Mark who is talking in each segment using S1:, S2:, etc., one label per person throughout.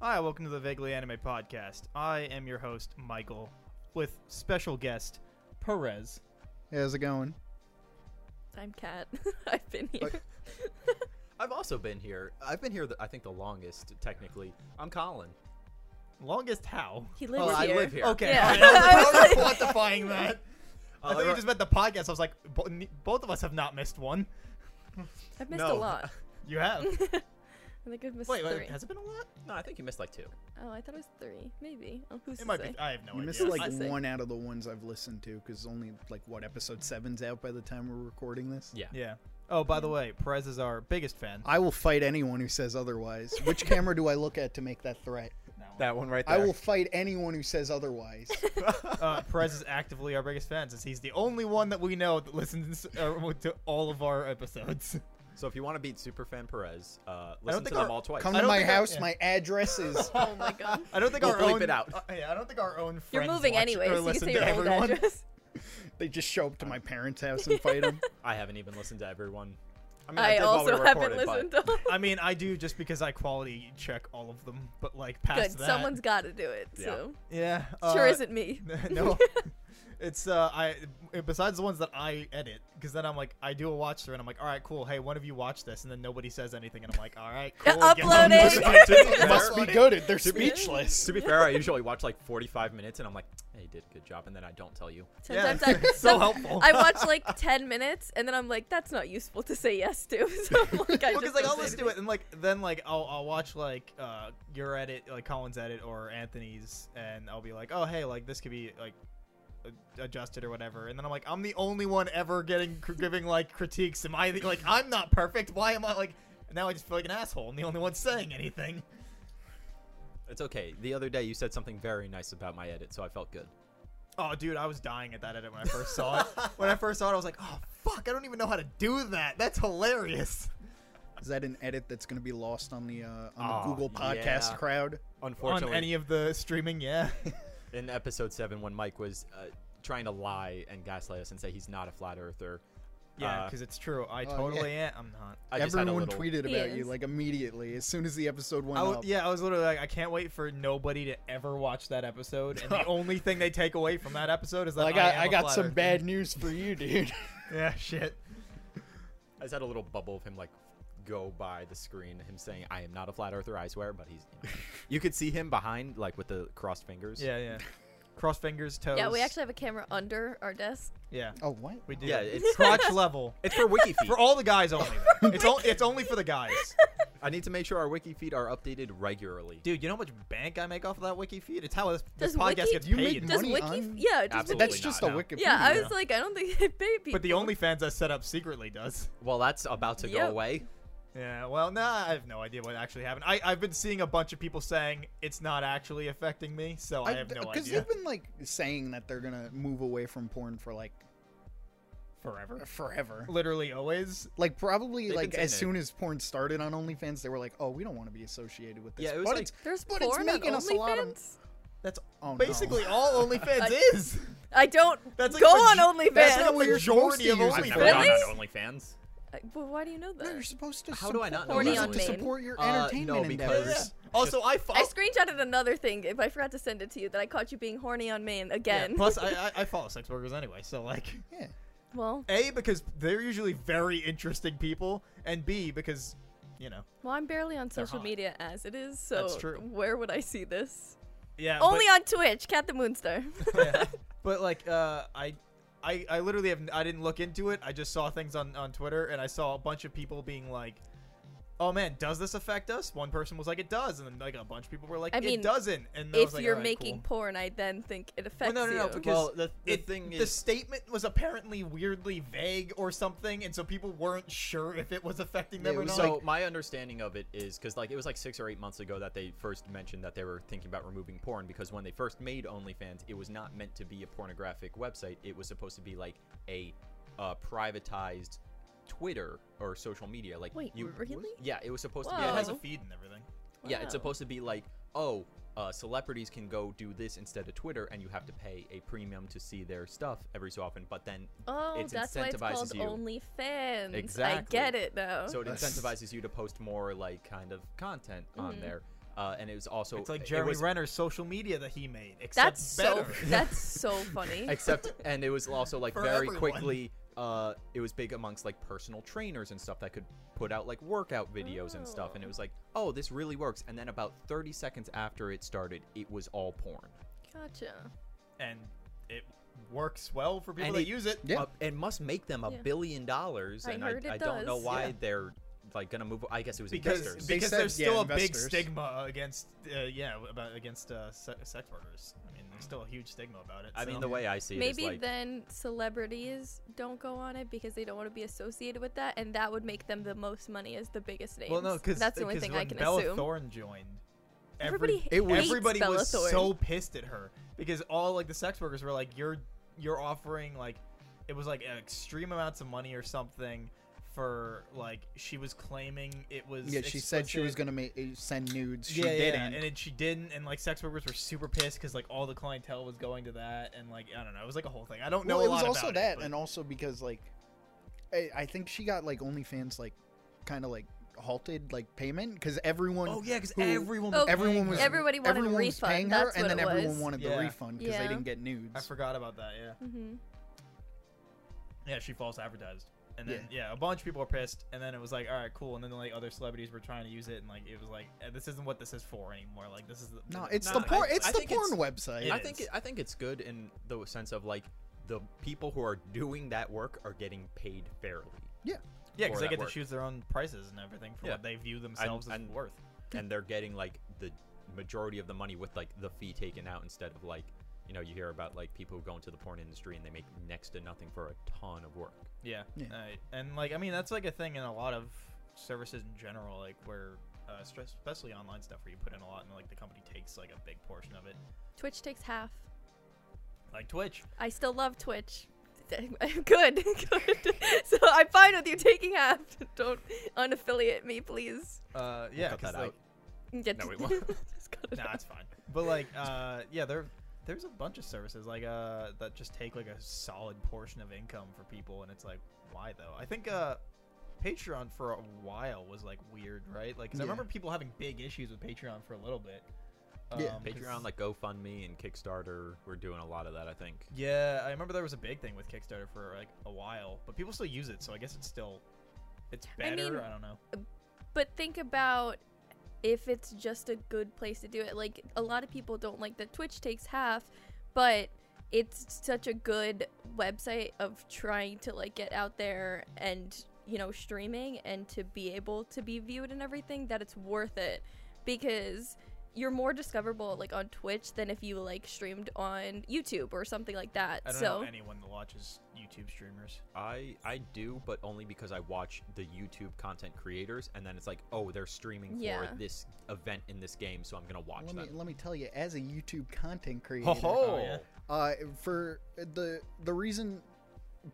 S1: Hi, welcome to the Vaguely Anime Podcast. I am your host, Michael, with special guest, Perez.
S2: How's it going?
S3: I'm Kat. I've been here.
S4: Like- I've also been here. I've been here, the, I think, the longest, technically. I'm Colin.
S1: Longest how?
S3: He lives
S4: Well, I
S3: here.
S4: live here.
S1: Okay,
S3: Yeah.
S1: alright, I was quantifying that. I
S4: Uh,
S1: thought you just meant the podcast. I was like, bo- ne- both of us have not missed one.
S3: I've missed
S4: No.
S3: a lot.
S1: You have.
S3: I think I've missed
S1: wait,
S3: three.
S1: wait, has it been a lot?
S4: No, I think you missed like two.
S3: Oh, I thought it was three. Maybe. Oh, who's
S1: It
S3: to
S1: might
S3: say?
S1: be. I have no
S2: you
S1: idea.
S2: missed
S3: I
S2: like
S3: see.
S2: one out of the ones I've listened to because only like what episode seven's out by the time we're recording this.
S4: Yeah.
S1: yeah. Oh, by the way, Perez is our biggest fan.
S2: I will fight anyone who says otherwise. Which camera do I look at to make that threat?
S4: That one right
S2: I will fight anyone who says otherwise.
S1: uh, Perez is actively our biggest fan since he's the only one that we know that listens uh, to all of our episodes.
S4: So if you want to beat Superfan Perez, uh,
S1: don't
S4: listen
S1: think
S4: to them
S1: our-
S4: all twice.
S2: Come
S1: I
S2: to
S1: don't
S2: my
S1: think I-
S2: house.
S1: yeah.
S2: My address is.
S3: Oh my god.
S1: I don't think
S4: We'll
S1: our
S4: bleep
S1: own.
S4: it out.
S1: Uh, yeah, I don't think our own.
S3: You're
S1: friends
S3: moving
S1: watch or
S3: anyway, so you can
S1: listen
S3: say
S1: to
S3: your old
S1: everyone.
S3: address.
S2: They just show up to my parents' house and fight them.
S4: I haven't even listened to everyone. mean,
S3: I,
S4: did while we
S3: also haven't
S4: recorded, but-
S3: listened to.
S1: I mean, I do just because I quality check all of them, but like past
S3: Good.
S1: that,
S3: Someone's got to do it.
S4: Yeah.
S3: So
S1: yeah, uh,
S3: sure isn't me.
S1: no, it's uh, I besides the ones that I edit, because then I'm like, I do a watch through, and I'm like, all right, cool. Hey, one of you watch this, and then nobody says anything, and I'm like, all right, cool. get on
S3: Uploading.
S1: with it.
S4: To-
S2: Must be good. They're
S4: To be-
S2: speechless.
S4: to be fair, I usually watch like 45 minutes, and I'm like, "Hey, you did a good job," and then I don't tell you.
S1: Yeah,
S3: Sometimes I,
S1: it's so helpful.
S3: I watch like ten minutes, and then I'm like, that's not useful to say yes to. So I'm like, I
S1: Well,
S3: just
S1: because like
S3: don't
S1: I'll
S3: say
S1: listen to it and like then like I'll, I'll watch like uh your edit like Colin's edit or Anthony's and I'll be like oh hey like this could be like a- adjusted or whatever and then I'm like I'm the only one ever getting cr- giving like critiques am I the- like I'm not perfect why am I like and now I just feel like an asshole I'm the only one saying anything
S4: It's okay. The other day, you said something very nice about my edit, so I felt good.
S1: oh dude I was dying at that edit when I first saw it when I first saw it I was like oh fuck I don't even know how to do that that's hilarious
S2: Is that an edit that's going to be lost on the uh, on the
S4: Aw,
S2: Google Podcast
S4: yeah.
S2: crowd?
S1: on
S4: Unfortunately,
S1: any of the streaming yeah
S4: in episode seven, when Mike was uh, trying to lie and gaslight us and say he's not a flat earther,
S1: yeah
S4: Uh,
S1: because it's true I
S2: oh, yeah.
S1: totally am I'm not
S4: I just had a
S2: Everyone
S4: little.
S2: tweeted
S3: He
S2: about you
S3: is.
S2: like immediately as soon as the episode went
S1: I w-
S2: up.
S1: yeah, I was literally like, I can't wait for nobody to ever watch that episode, and the only thing they take away from that episode is that
S2: Like I,
S1: am
S2: I
S1: a
S2: got
S1: flat
S2: some
S1: earther.
S2: bad news for you, dude.
S1: Yeah, shit.
S4: I just had a little bubble of him like go by the screen, him saying, "I am not a flat earther, I swear," but he's. You, know. You could see him behind, like with the crossed fingers.
S1: Yeah, yeah. Cross fingers, toes.
S3: Yeah, we actually have a camera under our desk.
S1: Yeah,
S2: oh what?
S1: we do.
S4: Yeah, it's-
S1: crotch level
S4: It's for wiki feed.
S1: for all the guys only. it's only it's only for the guys.
S4: I need to make sure our wiki feed are updated regularly.
S1: Dude, you know how much bank I make off of that wiki feed? It's how this, this
S3: Does
S1: podcast
S3: wiki-
S1: gets
S2: You make
S1: paid.
S2: money
S3: Does Wiki?
S2: on-
S3: Yeah, does
S4: Absolutely
S3: Wiki?
S2: That's
S4: not,
S2: just a
S4: no.
S2: Wikipedia.
S3: Yeah, I was like, I don't think they pay people.
S1: but the only fans I set up secretly does.
S4: Well, that's about to
S3: Yep.
S4: go away.
S1: Yeah, well, nah, I have no idea what actually happened. I, I've been seeing a bunch of people saying it's not actually affecting me, so I have no
S2: because
S1: idea.
S2: they've been like saying that they're gonna move away from porn for like
S1: Forever.
S2: forever.
S1: Literally always.
S2: Like probably
S4: They've been
S2: like
S4: saying
S2: as
S4: it.
S2: soon as porn started on OnlyFans, they were like, "Oh, we don't want to be associated with this."
S4: Yeah, it was
S2: but
S4: like-
S2: it's
S3: There's
S2: but it's
S3: porn on
S2: making us a lot of-
S3: OnlyFans?
S1: That's
S2: oh, no.
S1: basically all OnlyFans
S3: Like-
S1: is.
S3: I don't
S1: That's like
S3: go
S1: maj-
S3: on OnlyFans.
S1: That's
S2: not
S1: the
S2: what you're
S1: majority of
S2: supposed to
S4: I've
S2: use.
S1: OnlyFans.
S4: never
S3: Really?
S4: gone on OnlyFans.
S3: I- well, why do you know
S2: No,
S3: that?
S2: you're supposed to.
S4: How do I not know
S2: support- you're
S3: that?
S2: supposed to
S3: Horny on
S2: support your
S4: Uh,
S2: entertainment
S4: no,
S2: endeavors.
S1: Yeah.
S4: because-
S1: Also, I fo-
S3: I screenshotted another thing if I forgot to send it to you that I caught you being horny on main
S1: yeah,
S3: again.
S1: plus I, I I follow sex workers anyway, so like
S2: Yeah.
S3: well,
S1: a because they're usually very interesting people, and b because you know
S3: well, I'm barely on social
S1: hot.
S3: media as it is, so
S1: That's true.
S3: where would I see this?
S1: yeah
S3: Only on Twitch, Cat the Moonstar.
S1: on yeah. but like uh I. I, I literally have I didn't look into it. I just saw things on, on Twitter and I saw a bunch of people being like, "Oh man, does this affect us?" One person was like, "It does," and then like a bunch of people were like,
S3: I
S1: "It
S3: mean,
S1: doesn't." And I was
S3: if
S1: like,
S3: you're
S1: "Alright,
S3: making
S1: cool."
S3: porn, I then think it affects
S1: no, no, no,
S3: you.
S1: because-
S4: Well, the, the
S1: it,
S4: thing
S1: the
S4: is,
S1: statement was apparently weirdly vague or something, and so people weren't sure if it was affecting them
S2: Yeah, it
S1: or
S2: was
S1: not.
S4: So my understanding of it is because like it was like six or eight months ago that they first mentioned that they were thinking about removing porn because when they first made OnlyFans, it was not meant to be a pornographic website. It was supposed to be like a uh, privatized Twitter or social media. Like
S3: Wait,
S4: you,
S3: really?
S4: Yeah, it was supposed to be.
S3: Whoa.
S1: it has a
S3: Oh.
S1: feed and everything.
S4: Yeah, it's
S3: Wow.
S4: supposed to be like oh. Uh, celebrities can go do this instead of Twitter, and you have to pay a premium to see their stuff every so often. But then
S3: Oh,
S4: It's
S3: that's why it's called
S4: incentivizes you.
S3: OnlyFans. I
S4: Exactly.
S3: get it now.
S4: So it
S2: Yes.
S4: incentivizes you to post more like kind of content on
S3: Mhm.
S4: there. Uh, and it was also
S1: it's like
S4: it
S1: Jeremy
S4: was-
S1: Renner's social media that he made. Except
S3: That's so
S1: better.
S3: that's so funny.
S4: except and it was also like
S1: For
S4: very
S1: everyone.
S4: quickly uh it was big amongst like personal trainers and stuff that could put out like workout videos and stuff and it
S3: Oh.
S4: was like oh this really works and then about 30 seconds after it started it was all porn
S3: Gotcha.
S1: and it works well for people
S4: And
S1: that
S4: it-
S1: use it.
S2: Yeah.
S4: Uh, it must make them a
S3: Yeah.
S4: billion dollars
S3: I
S4: and i,
S3: heard it
S4: I don't know
S3: does.
S4: why
S2: Yeah.
S4: they're like gonna move i guess it was
S1: Because,
S4: investors
S2: They
S1: because
S2: said,
S1: there's
S2: yeah,
S1: still a big
S2: investors.
S1: stigma against uh, yeah about against uh, se- sex workers. I mean, there's still a huge stigma about it.
S4: i mean
S1: so-
S4: the way i see it is
S3: Maybe
S4: like
S3: then celebrities don't go on it because they don't want to be associated with that, and that would make them the most money as the biggest names.
S1: well, no, because
S3: that's the only thing
S1: when
S3: I can
S1: Bella
S3: assume.
S1: Thorne joined. every-
S3: Everybody
S2: it was-
S3: hates
S1: everybody
S3: Bella
S1: was
S3: Thorne.
S1: so pissed at her because all like the sex workers were like, "You're you're offering like it was like extreme amounts of money or something for like she was claiming it was
S2: Yeah, she said she
S1: explicit.
S2: was gonna make send nudes. She
S1: yeah, yeah,
S2: didn't.
S1: and it, she didn't, and like sex workers were super pissed because like all the clientele was going to that, and like I don't know, it was like a whole thing. I don't know.
S2: well,
S1: a
S2: it was
S1: lot
S2: also
S1: about
S2: that,
S1: it, but-
S2: and also because like, I, I think she got like OnlyFans like, kind of like halted like payment because everyone
S4: oh yeah because
S2: who-
S4: everyone
S3: Oh,
S2: everyone was
S3: everybody wanted a
S2: everyone was
S3: refund,
S2: paying her,
S3: that's
S2: and
S3: what
S2: then
S3: it
S2: everyone
S3: was.
S2: wanted
S1: Yeah.
S2: the refund because
S3: Yeah.
S2: they didn't get nudes.
S1: I forgot about that. Yeah,
S3: Mhm.
S1: yeah, she false advertised, and then yeah. a bunch of people were pissed, and then it was like, all right, cool, and then like other celebrities were trying to use it, and like it was like eh, this isn't what this is for anymore. Like this is the,
S2: no, it's
S4: No,
S2: the
S4: I-
S2: porn. It's
S4: I
S2: the
S4: think it's-
S2: porn website.
S1: It
S4: I think
S1: is.
S4: it, I think it's good in the sense of like the people who are doing that work are getting paid fairly,
S2: yeah,
S1: yeah because
S4: for
S1: they
S4: that
S1: get
S4: work.
S1: to choose their own prices and everything for
S4: Yeah.
S1: what they view themselves as
S4: and-
S1: worth.
S4: and they're getting like the majority of the money with like the fee taken out instead of like you know you hear about like people who go into the porn industry and they make next to nothing for a ton of work.
S1: Yeah.
S2: Yeah.
S1: Alright. And like I mean that's like a thing in a lot of services in general, like where uh, stress, especially online stuff where you put in a lot and like the company takes like a big portion of it.
S3: Twitch takes half.
S1: Like Twitch.
S3: I still love Twitch. Good, good. so I'm fine with you taking half. Don't unaffiliate me, please.
S1: Uh yeah,
S4: cut
S1: 'cause,
S4: that
S1: like,
S4: out.
S3: Get
S4: No,
S3: to-
S4: we won't.
S3: Just cut it
S1: nah,
S3: out.
S1: it's fine. But like uh yeah, there there's a bunch of services like uh that just take like a solid portion of income for people and it's like why though? I think uh Patreon for a while was like weird, right? Like 'cause I
S2: Yeah.
S1: remember people having big issues with Patreon for a little bit. Um,
S2: Yeah.
S1: 'cause-
S4: Patreon, like GoFundMe and Kickstarter, we're doing a lot of that. I think.
S1: Yeah, I remember there was a big thing with Kickstarter for like a while, but people still use it, so I guess it's still it's
S3: I
S1: better. I,
S3: mean-
S1: don't know.
S3: But think about if it's just a good place to do it. Like a lot of people don't like that Twitch takes half, but it's such a good website of trying to like get out there and you know streaming and to be able to be viewed and everything that it's worth it because you're more discoverable like on Twitch than if you like streamed on YouTube or something like that.
S1: I don't
S3: so
S1: know anyone that watches YouTube streamers.
S4: I I do, but only because I watch the YouTube content creators, and then it's like, oh, they're streaming
S3: Yeah.
S4: for this event in this game, so I'm gonna watch
S2: let me
S4: them.
S2: let me tell you, as a YouTube content creator,
S4: Ho ho!
S1: Oh, yeah.
S2: uh, for the the reason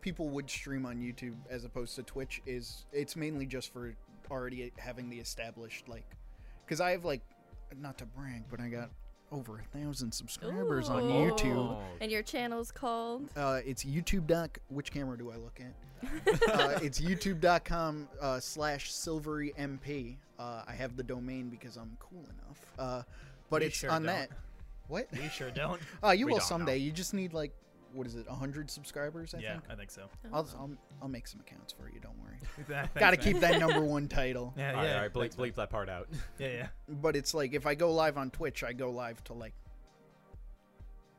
S2: people would stream on YouTube as opposed to Twitch is it's mainly just for already having the established like, because I have like, not to brag, but I got over a thousand subscribers on
S3: Ooh.
S2: YouTube.
S4: Oh,
S3: and your channel's called
S1: Oh.
S2: Uh, it's YouTube doc. Which camera do I look at? uh, it's YouTube.com uh, slash Silvery MP. Uh, I have the domain because I'm cool enough. Uh, but
S1: We
S2: it's
S1: sure
S2: on
S1: don't.
S2: that. What?
S1: We sure don't.
S2: Uh, you
S4: We
S2: will
S4: don't know.
S2: someday. You just need like what is it, hundred subscribers? I
S1: yeah,
S2: think.
S1: I think so.
S2: I'll, I'll I'll make some accounts for you. Don't worry.
S1: Thanks,
S2: Got
S1: man.
S2: to keep that number one title.
S1: Yeah, yeah.
S4: all right, all right, bleep,
S1: thanks, man.
S4: bleep that part out.
S1: Yeah, yeah.
S2: But it's like if I go live on Twitch, I go live to like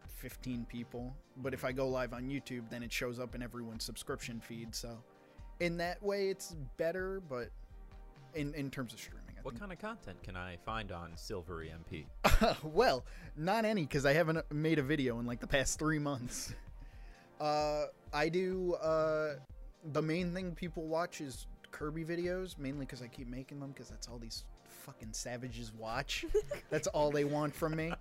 S2: fifteen people. But if I go live on YouTube, then it shows up in everyone's subscription feed. So in that way, it's better. But in in terms of streaming, I
S4: What
S2: think.
S4: kind of content can I find on Silvery MP?
S2: well, not any because I haven't made a video in like the past three months. Uh, I do. Uh, the main thing people watch is Kirby videos, mainly because I keep making them because that's all these fucking savages watch. that's all they want from me.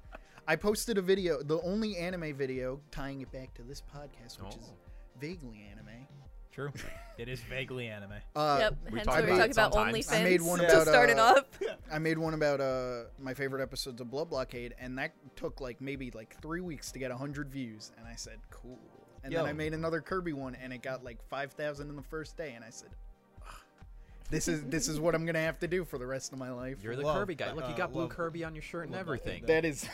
S2: I posted a video, the only anime video tying it back to this podcast, which is
S4: Oh.
S2: vaguely anime.
S1: True. it is vaguely anime.
S2: Uh,
S3: yep.
S4: we
S3: Hence
S4: talk
S3: why we
S4: about
S3: talk
S4: it
S3: about
S4: sometimes.
S3: OnlyFans.
S2: I made one
S3: to
S2: about,
S3: start it
S2: uh,
S3: up.
S2: I made one about uh my favorite episodes of Blood Blockade, and that took like maybe like three weeks to get hundred views, and I said cool. And then
S1: Yo.
S2: I made another Kirby one, and it got like five thousand in the first day, and I said, "Ugh, This is this is what I'm gonna have to do for the rest of my life.
S4: You're the
S1: Love
S4: Kirby guy.
S1: that-
S4: Look, you
S1: uh,
S4: got blue
S1: love-
S4: Kirby on your shirt and
S1: love that
S4: everything.
S1: thing.
S2: that is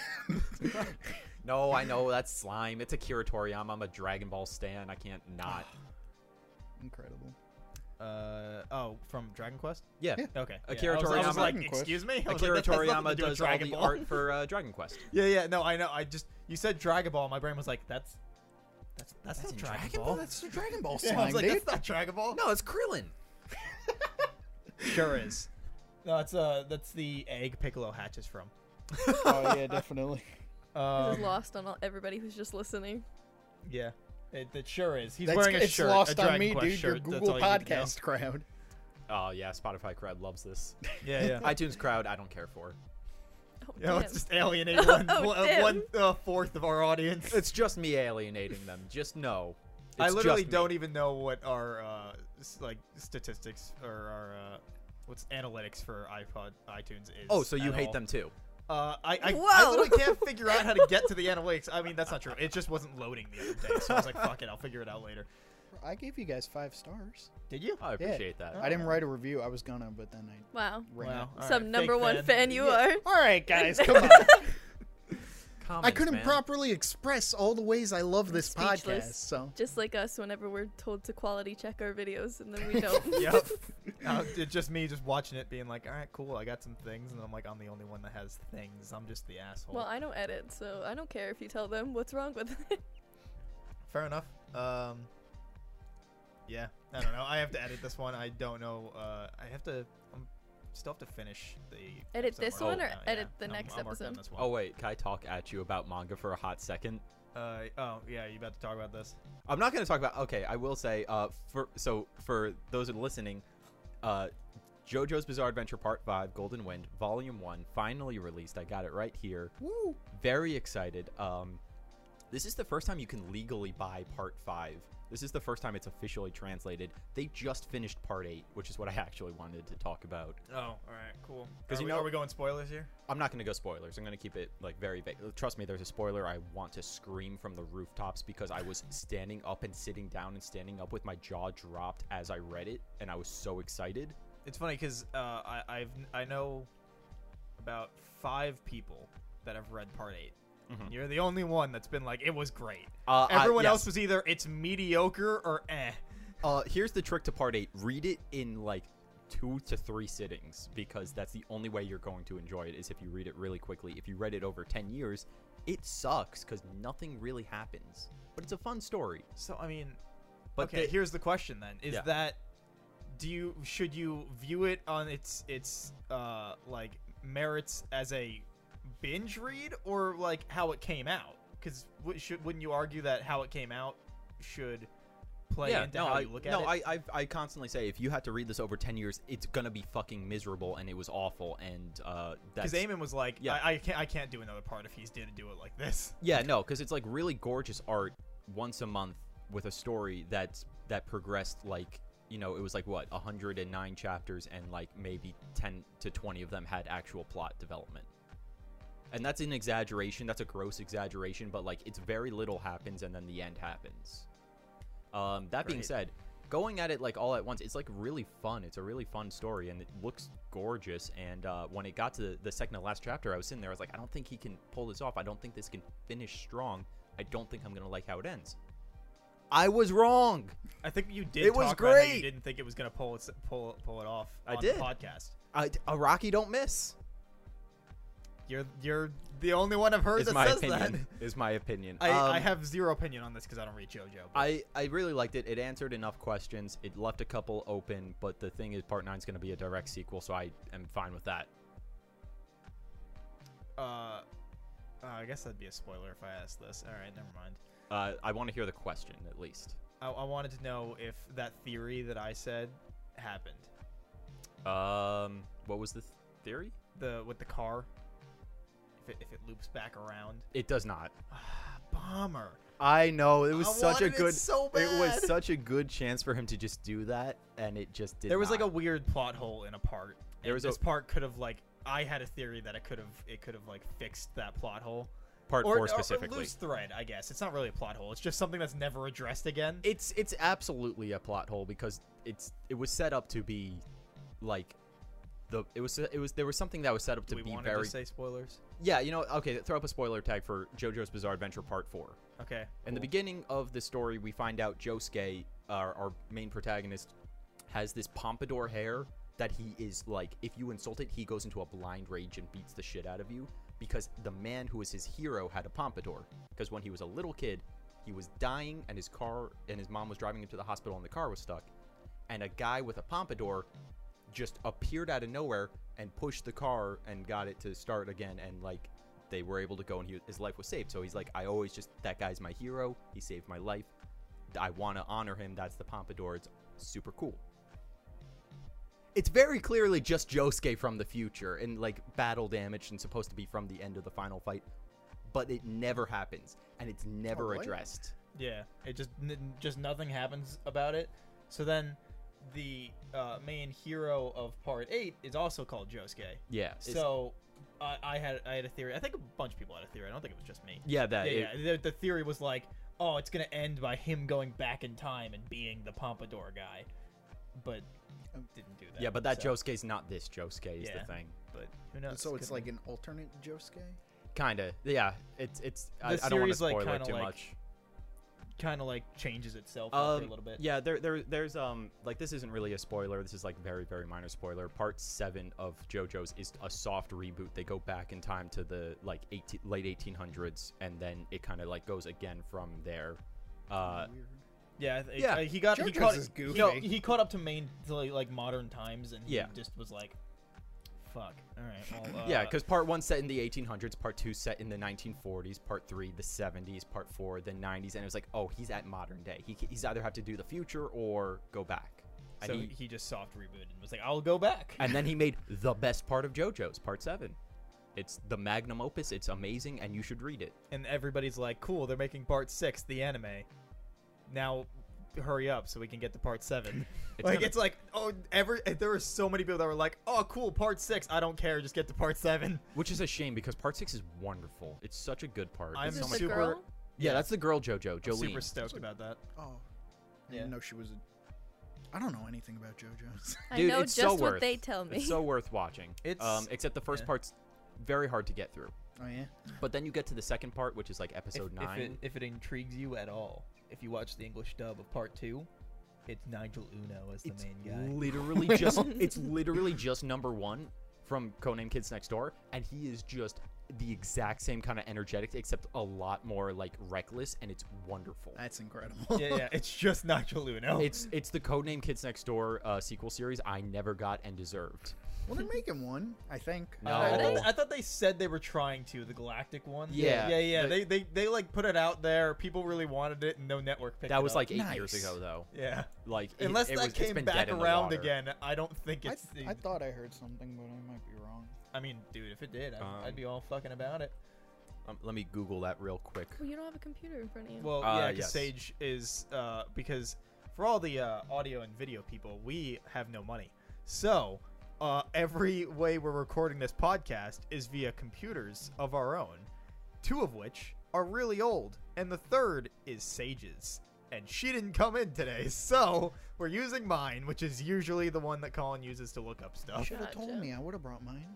S4: No, I know that's slime. It's a Kira Toriyama. I'm a Dragon Ball stan. I can't not.
S2: incredible.
S1: Uh, oh, from Dragon Quest.
S4: Yeah.
S2: Yeah.
S1: Okay. yeah.
S4: Akira
S1: I was, I was
S4: Toriyama-
S1: like,
S2: Dragon Quest.
S1: excuse me. I was like,
S4: Akira
S1: that has nothing
S4: Toriyama
S1: to do with
S4: does all
S1: Dragon
S4: the
S1: Ball.
S4: art for uh, Dragon Quest.
S1: Yeah, yeah. No, I know. I just you said Dragon Ball. My brain was like, that's that's that's, not
S4: That's in
S1: Dragon,
S4: Dragon
S1: Ball.
S2: that's the Dragon Ball
S1: yeah, I was like, that's not Dragon Ball.
S4: No, it's Krillin.
S1: sure is. No, it's uh, that's the egg Piccolo hatches from.
S2: oh yeah, definitely.
S3: This
S1: Um,
S3: is lost on all, everybody who's just listening.
S1: Yeah, it, it sure is. He's
S2: That's-
S1: wearing a
S2: it's
S1: shirt. a
S2: lost
S1: Dragon
S2: on me,
S1: Quest
S2: dude. Your
S1: shirt. That's
S2: Google
S1: all you need to know.
S2: Podcast crowd.
S4: Oh yeah, Spotify crowd loves this.
S1: Yeah, yeah.
S4: iTunes crowd, I don't care for.
S3: Oh,
S1: Yeah, let's
S3: damn.
S1: just alienate one,
S3: Oh,
S1: one- uh,
S3: damn.
S1: one uh, fourth of our audience.
S4: It's just me alienating them. Just know.
S1: I literally don't e- even know what our uh, s- like statistics or our uh, what's analytics for iPod iTunes is.
S4: Oh, so you
S1: at
S4: hate
S1: all.
S4: them too?
S1: Uh, I I, I
S3: Whoa.
S1: literally can't figure out how to get to the analytics. I mean, that's not true. It just wasn't loading the other day, so I was like, "Fuck it, I'll figure it out later."
S2: I gave you guys five stars.
S1: Did you?
S4: I
S2: Yeah.
S4: appreciate that.
S2: I didn't write a review. I was gonna, but then I
S3: Wow.
S2: ran
S1: Wow.
S2: out.
S1: All
S3: Some
S1: right,
S3: number
S1: fake
S3: one
S1: fan.
S3: fan you are.
S2: All right, guys, come on. I
S4: Comments,
S2: couldn't
S4: man.
S2: properly express all the ways I love this podcast.
S3: Speechless.
S2: So
S3: Just like us whenever we're told to quality check our videos and then we don't.
S1: Yep. uh, it's just me just watching it, being like, "All right, cool, I got some things," and I'm like, "I'm the only one that has things. I'm just the asshole."
S3: Well, I don't edit, so I don't care if you tell them what's wrong with it.
S1: Fair enough. Um, yeah, I don't know. I have to edit this one. I don't know. Uh, I have to. I'm still have to finish the
S3: Edit
S1: episode
S3: this
S1: we're on
S3: one or
S1: now,
S3: edit
S1: yeah. I'm-
S3: the next
S1: I'm working on
S3: episode?
S1: this
S4: Oh
S1: one.
S4: wait, can I talk at you about manga for a hot second?
S1: Uh, oh yeah, you about to talk about this?
S4: I'm not gonna talk about. Okay, I will say. Uh, for so for those that are listening, uh, JoJo's Bizarre Adventure Part Five, Golden Wind, Volume One, finally released. I got it right here.
S2: woo.
S4: Very excited. Um, this is the first time you can legally buy Part Five. This is the first time it's officially translated. They just finished Part Eight, which is what I actually wanted to talk about.
S1: Oh, all right, cool.
S4: 'Cause
S1: Are
S4: you
S1: we-
S4: know-
S1: are we going spoilers here?
S4: I'm not going to go spoilers. I'm going to keep it like very vague. Trust me, there's a spoiler I want to scream from the rooftops because I was standing up and sitting down and standing up with my jaw dropped as I read it, and I was so excited.
S1: It's funny because uh, I I've I know about five people that have read Part 8
S4: Mhm.
S1: You're the only one that's been like, it was great.
S4: Uh, I-
S1: Everyone
S4: yes.
S1: else was either it's mediocre or eh.
S4: Uh, here's the trick to part eight: read it in like two to three sittings because that's the only way you're going to enjoy it is if you read it really quickly. If you read it over ten years, it sucks because nothing really happens, but it's a fun story.
S1: So I mean,
S4: But
S1: okay,
S4: the-
S1: here's the question then: Is
S4: Yeah.
S1: that do you should you view it on its its uh like merits as a binge read or like how it came out? Because w- should wouldn't you argue that how it came out should play into how
S4: I,
S1: you look at
S4: no,
S1: it?
S4: I, I I constantly say if you had to read this over ten years, it's gonna be fucking miserable, and it was awful, and uh, that's
S1: Because Eamon was like,
S4: Yeah.
S1: I, I can't I can't do another part if he's didn't do it like this.
S4: yeah, no, because it's like really gorgeous art once a month with a story that's that progressed like you know it was like what 109 chapters and like maybe 10 to 20 of them had actual plot development and that's an exaggeration that's a gross exaggeration but like it's very little happens and then the end happens um that being
S1: Right.
S4: said going at it like all at once it's like really fun it's a really fun story and it looks gorgeous and uh when it got to the, the second to last chapter i was sitting there i was like i don't think he can pull this off i don't think this can finish strong i don't think i'm gonna like how it ends i was wrong
S1: I think you did.
S4: It was
S1: talk about how
S4: great.
S1: you didn't think it was gonna pull it pull pull it off.
S4: I
S1: on
S4: did.
S1: The podcast.
S4: I, a rocky don't miss
S1: You're you're the only one I've heard
S4: is
S1: that
S4: my
S1: says
S4: opinion is my opinion
S1: that. I, I
S4: Um,
S1: have zero opinion on this because I don't read JoJo. but-
S4: I, I really liked it. It answered enough questions. It left a couple open, but the thing is, part nine's going to be a direct sequel, so I am fine with that.
S1: Uh, uh, I guess that'd be a spoiler if I asked this. All right, never mind.
S4: Uh, I want to hear the question at least.
S1: I, I wanted to know if that theory that I said happened.
S4: Um, what was the th- theory?
S1: The with the car. If it, if it loops back around.
S4: It does not.
S1: Bomber.
S4: I know it
S1: I wanted it so bad.
S4: such a good chance for him to just do that, and it just did.
S1: there was like a
S4: not.
S1: weird plot hole in a part.
S4: There
S1: and
S4: was a-
S1: this part could have like I had a theory that it could have it could have like fixed that plot hole
S4: part
S1: or,
S4: four
S1: or
S4: specifically.
S1: a loose thread. I guess it's not really a plot hole. It's just something that's never addressed again.
S4: it's it's absolutely a plot hole because it's it was set up to be like the it was it was there was something that was set up
S1: Do
S4: to
S1: we
S4: be
S1: wanted
S4: very
S1: to say spoilers.
S4: yeah you know okay throw up a spoiler tag for JoJo's Bizarre Adventure Part Four.
S1: Okay.
S4: In the
S1: cool.
S4: beginning of the story, we find out Josuke, our, our main protagonist, has this pompadour hair that he is like, if you insult it, he goes into a blind rage and beats the shit out of you because the man who was his hero had a pompadour. Because when he was a little kid, he was dying and his car and his mom was driving him to the hospital and the car was stuck. And a guy with a pompadour just appeared out of nowhere and pushed the car and got it to start again and like they were able to go and he, his life was saved so he's like i always just that guy's my hero he saved my life i want to honor him that's the pompadour it's super cool it's very clearly just josuke from the future and like battle damage and supposed to be from the end of the final fight but it never happens and it's
S1: Oh,
S4: never
S2: what?
S4: addressed
S1: Yeah, it just n- just nothing happens about it. So then, the uh, main hero of part eight is also called Josuke.
S4: yeah it's-
S1: So I, I had I had a theory. I think a bunch of people had a theory. I don't think it was just me.
S4: yeah that it-
S1: yeah, yeah. The, the theory was like, oh, it's gonna end by him going back in time and being the pompadour guy, but
S2: Um,
S1: didn't do that.
S4: yeah, but that
S1: so-
S4: Josuke's not this Josuke is
S1: Yeah.
S4: the thing.
S1: But who knows?
S2: so it's
S1: Could
S2: like
S1: be.
S2: an alternate Josuke.
S4: Kinda. Yeah. It's it's I,
S1: The
S4: I don't want to
S1: series, like,
S4: spoil it
S1: kinda,
S4: too
S1: like,
S4: much.
S1: kind of like changes itself
S4: Um,
S1: a little bit.
S4: Yeah, there, there, there's um, like this isn't really a spoiler. This is like very, very minor spoiler. Part seven of JoJo's is a soft reboot. They go back in time to the like 18, late 1800s, and then it kind of like goes again from there. Uh,
S1: Mm-hmm.
S2: Weird.
S1: Yeah, it,
S4: Yeah.
S1: uh, he got he
S2: JoJo's
S1: caught
S2: is
S1: he-
S2: goofy.
S1: He, caught up to main to like, like modern times and
S4: Yeah.
S1: he just was like, "Fuck, all right." Well, uh,
S4: yeah, because part one set in the 1800s, part two set in the 1940s, part three the 70s, part four the 90s, and it was like, oh, he's at modern day. He, c- he's either have to do the future or go back. And
S1: so
S4: he-
S1: he, just soft rebooted and was like, "I'll go back."
S4: and then he made the best part of JoJo's, part seven. It's the magnum opus. It's amazing, and you should read it.
S1: and everybody's like, "Cool, they're making part six, the anime." Now, hurry up so we can get to part seven.
S4: It's
S1: like
S4: gonna-
S1: it's like oh, every there were so many people that were like, "Oh, cool, part six. I don't care, just get to part seven.
S4: Which is a shame because part six is wonderful. It's such a good part.
S1: I'm
S4: It's so
S3: this
S4: much-
S3: the
S1: super-
S3: girl?
S4: yeah, that's the girl JoJo,
S1: I'm
S4: Jolene.
S1: super stoked about that.
S2: Oh, I
S1: Yeah.
S2: didn't know she was. A... I don't know anything about JoJo's.
S3: I
S4: Dude,
S3: know
S4: it's
S3: just
S4: so
S3: what
S4: worth,
S3: they tell me.
S4: It's so worth watching.
S1: It's-
S4: um, except the first
S1: yeah.
S4: part's very hard to get through,
S2: oh yeah.
S4: but then you get to the second part, which is like episode
S1: if,
S4: nine.
S1: If it, if it intrigues you at all, if you watch the English dub of part two, it's Nigel Uno as the
S4: it's
S1: main guy.
S4: literally just it's literally just number one from Conan Kids Next Door, and he is just the exact same kind of energetic, except a lot more like reckless, and it's wonderful. Oh.
S2: That's incredible.
S1: yeah, yeah, it's just Nigel Uno.
S4: It's it's the Codename Kids Next Door uh, sequel series I never got and deserved.
S2: well, they're making one, I think.
S4: No.
S1: I,
S4: Oh.
S1: thought, I thought they said they were trying to the Galactic one.
S4: Yeah.
S1: yeah, yeah.
S4: The-
S1: they, they they like put it out there. People really wanted it, and no network picked it
S4: That was
S1: up.
S4: like eight
S2: Nice.
S4: years ago, though.
S1: yeah.
S4: Like it-
S1: Unless
S4: it
S1: that
S4: was- it's
S1: came
S4: been
S1: back
S4: dead in the
S1: around
S4: water.
S1: again, I don't think
S2: I,
S1: it's.
S2: I thought I heard something, but I might be wrong.
S1: I mean, dude, if it did, I'd,
S4: Um,
S1: I'd be all fucking about it.
S4: Um, let me Google that real quick.
S3: Well, you don't have a computer in front of you.
S1: Well,
S4: Uh,
S1: yeah, because
S4: yes.
S1: Sage is uh, because for all the uh, audio and video people, we have no money. So uh, every way we're recording this podcast is via computers of our own, two of which are really old, and the third is Sage's. And she didn't come in today, so we're using mine, which is usually the one that Colin uses to look up
S2: You
S1: stuff.
S2: should have told
S3: Gotcha.
S2: me. I would have brought mine.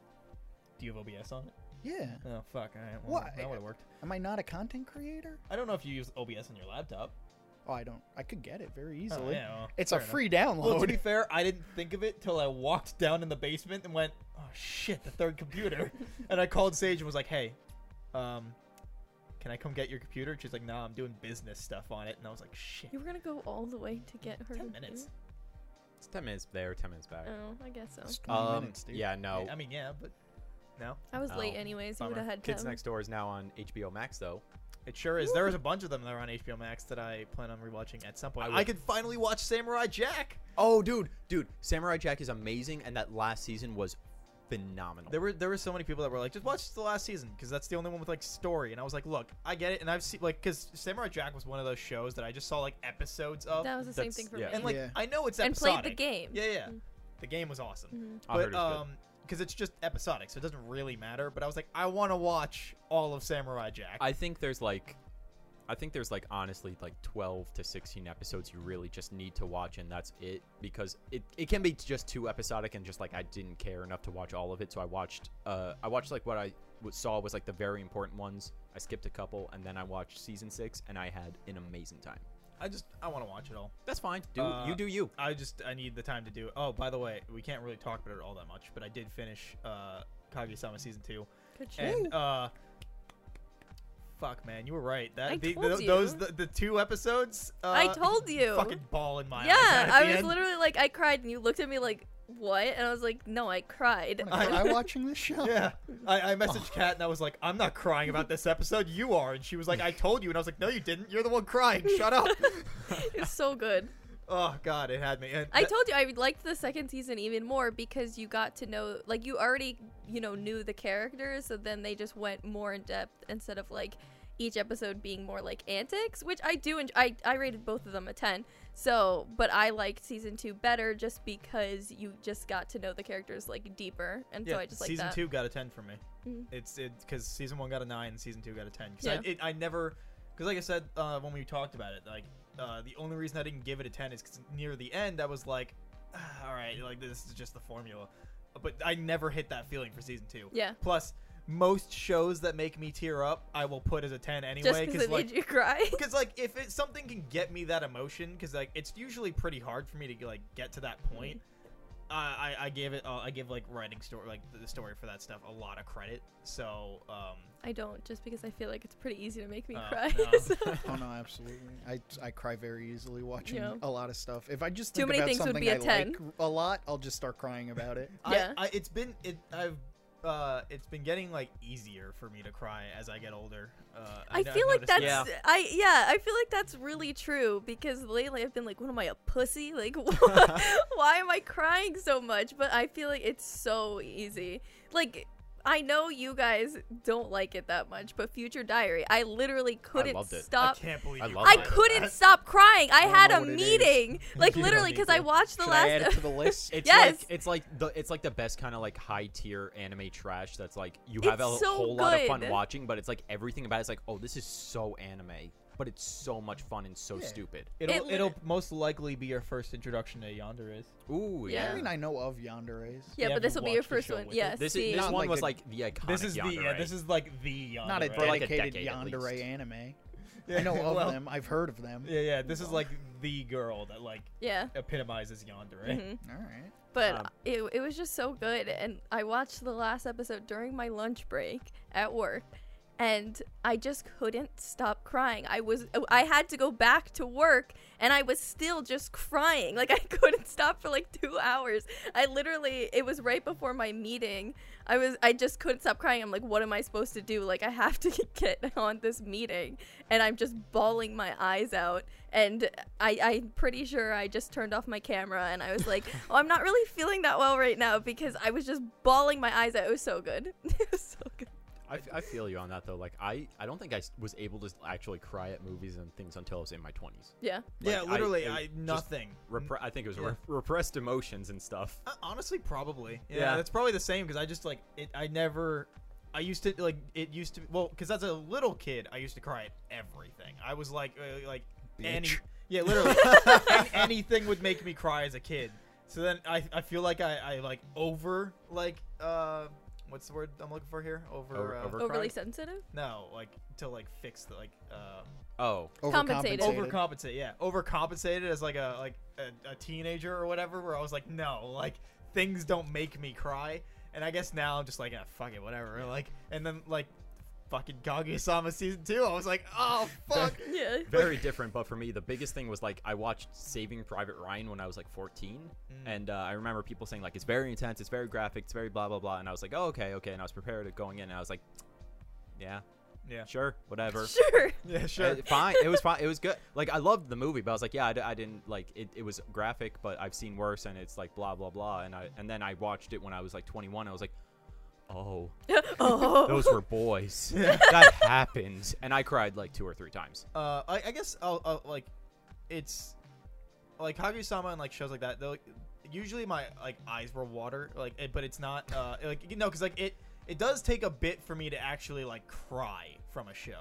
S1: Do you have OBS on it?
S2: Yeah.
S1: Oh fuck! All right, well,
S2: Why?
S1: that would have worked.
S2: Am I not a content creator?
S1: I don't know if you use OBS on your laptop.
S2: Oh, I don't. I could get it very
S1: Oh,
S2: easily.
S1: yeah, well,
S2: It's
S1: fair
S2: a
S1: enough.
S2: free
S1: Well, to
S2: download.
S1: be fair, I didn't think of it till I walked down in the basement and went, "Oh shit, the third computer," and I called Sage and was like, "Hey, um, can I come get your computer?" And she's like, "Nah, I'm doing business stuff on it," and I was like, "Shit,
S3: you were gonna go all the way to get her.
S1: ten
S3: computer?
S1: minutes."
S4: It's ten minutes there, ten minutes back.
S3: Oh, I guess so.
S2: It's 20
S4: Um,
S2: minutes, dude.
S4: yeah, no.
S1: I mean, yeah, but no,
S3: I was late
S4: Oh,
S3: anyways.
S1: bummer.
S3: You would have had
S4: Kids
S3: time.
S4: Next Door is now on HBO Max, though.
S1: it sure is. There is a bunch of them that are on HBO Max that I plan on rewatching at some point.
S4: I
S1: I,
S4: would-
S1: could finally watch Samurai Jack.
S4: Oh, dude, dude, Samurai Jack is amazing, and that last season was phenomenal.
S1: There were there were so many people that were like, just watch the last season because that's the only one with like story. And I was like, look, I get it, and I've seen like because Samurai Jack was one of those shows that I just saw like episodes of.
S3: That was the same
S4: That's-
S3: thing for
S4: yeah.
S3: me.
S1: and like
S2: Yeah.
S1: I know it's
S3: And played
S1: episodic.
S3: the game.
S1: Yeah, yeah.
S3: Mm.
S1: The game was awesome,
S3: Mhm.
S4: I heard
S1: but
S4: it was good.
S1: um, because it's just episodic, so it doesn't really matter. But I was like, I want to watch all of Samurai Jack.
S4: I think there's like I think there's like honestly like 12 to 16 episodes you really just need to watch and that's it because it, it can be just too episodic and just like I didn't care enough to watch all of it so I watched uh I watched like what I w- saw was like the very important ones. I skipped a couple and then I watched season 6 and I had an amazing time.
S1: I just I want to watch it all.
S4: That's fine. Do
S1: Uh,
S4: you do you.
S1: I just I need the time to do it. Oh, by the way, we can't really talk about it all that much, but I did finish uh Kaguya-sama season 2 and uh fuck man, you were right. That
S3: I
S1: the,
S3: told
S1: th- those
S3: you.
S1: the, the two episodes uh,
S3: I told you.
S1: fucking ball in my eyes
S3: yeah,
S1: at
S3: I
S1: the
S3: was
S1: end.
S3: literally like, I cried, and you looked at me like, what? And I was like, no, I cried.
S1: Oh
S2: Am I watching this show?
S1: Yeah, I, I messaged Kat and I was like, "I'm not crying about this episode. You are." And she was like, "I told you." And I was like, "No, you didn't. You're the one crying. Shut up."
S3: it's so good.
S1: oh God, it had me. And
S3: I
S1: that-
S3: told you I liked the second season even more because you got to know, like, you already, you know, knew the characters, so then they just went more in depth instead of like each episode being more like antics, which I do. Enjoy. I I rated both of them a ten. So, but I liked season two better just because you just got to know the characters like deeper, and
S1: yeah,
S3: so I just like
S1: season
S3: that.
S1: two got a ten for me.
S3: Mhm.
S1: It's it because season one got a nine, and season two got a ten. Because
S3: Yeah.
S1: I, it, I never, because like I said uh, when we talked about it, like uh, the only reason I didn't give it a ten is because near the end I was like, "Ah, "All right, like this is just the formula," but I never hit that feeling for season two.
S3: Yeah,
S1: Plus, most shows that make me tear up, I will put as a ten
S3: just
S1: anyway.
S3: because it
S1: like
S3: made you cry.
S1: because like if it, something can get me that emotion because like it's usually pretty hard for me to like get to
S3: Mm-hmm.
S1: that point I i, I gave it uh, i give like writing story like the story for that stuff a lot of credit so um
S3: I don't just because I feel like it's pretty easy to make me
S1: Oh,
S3: cry.
S1: no.
S3: so-
S2: Oh no, absolutely. I, I cry very easily watching
S3: Yeah.
S2: a lot of stuff. If I just
S3: Too
S2: think
S3: many
S2: about
S3: things would
S2: something
S3: be a
S2: I
S3: 10.
S2: like a lot, I'll just start crying about it.
S3: Yeah.
S1: I, I it's been it i've uh it's been getting like easier for me to cry as i get older uh
S3: I
S1: kn-
S3: feel
S1: I've
S3: like
S1: noticed
S3: that's
S1: that.
S3: I yeah, I feel like that's really true because lately I've been like, what am I a pussy? Like why am I crying so much? But I feel like it's so easy. Like I know you guys don't like it that much, but Future Diary, I literally couldn't
S4: loved it. I
S1: i
S3: stop
S1: can't believe
S4: I
S1: you
S4: love
S1: cried
S3: I
S4: it.
S1: at
S3: couldn't
S1: that.
S3: stop crying. I
S2: I don't
S3: had
S2: know
S3: a
S2: what it is.
S3: meeting,
S1: You
S3: like
S1: don't
S3: literally,
S1: need
S3: because I
S1: to.
S3: watched the
S2: Should
S3: last.
S2: I add it to the list?
S4: It's
S3: Yes!
S4: like it's like the it's like the best kind of like high tier anime trash that's like you
S3: It's
S4: have a
S3: so
S4: whole lot of fun
S3: good.
S4: watching, but it's like everything about it's like, oh, this is so anime, but it's so much fun and so
S2: Yeah.
S4: stupid.
S1: it'll
S3: It-
S1: it'll most likely be your first introduction to yonder is
S4: Ooh,
S3: Yeah.
S4: yeah.
S2: I mean, I know of yonder is.
S3: yeah,
S1: Yeah,
S3: but
S1: but
S3: this will be your
S1: watch the
S3: first
S1: show
S3: one.
S1: with it.
S3: Yeah,
S4: This
S3: see?
S4: is, this
S2: Not
S4: one
S2: like
S4: was
S2: a-
S4: like the iconic.
S1: this is the yeah,
S4: yandere.
S1: this is like the yandere.
S2: Not a
S4: For like a
S2: dedicated
S4: decade at
S2: yonder
S4: least.
S2: anime.
S1: Yeah,
S2: I know of
S1: well,
S2: them. I've heard of them.
S1: Yeah, yeah. This is like the girl that like
S3: yeah.
S1: epitomizes yonder.
S3: mhm.
S2: All right.
S3: But
S4: Um,
S3: it, it was just so good. And I watched the last episode during my lunch break at work. And I just couldn't stop crying. I was oh, I had to go back to work and I was still just crying. Like I couldn't stop for like 2 hours. I literally it was right before my meeting. I was I just couldn't stop crying. I'm like what am I supposed to do? Like I have to get on this meeting and I'm just bawling my eyes out and I, I'm pretty sure I just turned off my camera and I was like, oh, I'm not really feeling that well right now because I was just bawling my eyes out. It was so good. it was so good.
S4: I, f- I feel you on that though. Like I, I don't think I s- was able to s- actually cry at movies and things until I was in my twenties.
S3: Yeah.
S1: Yeah,
S4: Like, I-
S1: literally,
S4: I
S1: I,
S4: just
S1: nothing.
S4: Repre- I think it was
S1: Yeah.
S4: rep- repressed emotions and stuff.
S1: Uh, honestly, probably. Yeah,
S4: Yeah.
S1: that's probably the same because I just like it. I never. I used to like it used to well because as a little kid I used to cry at everything. I was like uh, like any
S4: Bitch.
S1: yeah literally an- anything would make me cry as a kid. So then I, I feel like I, I like over like uh what's the word I'm looking for here over,
S4: Over-
S1: uh,
S4: over- We're
S3: Overly
S4: crying?
S3: sensitive?
S1: no like to like fix the like uh
S4: Oh,
S3: Compensated.
S2: Overcompensated.
S1: overcompensate yeah overcompensated as like a like a, a teenager or whatever where i was like no like things don't make me cry and i guess now i'm just like ah, fuck it whatever like and then like fucking kaguya-sama season two i was like oh fuck
S3: Yeah.
S4: very different but for me the biggest thing was like i watched saving private ryan when i was like 14 and uh, i remember people saying like it's very intense it's very graphic it's very blah blah blah and i was like oh okay okay and i was prepared at going in and i was like yeah
S1: yeah
S4: sure whatever
S3: Sure.
S1: yeah sure
S4: Uh, fine it was fine it was good like i loved the movie but i was like yeah i, d- I didn't like it, it was graphic but i've seen worse and it's like blah blah blah and i and then i watched it when i was like 21 i was like oh
S3: oh.
S4: those were boys that happened and i cried like two or three times
S1: uh, I, I guess I'll, I'll like it's like Kaguya-sama and like shows like that. Though like, usually my like eyes will water, like it, but it's not uh like you know because like it
S4: Mm-hmm.
S1: it does take a bit for me to actually like cry from a show,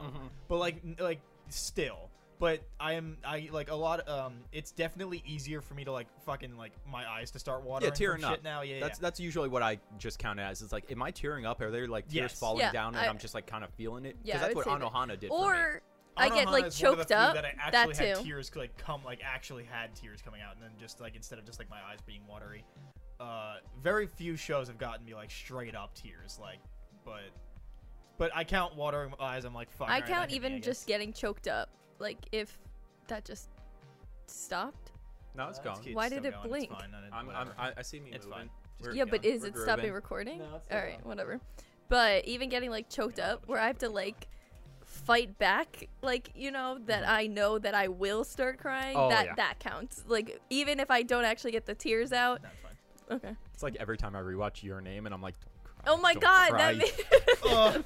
S1: but like n- like still. But I am I like a lot. Um, it's definitely easier for me to like fucking like my eyes to start watering.
S4: yeah,
S1: from
S4: tearing
S1: shit
S4: up.
S1: now. Yeah,
S4: that's
S1: yeah.
S4: that's usually what I just count it as. It's like, am I tearing up? Are there like tears
S1: Yes.
S4: falling
S3: Yeah,
S4: down, and
S3: I-
S4: I, am just like kind of feeling it?
S3: Yeah, I
S4: Because that's
S3: would
S4: what
S3: say that.
S4: Anohana did. for me.
S3: Or I get
S1: Anohana
S3: like
S1: is one of the
S3: choked
S1: few
S3: up.
S1: That I
S3: That
S1: actually
S3: too.
S1: had tears like come like actually had tears coming out, and then just like instead of just like my eyes being watery. Uh, very few shows have gotten me like straight up tears. Like, but but I count watering my eyes. I'm like fuck.
S3: I
S1: alright, that
S3: count
S1: hit me,
S3: even
S1: I
S3: just
S1: guess.
S3: getting choked up. Like if that just stopped.
S4: no, it's
S1: Uh,
S4: gone.
S1: it's
S3: Why
S1: still
S3: did it
S1: going, it's
S3: blink?
S1: fine, and it-
S4: I'm, I'm,
S1: whatever.
S4: I, I see me
S1: It's
S4: moving.
S1: fine.
S4: We're-
S3: yeah, but
S1: going.
S3: is
S4: We're
S3: it stopping
S4: grooving.
S3: recording?
S4: No, it's still
S3: All right,
S4: going.
S3: whatever. But even getting like choked
S4: Yeah,
S3: up,
S4: but
S3: where
S4: you're
S3: I have to
S4: good.
S3: like fight back, like you know that I know that I will start crying.
S4: Mm-hmm. Oh,
S3: that
S4: yeah.
S3: that counts. Like even if I don't actually get the tears out.
S1: That's fine.
S3: Okay.
S4: It's like every time I rewatch Your Name, and I'm like, don't cry.
S3: Oh my
S4: don't
S3: god,
S4: cry.
S3: that made
S1: Uh,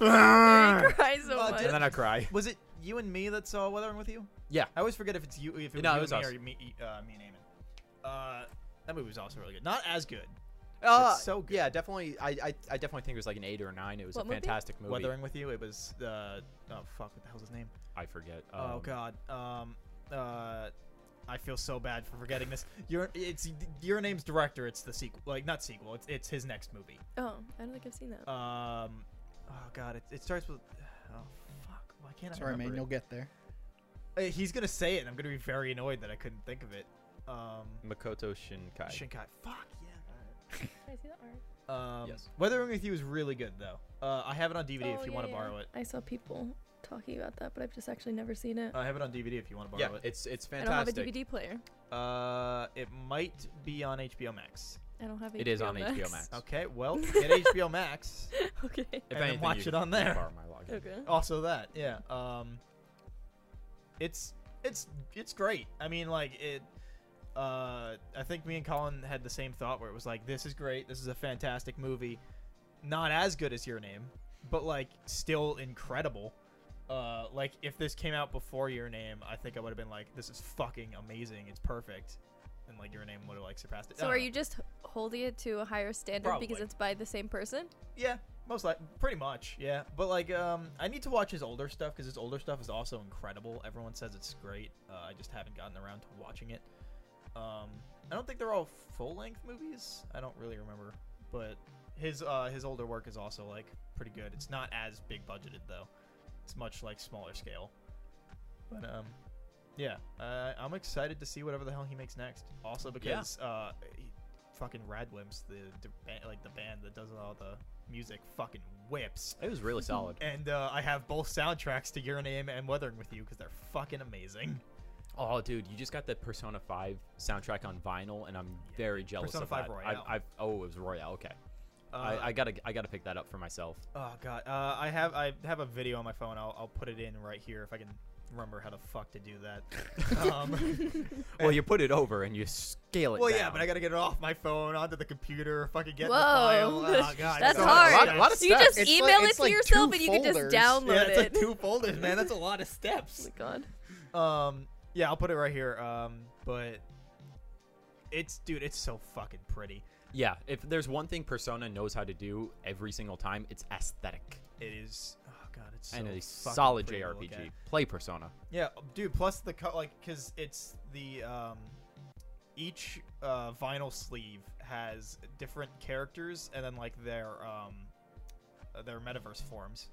S3: me cry so
S1: Uh,
S3: much.
S1: did-
S4: and then I cry.
S1: was it you and me that saw Weathering with you?
S4: Yeah.
S1: I always forget if it's you, if it was,
S4: No,
S1: you
S4: it was
S1: and me
S4: us.
S1: or me, uh, me and Eamon. Uh, that movie was also really good. Not as good.
S4: Uh,
S1: It's so good.
S4: Yeah, definitely. I, I, I definitely think it was like an eight or a nine. It was
S3: What
S4: a
S3: movie?
S4: fantastic movie.
S1: Weathering with you, it was uh, oh fuck, what the hell's his name?
S4: I forget.
S1: oh
S4: um,
S1: god. Um, uh, I feel so bad for forgetting this. Your it's your name's director. It's the sequel, like not sequel. It's it's his next movie.
S3: oh, I don't think I've seen that.
S4: Uh,
S1: Um, oh god, it, it starts with oh fuck. Why can't I?
S2: Sorry, man.
S1: remember it?
S2: You'll get there.
S1: Uh, He's gonna say it, and I'm gonna be very annoyed that I couldn't think of it. Um,
S4: Makoto Shinkai.
S1: Shinkai. Fuck yeah.
S3: Can I see that art?
S1: Um,
S4: Yes.
S1: Weathering with You is really good though. Uh, I have it on DVD if you want to borrow it.
S3: I saw people talking about that, but I've just actually never seen it.
S1: I have it on DVD if you want to
S4: yeah,
S1: borrow it.
S4: it's it's
S3: I don't have a
S4: Oh, fantastic.
S3: DVD player.
S1: Uh, it might be on HBO Max.
S3: I don't have.
S4: It is on HBO Max.
S1: Okay, well, get HBO Max.
S3: okay.
S4: If
S1: and then
S4: anything,
S1: watch
S4: you
S1: it
S4: can-
S1: on
S4: you can
S1: there.
S4: borrow my login.
S3: Okay.
S1: Also, that yeah. Um, it's it's it's great. I mean, like it. Uh, I think me and Colin had the same thought where it was like, this is great. This is a fantastic movie. Not as good as Your Name, but like still incredible. Uh, like if this came out before Your Name, I think I would have been like, this is fucking amazing. It's perfect. And like Your Name would have like surpassed it. I
S3: So
S1: don't
S3: are
S1: know.
S3: you just h- holding it to a higher standard because
S1: Uh, Probably.
S3: it's by the same person?
S1: Yeah, most like pretty much. Yeah, but like um, I need to watch his older stuff because his older stuff is also incredible. Everyone says it's great. Uh, I just haven't gotten around to watching it. Um, I don't think they're all full length movies. I don't really remember, but his uh his older work is also like pretty good. It's not as big budgeted though. It's much like smaller scale. But um, yeah, uh, I'm excited to see whatever the hell he makes next. Also because uh, he, fucking Radwimps, the, the ba- like the band that does all the music, fucking whips.
S4: It was really solid.
S1: And uh, I have both soundtracks to Your Name and Weathering with You because they're fucking amazing.
S4: Oh, dude, you just got the Persona 5 soundtrack on vinyl, and I'm very jealous
S1: Persona
S4: of
S1: 5
S4: that.
S1: Royale.
S4: I, I've, oh, it was Royale. Okay,
S1: Uh,
S4: I, I gotta I gotta pick that up for myself.
S1: Oh god, uh, I have I have a video on my phone. I'll, I'll put it in right here if I can remember how the fuck to do that. um,
S4: Well, you put it over and you scale it.
S1: well,
S4: down.
S1: yeah, but I gotta get it off my phone onto the computer. Fucking get
S3: Whoa,
S1: the file. Oh, God,
S3: that's
S1: so-
S3: hard.
S4: lot- lot of
S3: you
S4: stuff.
S3: just
S2: It's like-
S3: email it
S2: it's
S3: to
S2: like
S3: yourself
S2: two
S3: and you can just
S2: folders.
S1: Yeah,
S3: download
S1: it's like
S3: it.
S1: two folders, man. That's a lot of
S3: oh
S1: steps.
S3: my god.
S1: Um, yeah, I'll put it right here. Um, but it's dude, it's so fucking pretty.
S4: yeah. If there's one thing Persona knows how to do every single time, it's aesthetic
S1: It is. Oh god, it's so
S4: and a
S1: fucking
S4: solid
S1: pretty to look
S4: JRPG.
S1: at.
S4: Play Persona.
S1: Yeah, dude. Plus the co- like, cause it's the um, each uh, vinyl sleeve has different characters, and then like their um, uh, their metaverse forms,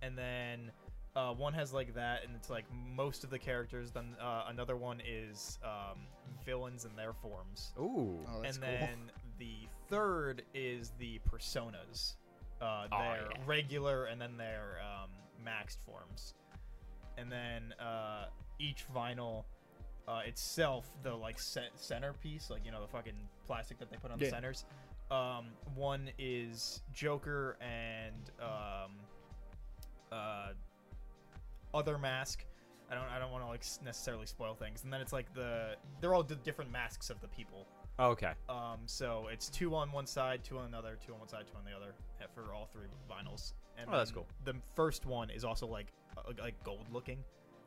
S1: and then uh, one has like that, and it's like most of the characters. Then uh, another one is um, villains and their forms,
S4: Ooh.
S2: Oh, that's
S1: and
S2: cool.
S1: then the third is the personas, uh,
S4: Oh,
S1: their
S4: yeah.
S1: regular and then their um, maxed forms, and then uh, each vinyl uh, itself, the like ce- centerpiece, like you know the fucking plastic that they put on the
S2: Yeah.
S1: centers. Um, one is Joker and um, uh, other mask. I don't. I don't want to like s- necessarily spoil things. And then it's like the they're all d- different masks of the people.
S4: Okay.
S1: Um, so it's two on one side, two on another, two on one side, two on the other eh, for all three vinyls. And
S4: Oh, that's
S1: then
S4: cool.
S1: The first one is also like uh, like gold looking.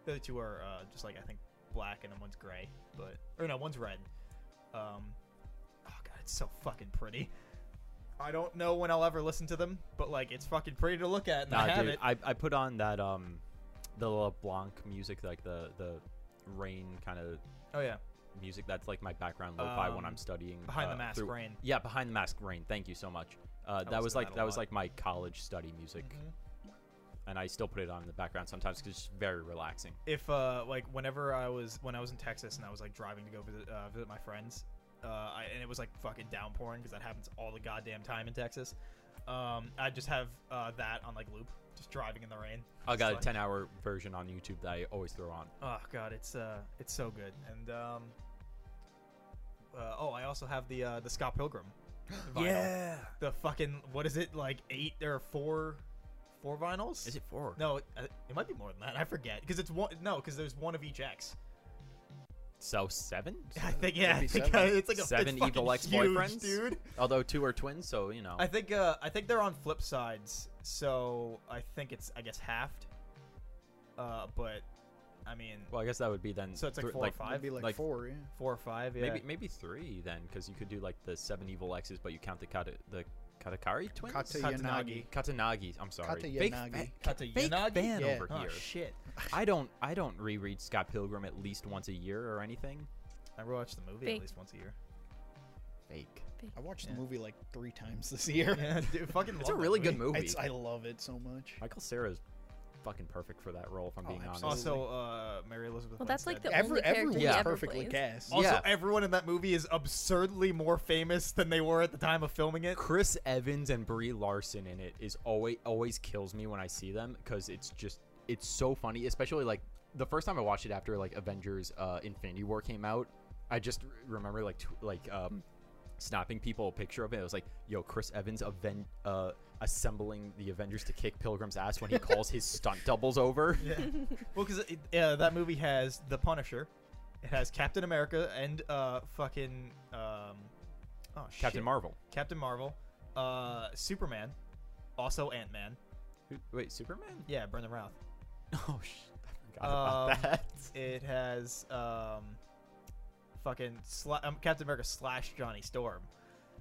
S1: The other two are uh, just like I think black and then one's gray, but or no, one's red. Um, oh god, it's so fucking pretty. I don't know when I'll ever listen to them, but like it's fucking pretty to look at, and I
S4: Nah,
S1: have
S4: dude,
S1: it.
S4: I, I put on that um the LeBlanc music, like the the rain kind of
S1: Oh yeah,
S4: music. That's like my background lo-fi when
S1: Um,
S4: I'm studying
S1: behind the
S4: uh,
S1: mask
S4: through-
S1: rain.
S4: Yeah, behind the mask rain. Thank you so much. Uh, that
S1: listen
S4: was
S1: to
S4: like
S1: that
S4: that,
S1: a
S4: was
S1: lot.
S4: like my college study music,
S1: Mhm.
S4: and I still put it on in the background sometimes because it's very relaxing.
S1: if uh like whenever I was when I was in Texas and I was like driving to go visit uh, visit my friends, uh, I, and it was like fucking downpouring because that happens all the goddamn time in Texas. Um, I just have uh that on like loop, just driving in the rain.
S4: I got a
S1: It's like-
S4: 10 hour version on YouTube that I always throw on.
S1: Oh god, it's uh it's so good. And um, uh, oh, I also have the uh the Scott Pilgrim. vinyl. The fucking what is it like eight or four, four vinyls?
S4: Is it four?
S1: No, it, uh, it might be more than that. I forget because it's one. No, because there's one of each X.
S4: So seven?
S1: I think yeah,
S2: Could
S1: I
S2: be
S1: think uh,
S2: seven.
S1: it's like a
S4: Seven
S1: it's fucking
S4: evil ex-boyfriends?
S1: huge, dude.
S4: Although two are twins, so you know.
S1: I think uh, I think they're on flip sides, so I think it's I guess halved. Uh, but I mean,
S4: well, I guess that would be then.
S1: so it's like
S4: thr-
S1: four or
S2: I'd
S1: five,
S2: be like,
S4: like-
S2: four, yeah.
S1: four or five, yeah.
S4: Maybe maybe three then, because you could do like the seven evil X's, but you count the Kata, the Katakari twins.
S2: Katayanagi.
S1: Katayanagi.
S4: Katanagi. I'm sorry. Fake
S2: Katayanagi.
S4: fa-
S1: Katayanagi?
S4: fake fan
S2: Yeah.
S4: over
S1: oh
S4: here.
S1: shit!
S4: I don't I don't reread Scott Pilgrim at least once a year or anything.
S1: I rewatch the movie
S3: Fake.
S1: at least once a year.
S4: Fake.
S2: I watched
S1: Yeah.
S2: the movie like three times this year.
S1: Yeah, dude, fucking.
S4: It's a
S1: love that
S4: really good
S1: movie.
S4: movie.
S2: It's, I love it so much.
S4: Michael Sarah's fucking perfect for that role. If I'm
S2: Oh,
S4: being honest.
S2: absolutely.
S1: Also, uh, Mary Elizabeth.
S3: Well, that's like
S1: Winstead.
S3: the
S2: Every,
S3: only character
S2: everyone's
S4: he ever
S2: perfectly
S3: plays.
S2: cast.
S1: Also,
S4: Yeah.
S1: everyone in that movie is absurdly more famous than they were at the time of filming it.
S4: Chris Evans and Brie Larson in it is always always kills me when I see them because it's just it's so funny, especially like the first time I watched it after like Avengers uh, Infinity War came out. I just r- remember like tw- like um, snapping people a picture of it. It was like, yo, Chris Evans aven- uh, assembling the Avengers to kick Pilgrim's ass when he calls his stunt doubles over.
S1: Yeah. well, because uh, that movie has The Punisher, it has Captain America and uh fucking um, oh shit.
S4: Captain Marvel.
S1: Captain Marvel, uh Superman, also Ant Man.
S4: Who, wait, Superman?
S1: Yeah, Brendan Routh.
S4: Oh shit, I forgot
S1: Um,
S4: about that.
S1: It has um fucking sla- um, Captain America slash Johnny Storm.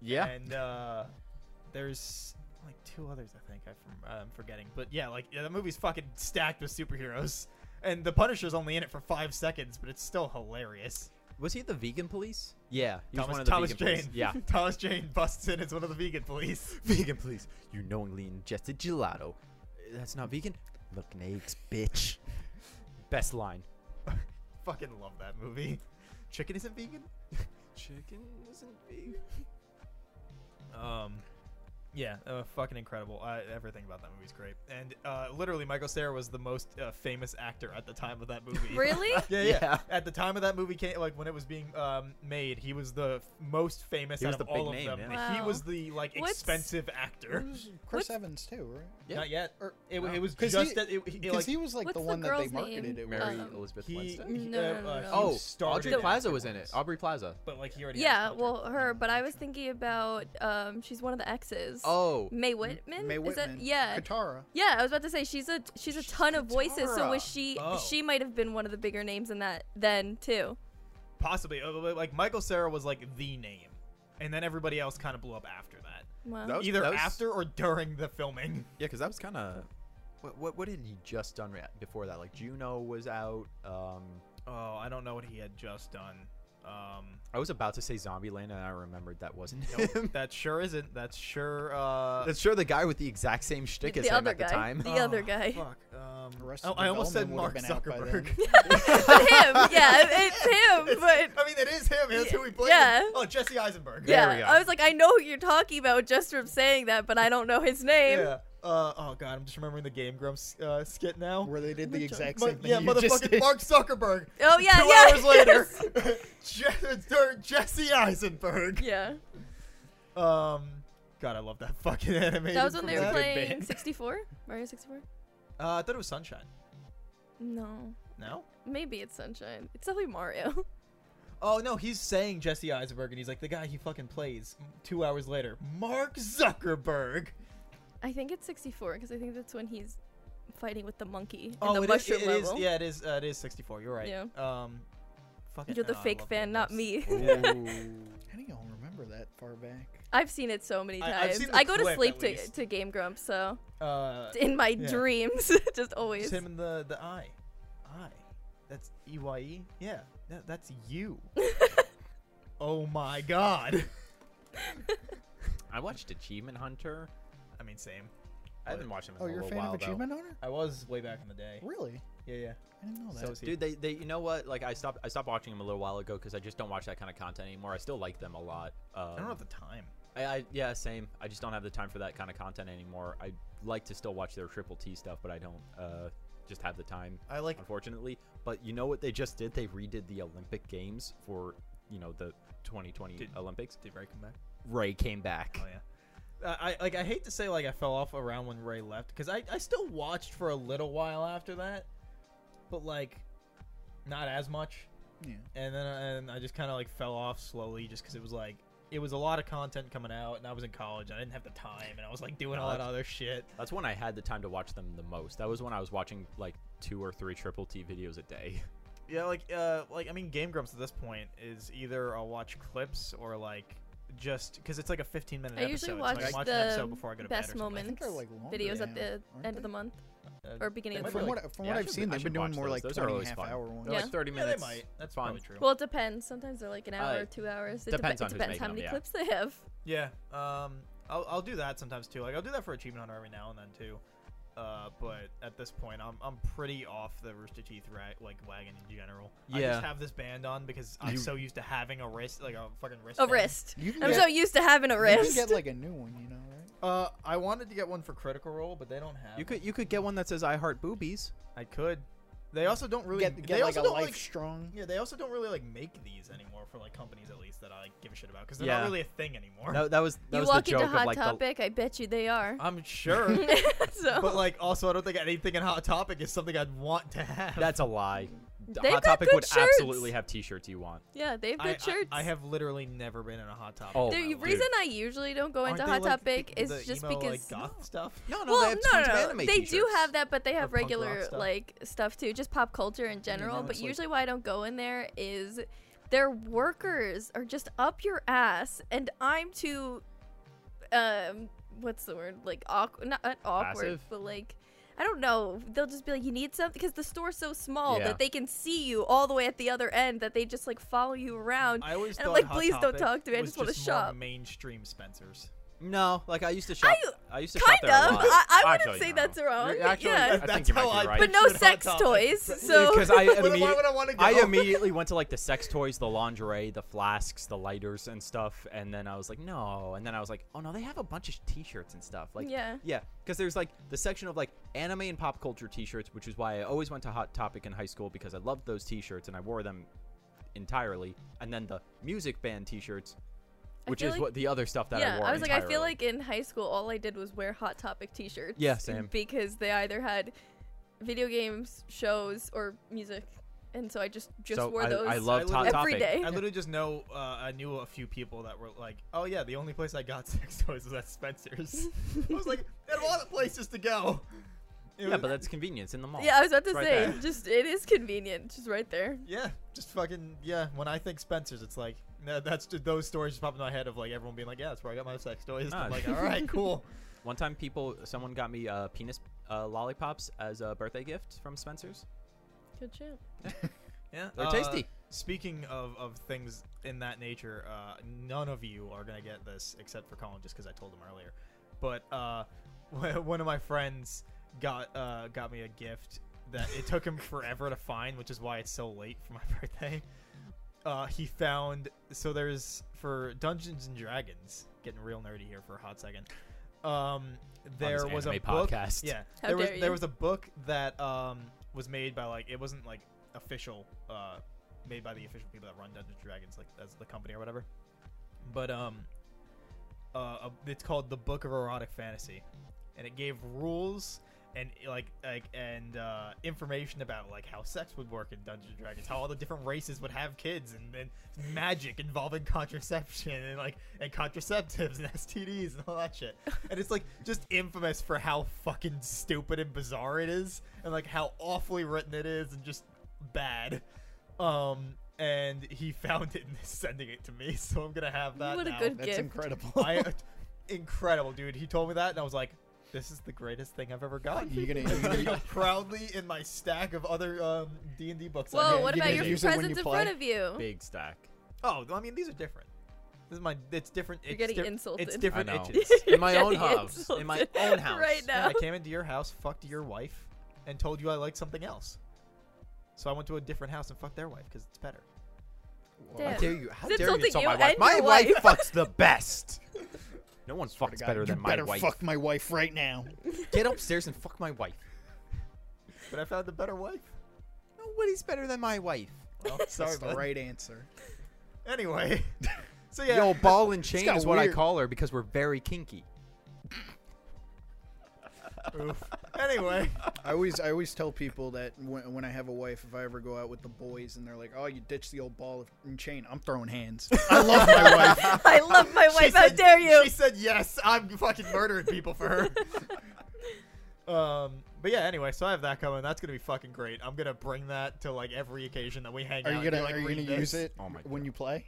S4: Yeah.
S1: And uh there's like two others I think I from, I'm forgetting, but yeah, like yeah, the movie's fucking stacked with superheroes. And the Punisher's only in it for five seconds, but it's still hilarious.
S4: was he the vegan police? Yeah, he
S1: Thomas,
S4: was one of the
S1: Thomas
S4: vegan
S1: Jane.
S4: police. Yeah.
S1: Thomas Jane busts in as one of the vegan police.
S4: Vegan, please. You knowingly ingested gelato. That's not vegan. Looking eggs, bitch. Best line.
S1: Fucking love that movie. Chicken isn't vegan.
S4: Chicken isn't vegan.
S1: Um, yeah, uh, fucking incredible. I, everything about that movie's great. And uh, literally, Michael Cera was the most uh, famous actor at the time of that movie.
S3: Really?
S1: Yeah, yeah,
S4: Yeah.
S1: At the time of that movie came, like when it was being um, made, he was the f- most famous
S4: He was
S1: out of
S4: the big
S1: all
S4: name,
S1: of them.
S3: yeah.
S1: He
S3: Wow.
S1: was the like
S3: What's- Mm.
S1: expensive actor.
S2: Who's Chris
S3: What's-
S2: Evans too, right?
S4: Yeah.
S1: Not yet. Er,
S2: Or-
S1: It, wa-
S4: No.
S1: it was
S2: 'Cause
S1: just
S2: he-
S1: that it, he,
S2: Because
S1: like,
S2: he was like
S3: What's
S2: the
S3: the
S2: one that they
S3: girl's
S2: marketed
S3: name?
S2: it with.
S4: Mary
S3: Um,
S4: Elizabeth
S1: he-
S4: Winstead.
S1: he,
S3: No,
S1: uh,
S3: no,
S1: uh, he
S3: no, no.
S4: oh,
S1: started
S4: Audrey Plaza was in it.
S1: afterwards.
S4: Aubrey Plaza.
S1: But like he already. had
S3: yeah,
S1: a
S3: well,
S1: contract.
S3: her, but I was thinking about um, she's one of the exes.
S4: Oh,
S3: May Whitman.
S2: May
S3: Is that
S2: Whitman.
S3: yeah?
S2: Katara.
S3: Yeah, I was about to say she's a she's a
S4: She's
S3: ton of voices. So was
S4: Katara.
S3: she?
S1: Oh.
S3: She might have been one of the bigger names in that then too.
S1: possibly Uh, but, like Michael Sarah was like the name, and then everybody else kind of blew up after that.
S3: Wow.
S4: That was-
S1: either
S4: was-
S1: after or during the filming.
S4: Yeah, because that was kind of. What, what what had he just done ra- before that? Like Juno was out. Um,
S1: Oh, I don't know what he had just done. Um,
S4: I was about to say Zombieland, and I remembered that wasn't
S1: nope,
S4: him.
S1: that sure isn't. That's sure. Uh,
S4: That's sure the guy with the exact same shtick
S3: The
S4: as him
S3: other
S4: at the
S3: guy.
S4: time.
S3: The other
S1: oh,
S3: guy.
S1: Fuck. Um,
S2: Arrested
S1: oh, I almost said Mark
S2: Development would've been out by
S1: Zuckerberg.
S3: him. Yeah, it- it's him. But
S1: I mean, it is him. That's who we played.
S3: Yeah.
S1: Oh, Jesse Eisenberg.
S4: There
S3: yeah,
S4: we go.
S3: I was like, I know who you're talking about just from saying that, but I don't know his name.
S1: Yeah. Uh, oh god, I'm just remembering the Game Grumps uh, skit now.
S2: Where they did the
S3: Mitchell.
S2: exact
S1: Mu-
S2: same thing.
S1: yeah,
S2: you just
S1: motherfucking
S2: did.
S1: Mark Zuckerberg.
S3: Oh yeah,
S1: Two
S3: yeah.
S1: hours later, Je- Jesse Eisenberg.
S3: yeah.
S1: Um, God, I love that fucking animation.
S3: That was when
S1: from
S3: they were
S1: that.
S3: playing 64? Mario 64?
S1: Uh, I thought it was Sunshine.
S3: No.
S1: No.
S3: Maybe it's Sunshine. It's definitely Mario.
S1: Oh no, he's saying Jesse Eisenberg, and he's like the guy he fucking plays. Two hours later, Mark Zuckerberg.
S3: I think it's 64 because I think that's when he's fighting with the monkey in
S1: oh,
S3: the
S1: it is-
S3: mushroom
S1: it is-
S3: level.
S1: Yeah, it is. Uh, it is 64. You're right.
S3: Yeah.
S1: Um, fucking.
S3: You're the
S1: oh, I
S3: fake
S1: love
S3: fan,
S1: Game
S3: not
S1: Grumps.
S3: me.
S1: Yeah.
S2: How do y'all remember that far back.
S3: I've seen it so many
S1: I- I've
S3: times.
S1: seen the
S3: I, go to
S1: clip,
S3: sleep
S1: at
S3: to,
S1: least.
S3: to Game Grumps, so
S1: Uh,
S3: it's in my
S1: yeah.
S3: dreams, just always.
S1: it's him and the the eye, eye. That's E Y E. Yeah, that, that's you. oh my god.
S4: I watched Achievement Hunter.
S1: I mean, same.
S4: I haven't watched him in
S2: Oh,
S4: a
S2: you're a
S4: little
S2: fan
S4: while
S2: of
S4: though.
S2: Achievement Hunter?
S1: I was way back in the day.
S2: Really?
S1: Yeah, yeah.
S2: I didn't know that.
S1: So is he.
S4: Dude, they, they you know what? Like I stopped I stopped watching them a little while ago because I just don't watch that kind of content anymore. I still like them a lot. Um,
S1: I don't have the time.
S4: I, I yeah, same. I just don't have the time for that kind of content anymore. I like to still watch their Triple T stuff, but I don't uh, just have the time,
S1: I like
S4: unfortunately. But you know what they just did? They redid the Olympic Games for you know the 2020
S1: Did-
S4: Olympics.
S1: Did Ray come back?
S4: Ray came back.
S1: Oh yeah. Uh, I like. I hate to say like I fell off around when Ray left because I I still watched for a little while after that, but like, not as much.
S2: Yeah.
S1: And then uh, and I just kind of like fell off slowly just because it was like it was a lot of content coming out and I was in college and I didn't have the time and I was like doing all that
S4: College.
S1: other shit.
S4: That's when I had the time to watch them the most. That was when I was watching like two or three Triple T videos a day.
S1: Yeah, like uh, like I mean, Game Grumps at this point is either I'll watch clips or like just because it's like a 15 minute
S3: I
S1: episode.
S3: usually
S1: so
S3: watch
S1: I watch an
S3: the
S1: episode before I go to
S3: best
S1: bed or something.
S2: I
S3: moments
S2: think they're like longer
S3: videos
S2: now,
S3: at the
S2: aren't
S3: end
S2: they?
S3: of the month
S1: Uh,
S3: or beginning
S1: they might
S3: of the
S2: From
S1: be
S3: month.
S1: like-
S2: what, from
S4: Yeah,
S2: what
S4: I
S2: I've
S4: should-
S2: seen,
S4: I
S2: they've been
S4: should
S2: doing
S4: watch
S2: more
S4: those.
S2: like
S4: Those are
S2: 20 and a
S4: always
S2: half
S4: fun.
S2: hour ones.
S4: They're
S3: Yeah.
S4: like 30
S1: yeah,
S4: minutes.
S1: they might. That's
S4: fine.
S1: probably true.
S3: Well, it depends. Sometimes they're like an hour or
S4: Alright.
S3: two hours. It depends.
S4: Depends on
S3: it
S4: who's
S3: depends how
S4: making
S3: many
S4: them,
S3: clips they have.
S1: Yeah. Um, I'll, I'll do that sometimes too. Like I'll do that for Achievement Hunter every now and then too. Uh, but at this point, I'm I'm pretty off the Rooster Teeth ra- like wagon in general. I
S4: Yeah.
S1: just have this band on because I'm
S4: You-
S1: so used to having a wrist, like a fucking wrist.
S3: A
S1: band.
S3: wrist.
S2: You can
S3: I'm
S2: get-
S3: so used to having a
S2: You can
S3: wrist.
S2: get like a new one, you know, right?
S1: Uh, I wanted to get one for Critical Role, but they don't have. one.
S4: You could you could get one that says I heart boobies.
S1: I could. They also don't really.
S2: Get,
S1: they
S2: get like a
S1: also
S2: life
S1: don't like.
S2: strong.
S1: yeah, they also don't really like make these anymore for like companies at least that I like, give a shit about because they're
S4: Yeah.
S1: not really a thing anymore.
S4: That, that was that
S3: you
S4: was
S3: walk
S4: the joke
S3: into Hot
S4: of like the,
S3: Topic, I bet you they are.
S1: I'm sure.
S3: so
S1: but like, also, I don't think anything in Hot Topic is something I'd want to have.
S4: That's a lie.
S3: They've
S4: Hot
S3: got
S4: Topic
S3: good
S4: would
S3: shirts.
S4: absolutely have T-shirts you want.
S3: yeah, they have
S1: I,
S3: good
S1: I-
S3: shirts.
S1: I, have literally never been in a hot topic.
S4: Oh,
S3: The
S4: Wow.
S3: reason I usually don't go into Hot Topic is just because.
S1: goth stuff.
S4: No,
S3: well, no, no, no. They do have that, but they have
S1: punk rock
S3: regular
S1: stuff.
S3: like stuff too, just pop culture in general.
S1: now
S3: but
S1: it's like-
S3: usually, why I don't go in there is their workers are just up your ass, and I'm too, um, what's the word? Like awkward, not, not awkward,
S4: Passive?
S3: but like. I don't know. They'll just be like, "You need something," because the store's so small
S4: Yeah.
S3: that they can see you all the way at the other end. That they just like follow you around.
S1: I always
S3: And I'm
S1: thought
S3: like,
S1: Hot
S3: "Please
S1: Topic
S3: don't talk to me, I
S1: was
S3: just wanna
S1: more
S3: shop."
S1: Mainstream Spencers.
S4: No, like I used to shop. I, used to shop
S3: kind of.
S4: there a lot.
S3: I, I wouldn't
S4: Actually,
S3: say
S4: no.
S3: that's wrong.
S4: You're- actually,
S3: yeah.
S4: I think
S1: That's
S4: you might
S1: how
S4: be
S1: I
S4: right.
S3: but no
S1: should hot
S3: sex
S1: topic.
S3: toys.
S1: But-
S3: So
S4: Because I
S1: Why
S4: immediately,
S1: would I want to go?
S4: I immediately went to like the sex toys, the lingerie, the flasks, the lighters and stuff, and then I was like, no, and then I was like, oh no, they have a bunch of T-shirts and stuff. Like,
S3: Yeah.
S4: yeah, because there's like the section of like anime and pop culture T-shirts, which is why I always went to Hot Topic in high school because I loved those T-shirts and I wore them entirely, and then the music band T-shirts,
S3: I
S4: which
S3: feel
S4: is
S3: like-
S4: what the other stuff that
S3: yeah,
S4: I wore.
S3: I was like, I feel
S4: entirely.
S3: like in high school, all I did was wear Hot Topic T-shirts.
S4: Yeah, same.
S3: Because they either had video games, shows, or music, and so I just just
S4: so
S3: wore
S4: I,
S3: those.
S4: I loved
S1: I
S4: Hot
S1: literally-
S4: Topic.
S3: every day.
S1: I literally just know uh, I knew a few people that were like, "Oh yeah, the only place I got sex toys was at Spencer's." I was like, "Out of all the places to go." It
S4: Yeah,
S1: was-
S4: but that's convenience in the mall.
S3: yeah, I was about to
S4: Right
S3: say,
S4: there.
S3: just it is convenient, just right there.
S1: Yeah, just fucking yeah. When I think Spencer's, it's like no, that's those stories just pop in my head of like everyone being like, "Yeah, that's where I got my sex toys."
S4: Ah.
S1: I'm like, "All right, cool."
S4: One time, people, someone got me uh, penis uh, lollipops as a birthday gift from Spencer's.
S3: Good shit.
S1: Yeah,
S4: They're
S1: uh,
S4: tasty.
S1: Speaking of, of things in that nature, uh, none of you are gonna get this except for Colin, just because I told him earlier. But uh, one of my friends got uh, got me a gift that it took him forever to find, which is why it's so late for my birthday. Uh, he found so there's for Dungeons and Dragons, getting real nerdy here for a hot second. Um, there was a
S4: anime
S1: book.
S4: podcast.
S1: Yeah,
S3: How
S1: there was
S3: dare you.
S1: there was a book that um was made by like it wasn't like official uh made by the official people that run Dungeons and Dragons like as the company or whatever, but um uh a- it's called the Book of Erotic Fantasy, and it gave rules. And like, like, and uh, information about like how sex would work in Dungeons and Dragons, how all the different races would have kids, and then magic involving contraception and like and contraceptives and STDs and all that shit. And it's like just infamous for how fucking stupid and bizarre it is, and like how awfully written it is, and just bad. Um, and he found it and is sending it to me. So I'm gonna have that.
S3: What a
S1: now.
S3: good
S2: That's
S3: gift.
S2: incredible.
S1: I, incredible, dude. He told me that, and I was like, "This is the greatest thing I've ever gotten."
S2: You're gonna-
S1: It's
S2: you're
S1: go
S2: gonna-
S1: proudly in my stack of other um, D and D books. I
S3: Whoa,
S1: have.
S3: what
S2: you
S3: about
S2: can
S3: your
S2: use it when
S3: presents
S2: you
S3: in front
S2: play.
S3: of you?
S4: Big stack.
S1: Oh, I mean, these are different. This is my. It's different. It's
S3: You're getting
S1: di-
S3: insulted.
S1: It's
S4: I
S1: different
S4: know.
S1: itches.
S4: In my own
S3: Getting
S4: house. In my
S3: insulted
S4: own house.
S3: right
S1: Yeah,
S3: now.
S1: I came into your house, fucked your wife, and told you I liked something else. So I went to a different house and fucked their wife because it's better.
S4: How
S3: Damn.
S4: dare you? How
S3: Is it
S4: dare you
S3: something
S4: insult
S3: you
S4: my wife?
S3: and
S4: My
S3: your
S4: wife
S3: wife?
S4: fucks the best. No one fucks better
S2: you
S4: than my
S2: better
S4: wife.
S2: fuck my wife right now.
S4: Get upstairs and fuck my wife.
S1: But I found the better wife.
S4: Nobody's better than my wife.
S1: Well, sorry,
S2: That's the
S1: bud.
S2: right answer.
S1: Anyway, so yeah,
S4: Yo, ball and chain
S2: got
S4: is what I
S2: weird.
S4: call her because we're very kinky.
S1: Oof. Anyway,
S2: I always I always tell people that when, when I have a wife, if I ever go out with the boys and they're like, "Oh, you ditched the old ball and chain," I'm throwing hands. I love my wife.
S3: I love my
S1: she
S3: wife. How
S1: said-
S3: dare you?
S1: She said yes. I'm fucking murdering people for her. um, but yeah, anyway, so I have that coming. That's gonna be fucking great. I'm gonna bring that to like every occasion that we hang
S2: Are
S1: out.
S2: you
S1: and be
S2: gonna
S1: like,
S2: Are you
S1: "Read
S2: gonna use
S1: this."
S2: it
S4: Oh my
S2: when you play?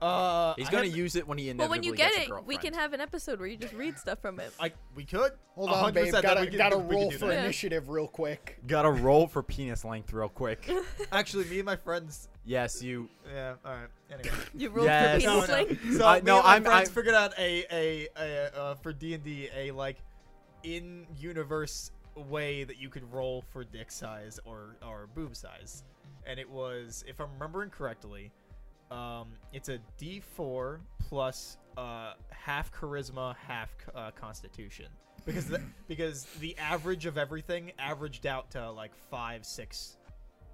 S1: Uh,
S4: He's
S1: I
S4: gonna
S1: have-
S4: use it when he inevitably
S3: Well, when you get
S4: gets
S3: it,
S4: a
S3: we can
S4: girlfriend.
S3: have an episode where you just read stuff from it.
S1: I we could
S2: Hold on, babe.
S1: 100% that
S2: Gotta,
S1: we could-
S2: gotta
S1: we could
S2: roll
S1: do
S2: for
S1: that.
S3: Yeah.
S2: initiative real quick.
S4: Got to roll for penis length real quick.
S1: Actually, me and my friends.
S4: yes, you.
S1: Yeah. All right. Anyway.
S3: You rolled
S4: Yes.
S3: for
S1: No,
S3: penis
S1: no.
S3: length.
S1: So
S4: I-
S1: me
S4: no,
S1: and my
S4: I'm-
S1: friends
S4: I'm-
S1: figured out a a, a uh, for D and D a like in universe way that you could roll for dick size or or boob size, and it was if I'm remembering correctly, um, it's a D4 plus uh half charisma, half c- uh, constitution. Because the, because the average of everything averaged out to like five six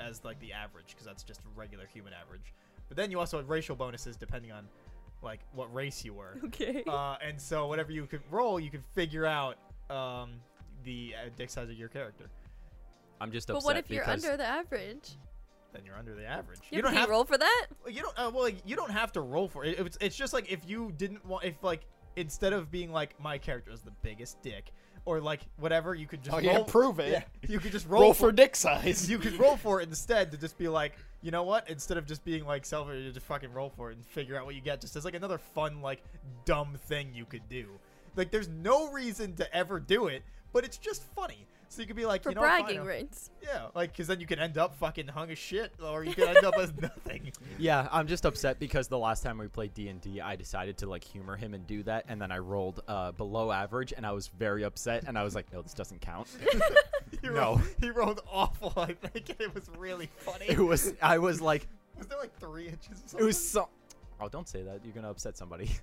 S1: as like the average because that's just regular human average. But then you also have racial bonuses depending on like what race you were.
S3: Okay.
S1: uh, and so whatever you could roll, you could figure out um, the uh, dick size of your character.
S4: I'm just upset
S3: but what if you're
S4: because
S3: under the average?
S1: Then you're under the average.
S3: Yeah,
S1: you
S3: but
S1: don't
S3: can
S1: have
S3: you roll for that?
S1: you don't uh, well like, you don't have to roll for it. It's, it's just like if you didn't want if like instead of being like my character is the biggest dick or like whatever you could just
S2: Oh
S1: roll,
S2: yeah, prove it.
S1: Yeah, you could just roll,
S2: Roll, for dick size.
S1: you could roll for it instead to just be like, you know what? Instead of just being like selfish, you just fucking roll for it and figure out what you get. Just as like another fun, like dumb thing you could do. Like there's no reason to ever do it, but it's just funny. So you could be like,
S3: For
S1: you know, what, fine,
S3: bragging
S1: I'll-
S3: rights.
S1: yeah, like because then you could end up fucking hung as shit, or you could end up as nothing.
S4: Yeah, I'm just upset because the last time we played D&D, I decided to like humor him and do that and then I rolled uh, below average and I was very upset and I was like, "No, this doesn't count."
S1: He
S4: No.
S1: rolled, he rolled awful. I think and it was really funny.
S4: it was I was like,
S1: Was there like three inches? Or something?
S4: it was so Oh, don't say that. You're going to upset somebody.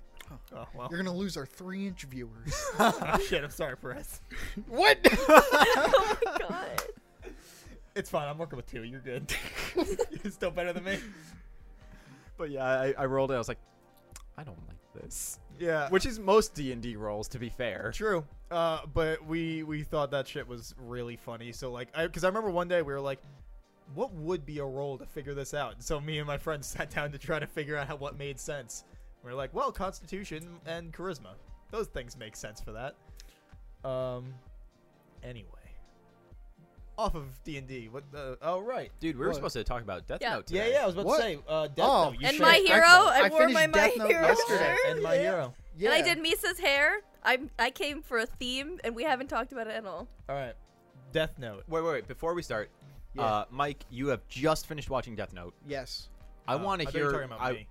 S1: Oh well.
S2: You're gonna lose our three-inch viewers.
S1: Ah, shit, I'm sorry, Perez.
S2: what?
S3: oh my god.
S1: It's fine. I'm working with two. You're good. You're still better than me.
S4: But yeah, I, I rolled it. I was like, "I don't like this."
S1: Yeah.
S4: Which is most D&D rolls to be fair.
S1: True. Uh, but we we thought that shit was really funny. So like, I because I remember one day we were like, what would be a role to figure this out? And so me and my friends sat down to try to figure out how, what made sense. We are like, well, Constitution and Charisma, those things make sense for that. Um, anyway, off of D and D. What? Uh, oh right.
S4: Dude, we were
S2: What?
S4: supposed to talk about Death
S3: Yeah.
S4: Note
S1: Yeah,
S4: today.
S1: yeah. I was about
S2: What?
S1: to say. Uh, Death
S2: Oh,
S1: Note. You
S3: And
S1: should-
S3: my
S2: I-
S3: hero,
S2: I
S3: I, wore my
S2: finished
S3: my
S2: Death Note
S3: hero.
S2: yesterday.
S3: shirt.
S1: And my
S2: Yeah.
S1: hero.
S2: Yeah.
S3: And I did Misa's hair. I I came for a theme, and we haven't talked about it at all.
S1: All right. Death Note.
S4: Wait, wait, wait. Before we start,
S2: Yeah.
S4: uh, Mike, you have just finished watching Death Note.
S2: Yes.
S4: Oh, I
S1: Uh,
S4: want to
S1: thought you were
S4: hear.
S1: talking about
S4: I,
S1: me.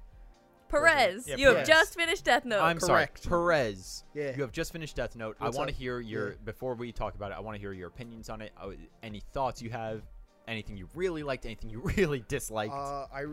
S3: Perez,
S1: Yeah,
S3: you have
S2: Perez.
S3: just finished Death Note.
S4: am
S2: Correct.
S4: sorry, Perez.
S2: Yeah.
S4: You have just finished Death Note.
S2: What's
S4: I want
S2: up?
S4: to hear your
S2: Yeah.
S4: before we talk about it. I want to hear your opinions on it. Uh, any thoughts you have? Anything you really liked? Anything you really disliked?
S2: Uh, I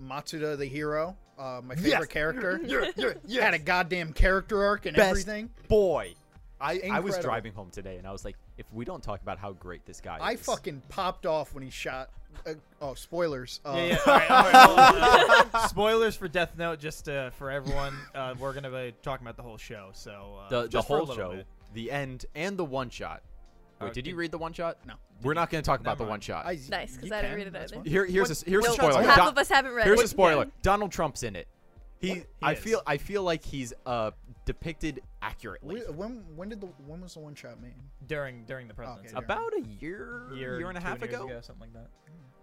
S2: Matsuda the hero, uh, my
S4: Yes.
S2: favorite character.
S4: You're- you're-
S2: Had a goddamn character arc and
S4: Best
S2: everything.
S4: boy. I, I was
S2: Incredible.
S4: driving home today and I was like, if we don't talk about how great this guy
S2: I
S4: is,
S2: fucking popped off when he shot. Uh, oh, spoilers. Uh,
S1: Yeah, yeah. All right, all right, hold on. Uh, spoilers for Death Note, just uh, for everyone. Uh, we're gonna be talking about the whole show, so uh,
S4: the the
S1: just for a
S4: whole
S1: little
S4: show,
S1: bit.
S4: the end, and the one shot. Wait,
S1: Uh,
S4: did you
S1: did-
S4: read the one shot?
S2: No.
S4: We're not going to talk about the
S1: mind.
S4: one shot.
S2: I,
S3: Nice, 'cause
S2: you
S3: I didn't
S2: can,
S3: read it
S2: that's
S3: either.
S2: fine.
S4: Here, here's a, here's a
S3: Well,
S4: spoiler.
S3: Half
S4: Don-
S3: of us haven't read
S4: here's
S3: it.
S4: a spoiler. Donald Trump's in it. He, I
S1: is.
S4: feel I feel like he's uh depicted accurately.
S2: Wh- When when did the when was the one shot made?
S1: during during the presidency,
S2: Okay.
S4: About a year, year, and a
S1: two
S4: half
S1: years
S4: ago.
S1: something like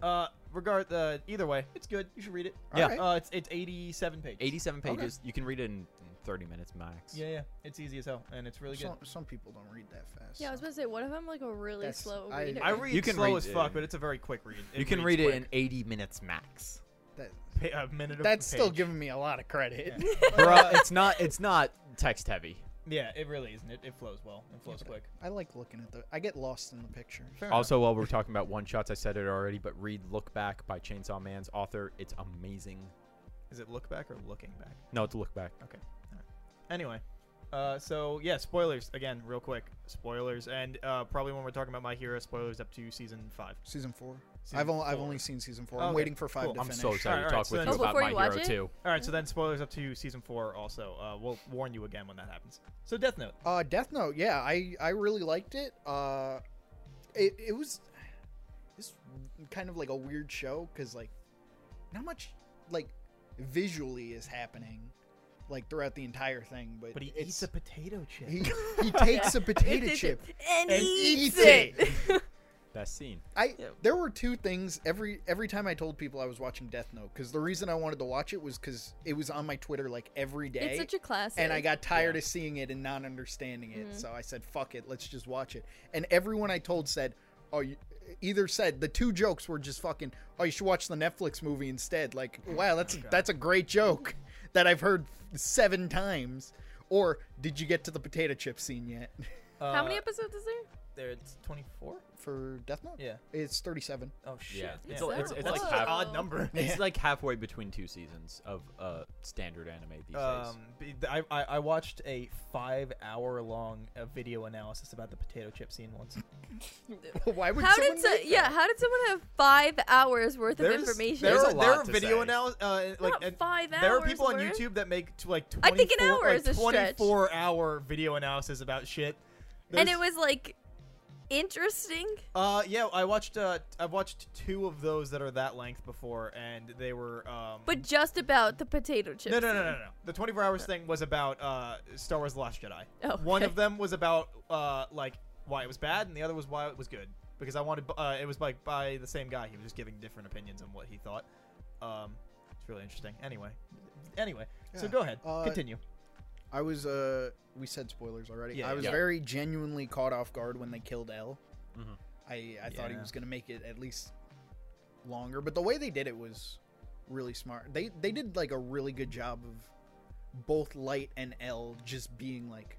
S1: that. Uh, regard uh, either way, it's good. You should read it.
S4: Yeah.
S2: Alright.
S1: Uh, it's it's 87 pages.
S4: 87
S2: Okay.
S4: pages. You can read it in 30 minutes max.
S1: Yeah, yeah. It's easy as hell, and it's really good.
S2: some, some people don't read that fast.
S3: Yeah, I was
S2: so-
S3: about to say, what if I'm like a really
S2: That's-
S3: slow
S2: I-
S3: reader?
S1: I read
S4: You can
S1: slow
S4: read
S1: as
S4: it.
S1: fuck, but it's a very quick read.
S4: You can read
S1: reads
S4: it in 80 minutes max.
S2: that,
S1: quick. Pa- a minute. of
S2: that's still
S1: page.
S2: giving me a lot of credit.
S1: Yeah.
S4: Bro, it's not it's not text heavy.
S1: Yeah, it really isn't. It, it flows well. It flows quick.
S2: I like looking at the. I get lost in the picture.
S4: Also, while we're talking about one shots, I said it already, but read Look Back by Chainsaw Man's author. It's amazing.
S1: Is it look back or looking back?
S4: No, it's Look Back.
S1: Anyway, uh, so yeah, spoilers again, real quick. Spoilers, and uh, probably when we're talking about My Hero, spoilers up to season five.
S2: Season four.
S1: Season
S2: I've only I've
S1: four.
S2: only seen season four.
S1: Oh,
S2: I'm
S1: okay.
S2: waiting for five
S1: Cool.
S2: to
S4: I'm
S2: finish.
S4: so excited
S1: Alright,
S4: to talk
S1: alright, so
S4: with
S1: then-
S4: you
S1: Oh,
S4: about
S3: before
S4: My
S3: you watch
S4: Hero
S3: it?
S4: 2.
S1: All right, so then spoilers up to season four. Also, uh, we'll warn you again when that happens. So Death Note.
S2: Uh, Death Note. Yeah, I I really liked it. Uh, it it was this kind of like a weird show because like not much like visually is happening like throughout the entire thing, but
S1: But he
S2: it's,
S1: eats a potato chip.
S2: he he takes a potato
S3: Eats
S2: chip.
S3: it. and,
S1: and
S2: eats
S3: eats, it.
S4: Best scene.
S2: I
S3: Yep.
S2: there were two things every every time I told people I was watching Death Note because the reason I wanted to watch it was because it was on my Twitter like every day.
S3: it's such a classic.
S2: and I got tired of seeing it and not understanding it.
S3: Mm-hmm.
S2: So I said, "Fuck it, let's just watch it." And everyone I told said, "Oh, you, either said the two jokes were just fucking. Oh, you should watch the Netflix movie instead." Like,
S3: Mm-hmm.
S2: wow, that's that's a great joke that I've heard seven times. Or did you get to the potato chip scene yet
S1: Uh,
S3: How many episodes is there?
S1: There, it's twenty four.
S2: for Death Note?
S1: Yeah.
S2: It's thirty-seven.
S1: Oh shit.
S4: Yeah. It's
S1: Yeah.
S4: a- it's- it's
S1: That's
S4: like
S1: an
S4: half-
S1: odd number.
S4: It's like halfway between two seasons of uh, standard anime these days.
S1: Um, b- I, I I watched a five hour long uh, video analysis about the potato chip scene once.
S2: Why would
S3: How
S2: someone
S3: did
S2: make
S3: so- yeah? How did someone have five hours worth of information?
S4: there's
S1: There
S4: a
S1: are, there
S4: lot
S1: are
S4: to
S1: video
S4: say.
S1: analysis. Uh, like
S3: Not
S1: and
S3: five
S1: there are
S3: hours
S1: people on
S3: worth.
S1: YouTube that make t- like 24,
S3: I think an hour
S1: like
S3: is a stretch.
S1: 24 hour video analysis about shit.
S3: and
S1: There's-
S3: it was like interesting.
S1: uh yeah I watched uh I've watched two of those that are that length before and they were um
S3: But just about the potato chips.
S1: no, no, no, no, no. The 24 hours thing was about uh, Star Wars The Last Jedi.
S3: Oh,
S1: One
S3: okay.
S1: of them was about uh, like why it was bad, and the other was why it was good. Because I wanted, uh, it was like by the same guy. He was just giving different opinions on what he thought. Um, it's really interesting. Anyway, anyway, so
S2: Yeah.
S1: go ahead,
S2: Uh,
S1: continue.
S2: I was uh we said spoilers already.
S1: Yeah, Mm-hmm.
S2: I was
S4: yeah.
S2: very genuinely caught off guard when they killed L. I
S4: Mhm.
S2: I thought he
S1: Yeah.
S2: was gonna make it at least longer, but the way they did it was really smart. They they did like a really good job of both Light and L just being like,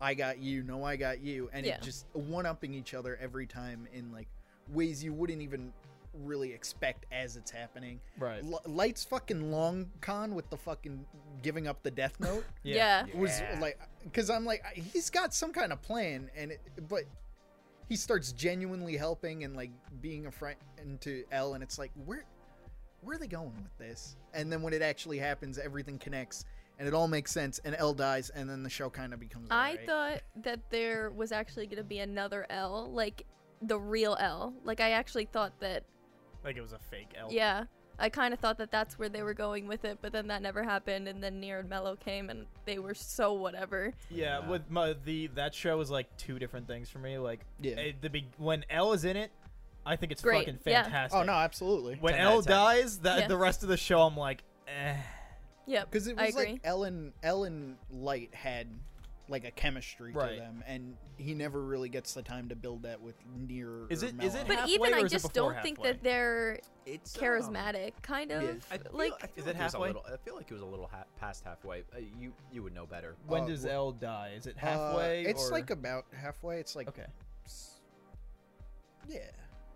S2: I got you, no I got you, and
S3: Yeah.
S2: it just one upping each other every time in like ways you wouldn't even really expect as it's happening.
S1: Right.
S2: L- Light's fucking long con with the fucking giving up the death note
S3: Yeah.
S2: was
S4: Yeah.
S2: like because i'm like he's got some kind of plan and it, but he starts genuinely helping and like being a friend to l and it's like where where are they going with this and then when it actually happens everything connects and it all makes sense and l dies and then the show kind of becomes
S3: I
S2: alright.
S3: thought that there was actually gonna be another L, like the real L. Like I actually thought that.
S1: Like it was a fake L.
S3: Yeah. I kind of thought that that's where they were going with it, but then that never happened. And then Nier and Mello came, and they were so whatever.
S1: Yeah,
S4: Yeah.
S1: with my, the that show is like two different things for me. Like
S2: Yeah.
S1: eh, the be- when L is in it, I think it's
S3: Great,
S1: fucking
S3: yeah.
S1: fantastic.
S2: oh no absolutely
S1: When
S4: 10
S1: L
S4: outta 10.
S1: dies, that
S3: Yeah.
S1: the rest of the show, I'm like, eh.
S3: Yep.
S2: because it
S3: I
S2: was like
S3: agree.
S2: ellen ellen light had like a chemistry
S1: Right.
S2: to them and he never really gets the time to build that with near
S1: Is
S2: or
S1: it- is
S2: Mello.
S1: it
S3: But
S1: halfway
S3: even
S1: or
S3: I
S1: is it
S3: just
S1: before
S3: don't think
S1: halfway?
S3: that they're
S4: it's um,
S3: charismatic, kind of.
S2: Yeah.
S4: I feel,
S3: like
S4: I feel
S1: Is
S4: like
S1: it
S4: it was a
S1: halfway?
S4: little- I feel like it was a little ha- past halfway. Uh, you you would know better.
S1: When
S2: Uh,
S1: does
S2: wh-
S1: L die? Is it
S2: Uh,
S1: halfway?
S2: it's
S1: or-
S2: like about halfway. It's like
S1: okay.
S2: s- Yeah.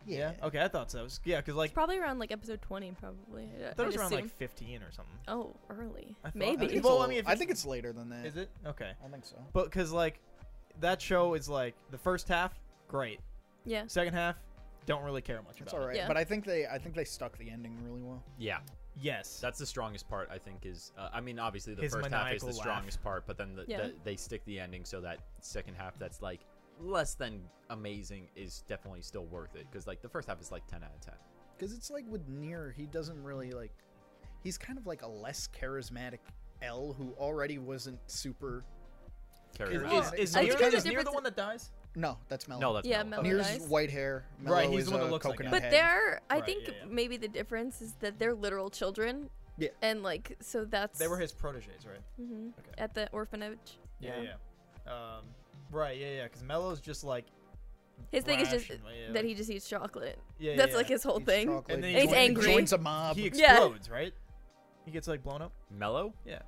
S1: Yeah.
S2: Yeah.
S1: Okay, I thought so. It's- Yeah, because like
S3: it's probably around like episode 20, probably. I-
S1: I thought it
S3: I'd
S1: was around
S3: assume.
S1: like 15 or something.
S3: Oh, early.
S1: I thought-
S3: Maybe.
S2: I think, it's
S1: Well,
S2: a
S1: I
S2: little-
S1: mean, if
S2: I
S1: it's-
S2: think it's later than that.
S1: Is it okay?
S2: I think so.
S1: But because like that show is like the first half great,
S3: yeah.
S1: second half don't really care much
S2: It's
S1: about.
S2: all right.
S3: Yeah.
S2: But I think they I think they stuck the ending really well.
S4: Yeah,
S1: It. Yes.
S4: that's the strongest part. I think is. Uh, I mean, obviously the
S1: His
S4: first half is
S1: maniacal
S4: the
S1: laugh.
S4: strongest part, but then the,
S3: Yeah.
S4: the, they stick the ending so that second half that's like less than amazing is definitely still worth it because like the first half is like ten out of ten.
S2: Because it's like with Nier, he doesn't really like. He's kind of like a less charismatic L who already wasn't super.
S1: is,
S4: Charismatic.
S1: is, is
S3: I
S1: Nier,
S3: think there's
S1: is
S3: a
S1: Nier the
S3: difference-
S1: one that dies?
S2: No, that's Mellow.
S4: No, that's
S3: Yeah,
S4: Mellow.
S3: Mellow.
S4: Okay.
S2: Near's
S3: Nice.
S2: white hair. Mellow
S1: Right, he's
S2: is
S1: the one
S2: a
S1: that looks like
S2: coconut
S1: it.
S3: But
S2: head.
S3: they're, I
S1: Right,
S3: think
S1: yeah, yeah.
S3: maybe the difference is that they're literal children.
S2: Yeah.
S3: And like, so that's
S1: They were his proteges, right?
S3: mhm,
S1: Okay.
S3: at the orphanage.
S1: Yeah, yeah. Um, right, yeah, yeah. Because Mellow's just like
S3: His thing is
S1: brash
S3: just
S1: and, yeah,
S3: that
S1: like-
S3: he just eats chocolate.
S1: Yeah,
S3: that's
S1: yeah,
S3: like
S1: yeah.
S3: his whole
S2: Eats
S3: thing.
S2: chocolate,
S1: And then he
S2: joins-
S1: he's angry.
S2: Joins a mob.
S1: He
S3: Yeah.
S1: explodes, right? He gets like blown up.
S4: Mellow?
S1: Yeah.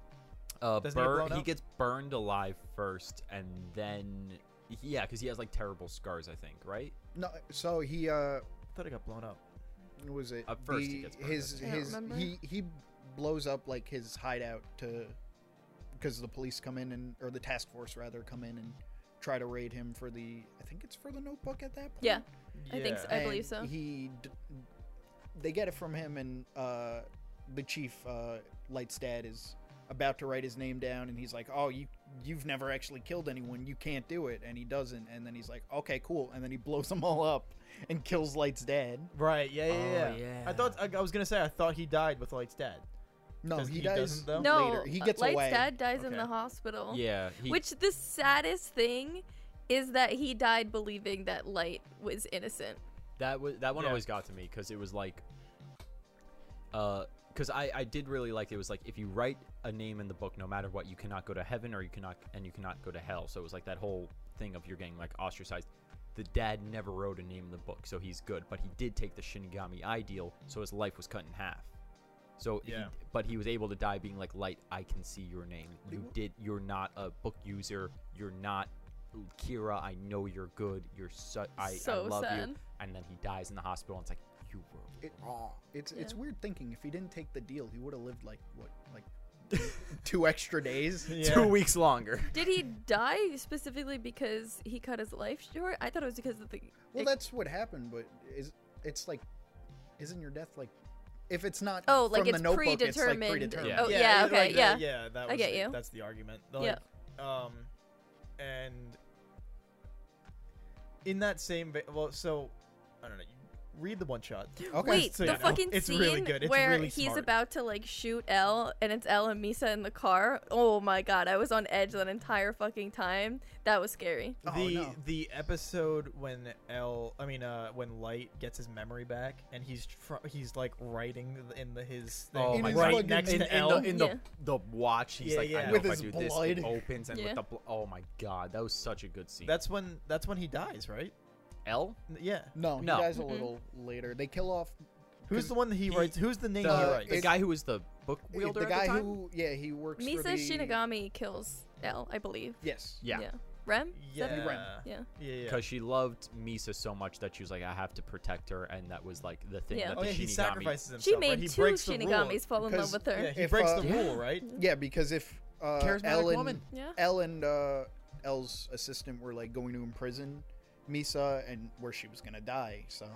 S4: Uh,
S1: Doesn't he get
S4: bur-
S1: blown
S4: he
S1: up?
S4: gets burned alive first, and then yeah, because he has like terrible scars, I think, right?
S2: no, so he uh,
S1: I thought he got blown up.
S2: what was it?
S4: Up first he
S2: The-
S4: gets burned, I
S2: his
S3: I don't
S2: his
S3: remember.
S2: he he blows up like his hideout to because the police come in and or the task force rather come in and try to raid him for the I think it's for the notebook at that point.
S3: Yeah. I think so. I believe
S2: and He, d- they get it from him, and uh, the chief, uh, Light's dad, is about to write his name down, and he's like, "Oh, you, you've never actually killed anyone. You can't do it." And he doesn't, and then he's like, "Okay, cool," and then he blows them all up and kills Light's dad.
S1: Right, yeah, yeah, yeah.
S4: Oh,
S1: I thought I, I was gonna say I thought he died with Light's dad.
S2: No,
S1: Does-
S2: he,
S1: he
S2: dies
S1: doesn't, though?
S3: No,
S2: later. He
S3: uh,
S2: gets
S3: Light's
S2: away.
S3: dad dies in the
S1: Okay.
S3: hospital.
S4: Yeah. He,
S3: Which the saddest thing is that he died believing that Light was innocent.
S4: That was that one
S1: Yeah.
S4: always got to me because it was like, uh, because I I did really like it was like if you write a name in the book, no matter what, you cannot go to heaven or you cannot and you cannot go to hell. So it was like that whole thing of you're getting like ostracized. The dad never wrote a name in the book, so he's good, but he did take the Shinigami ideal, so his life was cut in half. So he-
S1: Yeah.
S4: but he was able to die being like light. I can see your name. You
S2: Wait,
S4: did. You're not a book user. You're not Kira. I know you're good. You're so. I,
S3: So
S4: I love you
S3: sad.
S4: and then he dies in the hospital and it's like you were
S2: It- It's it's
S3: Yeah.
S2: weird thinking if he didn't take the deal, he would have lived like what like two extra days.
S1: Yeah.
S4: weeks longer
S3: Did he die specifically because he cut his life short? I thought it was because of the.
S2: Well,
S3: it-
S2: that's what happened, but is it's like, isn't your death like, if it's not
S3: Oh, like
S2: from
S3: it's
S2: the notebook, it's like
S3: predetermined.
S2: predetermined.
S4: Yeah.
S3: Oh, yeah,
S1: it-
S3: okay,
S1: like,
S3: yeah.
S1: That, yeah, that
S3: I
S1: was
S3: get
S1: it.
S3: you.
S1: That's the argument. The,
S3: Yeah.
S1: Like, Um, and in that same va- well, so I don't know. You read the one shot.
S2: Okay.
S3: Wait,
S1: So,
S3: the
S1: yeah,
S3: fucking
S1: it's
S3: scene
S1: really good. It's
S3: where
S1: really
S3: he's
S1: smart.
S3: about to like shoot L and it's L and Misa in the car. Oh my god, I was on edge that entire fucking time. That was scary.
S2: Oh,
S1: the
S2: no.
S1: the episode when L, I mean, uh, when Light gets his memory back, and he's tr- he's like writing in the his thing,
S4: Oh In my his
S1: right
S2: fucking-
S1: next
S2: in-
S1: to
S2: in
S1: L.
S4: the, in the,
S3: Yeah.
S4: the watch he's
S1: Yeah,
S4: like
S1: yeah.
S4: I know
S2: With
S4: if I
S2: his
S4: do this
S2: blood.
S4: it opens and
S3: Yeah.
S4: with the bl- oh my god that was such a good scene
S1: that's when that's when he dies, right?
S4: L
S1: N- Yeah.
S2: no, he
S4: No.
S2: dies a
S3: Mhm.
S2: little later. They kill off
S1: Who's the one that he,
S4: he-
S1: writes? Who's the name
S4: the,
S1: he
S2: Uh,
S1: writes?
S4: the
S2: it's-
S4: guy who was the book
S2: it-
S4: wielder
S2: the
S4: at
S2: guy
S4: time?
S2: who yeah he works
S3: Misa
S2: for the
S3: Shinigami kills L, I believe.
S2: Yes,
S4: yeah
S3: Rem? Is
S1: yeah.
S3: that her-
S2: Ren.
S3: Yeah.
S1: Yeah. Yeah.
S4: because she loved Misa so much that she was like I have to protect her and that was like the thing
S3: Yeah.
S4: that
S1: Oh
S4: the
S1: yeah,
S4: Shinigami
S1: he sacrifices himself.
S3: She
S1: right?
S3: made
S1: He
S3: two
S1: breaks the rule.
S3: Shinigamis fall in love
S2: because-
S3: with her.
S1: Yeah, he
S2: If,
S1: breaks
S2: uh,
S1: the rule, right?
S3: Mm-hmm.
S2: yeah because if uh,
S4: Charismatic
S2: Ellen,
S4: woman.
S3: Yeah.
S2: Ellen, uh, Elle's assistant were like going to imprison Misa and where she was gonna die. So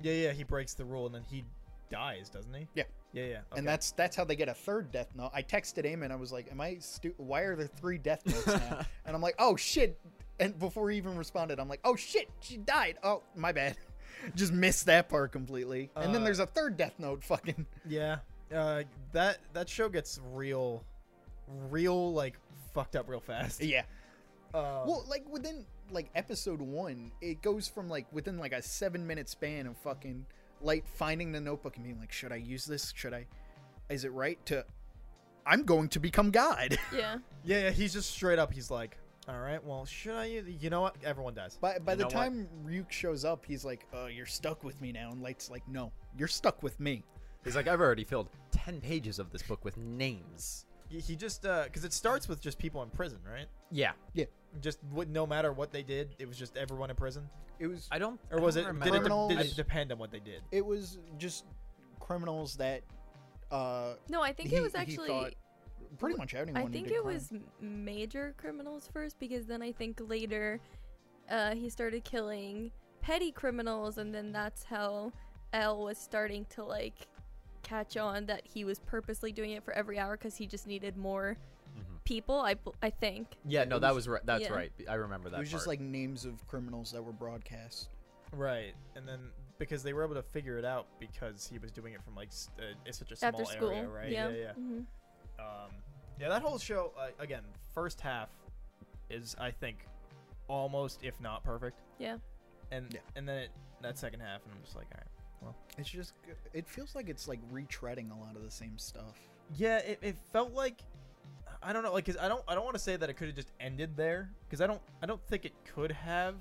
S1: Yeah, yeah, he breaks the rule and then he dies, doesn't he?
S2: Yeah.
S1: Yeah, yeah.
S2: and that's that's how they get a third death note. I texted Eamon. I was like, "Am I stu- Why are there three death notes now?" and I'm like, "Oh shit!" And before he even responded, I'm like, "Oh shit, she died." Oh my bad, just missed that part completely. And then
S1: Uh,
S2: there's a third death note. Fucking
S1: Yeah. Uh, that that show gets real real like fucked up real fast.
S2: yeah.
S1: Um,
S2: Well, like within like episode one, it goes from like within like a seven minute span of fucking like finding the notebook and being like, "Should I use this? Should I? Is it right?" To I'm going to become God.
S3: Yeah.
S1: yeah, yeah, he's just straight up he's like, "All right, well, should I use- you know what? Everyone dies."
S2: By, by
S4: You
S2: the
S4: know what?
S2: time Ryuk shows up, he's like, "Uh, you're stuck with me now," and Light's like, "No, you're stuck with me."
S4: he's like I've already filled 10 pages of this book with names
S1: He- He just uh cuz it starts with just people in prison, right?
S4: yeah
S1: Just would no matter what they did, it was just everyone in prison.
S2: It was
S4: I don't
S1: Or was
S4: I
S1: it
S4: don't
S1: did it,
S4: remember.
S1: de- did
S2: Criminals-
S1: it depend on what they did?
S2: it was just criminals that, uh,
S3: No, I think
S2: He-
S3: it was
S2: he
S3: actually.
S2: thought pretty much anyone.
S3: I
S2: who
S3: think
S2: did
S3: it
S2: crime.
S3: was m- major criminals first because then I think later uh, he started killing petty criminals and then that's how L was starting to like catch on that he was purposely doing it for every hour because he just needed more
S1: Mm-hmm.
S4: Mhm.
S3: people I, bel- I think
S4: yeah no
S2: It
S4: that
S2: was-
S4: was right that's
S3: yeah.
S4: right I remember
S2: It
S4: that
S2: was just
S4: part.
S2: like names of criminals that were broadcast.
S1: Right. And then because they were able to figure it out because he was doing it from like s- uh, it's such a small
S3: after school
S1: area, right?
S3: yeah
S1: yeah. yeah.
S3: Mhm.
S1: Um, yeah, that whole show uh, again, first half is I think almost, if not perfect.
S3: Yeah.
S1: And
S2: Yeah.
S1: and then it, that second half, and I'm just like, all right.
S2: It's just g- it feels like it's like retreading a lot of the same stuff.
S1: Yeah, it, it felt like I don't know, like 'cause I don't I don't want to say that it could have just ended there because I don't I don't think it could have,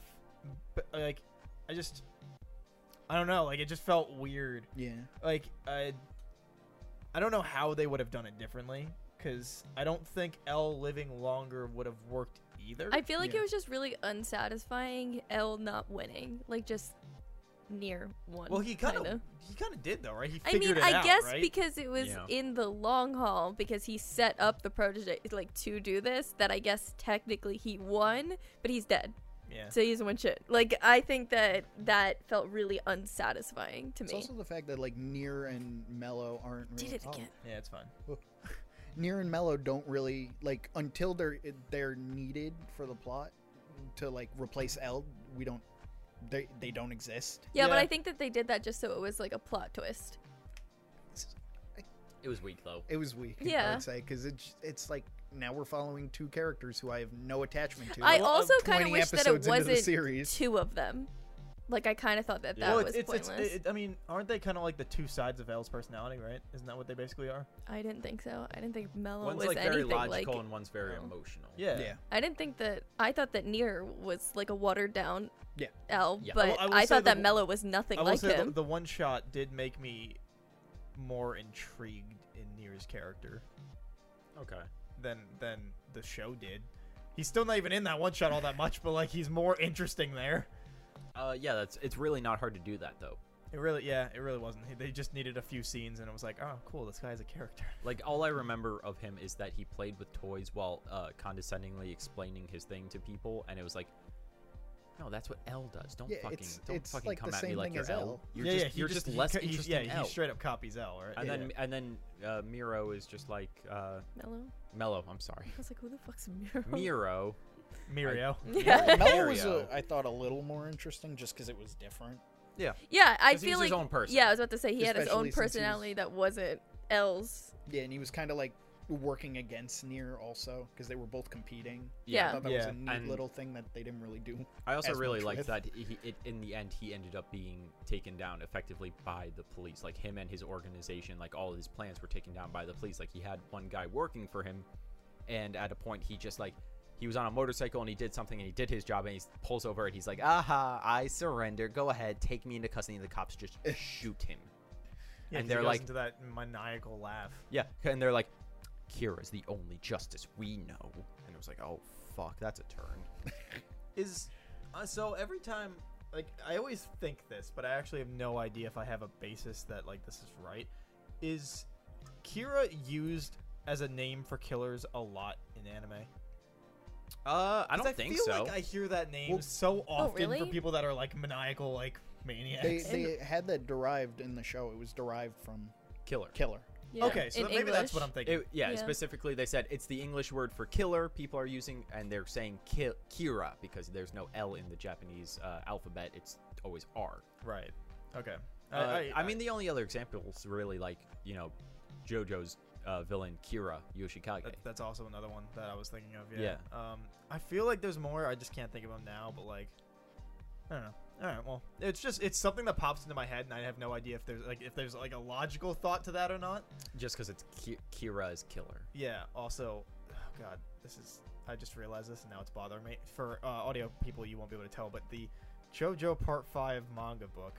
S1: but like I just I don't know, like it just felt weird.
S2: Yeah.
S1: Like I I don't know how they would have done it differently because I don't think L living longer would have worked either.
S3: I feel like
S2: Yeah.
S3: it was just really unsatisfying. L not winning, like just near one.
S1: well, he kind
S3: kinda.
S1: of he kind of did though, right? He
S3: I
S1: figured
S3: mean,
S1: it
S3: I
S1: out,
S3: guess
S1: right?
S3: because it was
S4: Yeah.
S3: in the long haul, because he set up the protege like to do this. That I guess technically he won, but he's dead,
S1: yeah.
S3: so he doesn't win shit. Like I think that that felt really unsatisfying to
S2: It's
S3: me.
S2: also the fact that like Near and Mello aren't really
S3: Did it
S2: oh.
S3: again?
S1: Yeah, it's fine.
S2: Near and Mello don't really like until they're they're needed for the plot to like replace L. We don't they they don't exist.
S3: Yeah, but
S1: Yeah.
S3: I think that they did that just so it was like a plot twist.
S4: It was weak though.
S2: It was weak.
S3: Yeah.
S2: I'd say because it's it's like now we're following two characters who I have no attachment to.
S3: I
S1: Well,
S3: also
S1: uh,
S3: kind of
S2: 20
S3: wish that it
S2: episodes into the
S3: wasn't
S2: series.
S3: two of them. Like I kind of thought that
S4: Yeah.
S3: that
S1: well,
S3: was
S1: it's, it's,
S3: pointless.
S1: it's it, I mean, aren't they kind of like the two sides of L's personality, right? Isn't that what they basically are?
S3: I didn't think so. I didn't think Mello
S4: One's
S3: was
S4: like very
S3: Oh, anything like.
S4: logical and one's very
S3: um,
S4: emotional.
S1: Yeah.
S2: yeah.
S3: I didn't think that. I thought that Nier was like a watered down.
S2: Yeah.
S3: L,
S4: Yeah. I
S3: but
S1: will-
S3: I,
S1: I will say
S3: thought
S1: the
S3: that
S1: w-
S3: Mello was nothing
S1: I will
S3: like
S1: say the,
S3: him.
S1: the one shot did make me more intrigued in Nier's character
S4: Okay.
S1: than than the show did. He's still not even in that one shot all that much, but like he's more interesting there.
S4: Uh, yeah, that's it's really not hard to do that though.
S1: It really, yeah, it really wasn't. They just needed a few scenes, and it was like, oh, cool, this guy's a character.
S4: Like all I remember of him is that he played with toys while uh, condescendingly explaining his thing to people, and it was like, no, that's what L does. Don't
S2: Yeah,
S4: fucking
S2: it's-
S4: don't
S2: it's
S4: fucking
S2: like
S4: come
S2: the
S4: at me
S2: same
S4: like
S2: thing
S4: you're
S2: as
S4: L.
S2: L.
S4: You're
S1: yeah,
S4: just
S1: yeah, he
S4: you're
S1: just,
S4: just
S1: he
S4: less
S1: ca- he's-
S4: interesting.
S1: Yeah,
S4: L.
S1: he straight up copies L, right?
S4: and
S1: yeah.
S4: then and then uh, Miro is just like uh,
S3: Mello.
S4: Mello. I'm sorry,
S3: I was like, who the fuck's Miro?
S4: Miro.
S1: Mirio.
S3: Yeah.
S2: Mello was,
S4: Mario.
S2: a, I thought, a little more interesting just because it was different.
S3: yeah, I
S4: 'Cause he
S3: feel
S4: was
S3: like
S4: his own person.
S3: yeah, I was about to say he had his
S2: Especially since
S3: own
S2: he was-
S3: personality that wasn't L's.
S2: Yeah, and he was kind of like working against Near also because they were both competing. I
S3: Yeah.
S2: thought that was
S1: Yeah,
S2: a neat
S4: and-
S2: little thing that they didn't really do.
S4: I also
S2: as
S4: really
S2: much
S4: liked
S2: with.
S4: that he, it, in the end he ended up being taken down effectively by the police. Like him and his organization, like all of his plans were taken down by the police. Like he had one guy working for him, and at a point he just like he was on a motorcycle and he did something and he did his job and he s- pulls over and he's like, "Aha, I surrender. Go ahead, take me into custody." And the cops just shoot him.
S1: Yeah, 'cause
S4: And
S1: he
S4: they're
S1: goes
S4: like-
S1: into that maniacal laugh.
S4: Yeah, and they're like, "Kira's the only justice we know." And it was like, "Oh fuck, that's a turn."
S1: is uh, so every time like i always think this but i actually have no idea if i have a basis that like this is right is kira used as a name for killers a lot in anime
S4: Uh, I
S1: 'Cause
S4: don't think
S1: feel
S4: so.
S1: like i hear that name
S2: Well-
S1: so often for
S3: really?
S1: people that are like maniacal like maniacs
S2: They, they had that derived in the show. It was derived from
S4: Killer.
S2: Killer.
S3: Yeah.
S1: okay so
S3: in
S1: maybe that's what i'm
S3: English.
S1: thinking
S4: It, yeah,
S3: Yeah.
S4: specifically they said it's the English word for killer. People are using and they're saying ki- Kira because there's no L in the Japanese uh, alphabet. It's always R.
S1: right okay
S4: Uh, I, mean, the only other examples really like you know, JoJo's uh, villain Kira Yoshikage.
S1: That, that's also another one that I was thinking of. Yeah.
S4: Yeah.
S1: Um, I feel like there's more. I just can't think of them now. But like, I don't know. All right. Well, it's just it's something that pops into my head, and I have no idea if there's like if there's like a logical thought to that or not.
S4: Just because it's Ki- Kira is killer.
S1: Yeah. Also, oh god, this is. I just realized this, and now it's bothering me. For uh, audio people, you won't be able to tell, but the JoJo Part Five manga book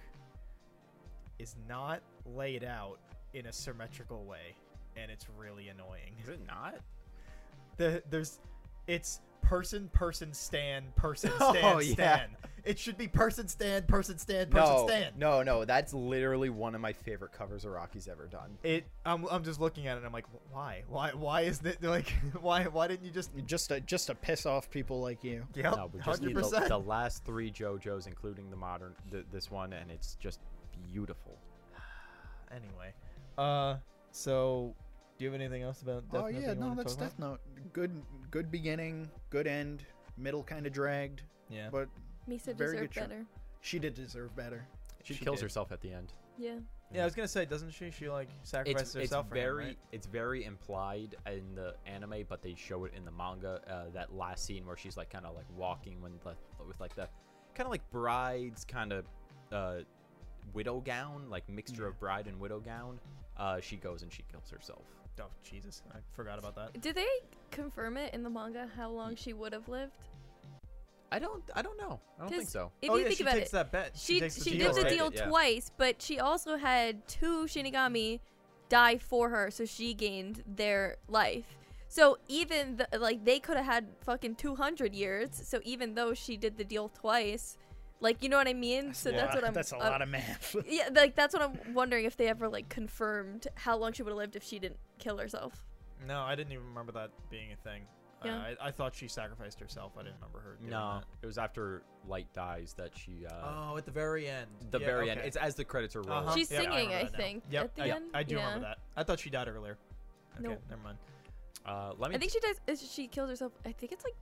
S1: is not laid out in a symmetrical way, and it's really annoying.
S4: Is it not?
S1: the there's it's person person stand person
S4: Oh,
S1: stand
S4: yeah.
S1: stand. It should be person stand person stand person stand.
S4: no, no. That's literally one of my favorite covers Araki's ever done.
S1: It I'm I'm just looking at it and I'm like "Wh- why why why is it like why why didn't you just
S2: Just to, just to piss off people like you.
S1: yep
S4: no, we just
S1: Oh, hundred
S4: need the,
S1: percent
S4: the last three JoJos, including the modern th- this one, and it's just beautiful.
S1: anyway uh so do you have anything else about Death
S2: oh
S1: Note that
S2: yeah,
S1: you
S2: no,
S1: wanna
S2: that's
S1: talk about?
S2: Death Note. Good good beginning, good end. Middle kind of dragged,
S1: yeah
S2: but
S3: Misa
S2: Very
S3: deserved
S2: good show.
S3: better.
S2: she did deserve better.
S4: She,
S1: She
S4: kills
S1: did.
S4: herself at the end.
S3: Yeah.
S1: Yeah, I was gonna say, doesn't she? She like sacrifices herself for
S4: very
S1: him, right?
S4: it's very implied in the anime but they show it in the manga uh, that last scene where she's like kind of like walking when the, with like the kind of like bride's kind of uh, widow gown like mixture of bride and widow gown uh, she goes and she kills herself
S1: Oh Jesus, I forgot about that.
S3: Did they confirm it in the manga how long she would have lived?
S4: i don't i don't know i don't think
S3: 'Cause
S4: so
S3: If
S1: oh
S3: you
S1: yeah,
S3: think
S1: she
S3: about
S1: takes
S3: it,
S1: that bet.
S3: she
S1: takes the
S3: she
S1: deal,
S3: did the
S1: right?
S4: right?
S3: deal
S4: Yeah.
S3: twice, but she also had two Shinigami die for her, so she gained their life. So even th- like they could have had fucking 200 years. So even though she did the deal twice, like you know what I mean? So that's what I'm
S2: That's a
S3: I'm-
S2: lot of math.
S3: Yeah, like that's what I'm wondering if they ever like confirmed how long she would have lived if she didn't kill herself.
S1: No, I didn't even remember that being a thing.
S3: Yeah.
S1: Uh, I, I thought she sacrificed herself. I didn't remember her. Doing
S4: no
S1: that.
S4: it was after light dies that she uh,
S1: Oh, at the very end.
S4: the
S1: Yeah,
S4: very end
S1: okay.
S4: it's as the credits are rolling
S1: Uh-huh.
S3: She's
S1: Yep,
S3: singing,
S1: remember
S3: I
S1: that now.
S3: think,
S1: Yep,
S3: at the
S1: I,
S3: end.
S1: I do remember
S3: Yeah.
S1: that. I thought she died earlier. Okay,
S3: Nope.
S1: never mind.
S4: uh, let me
S3: I think she does. is- She kills herself. I think it's like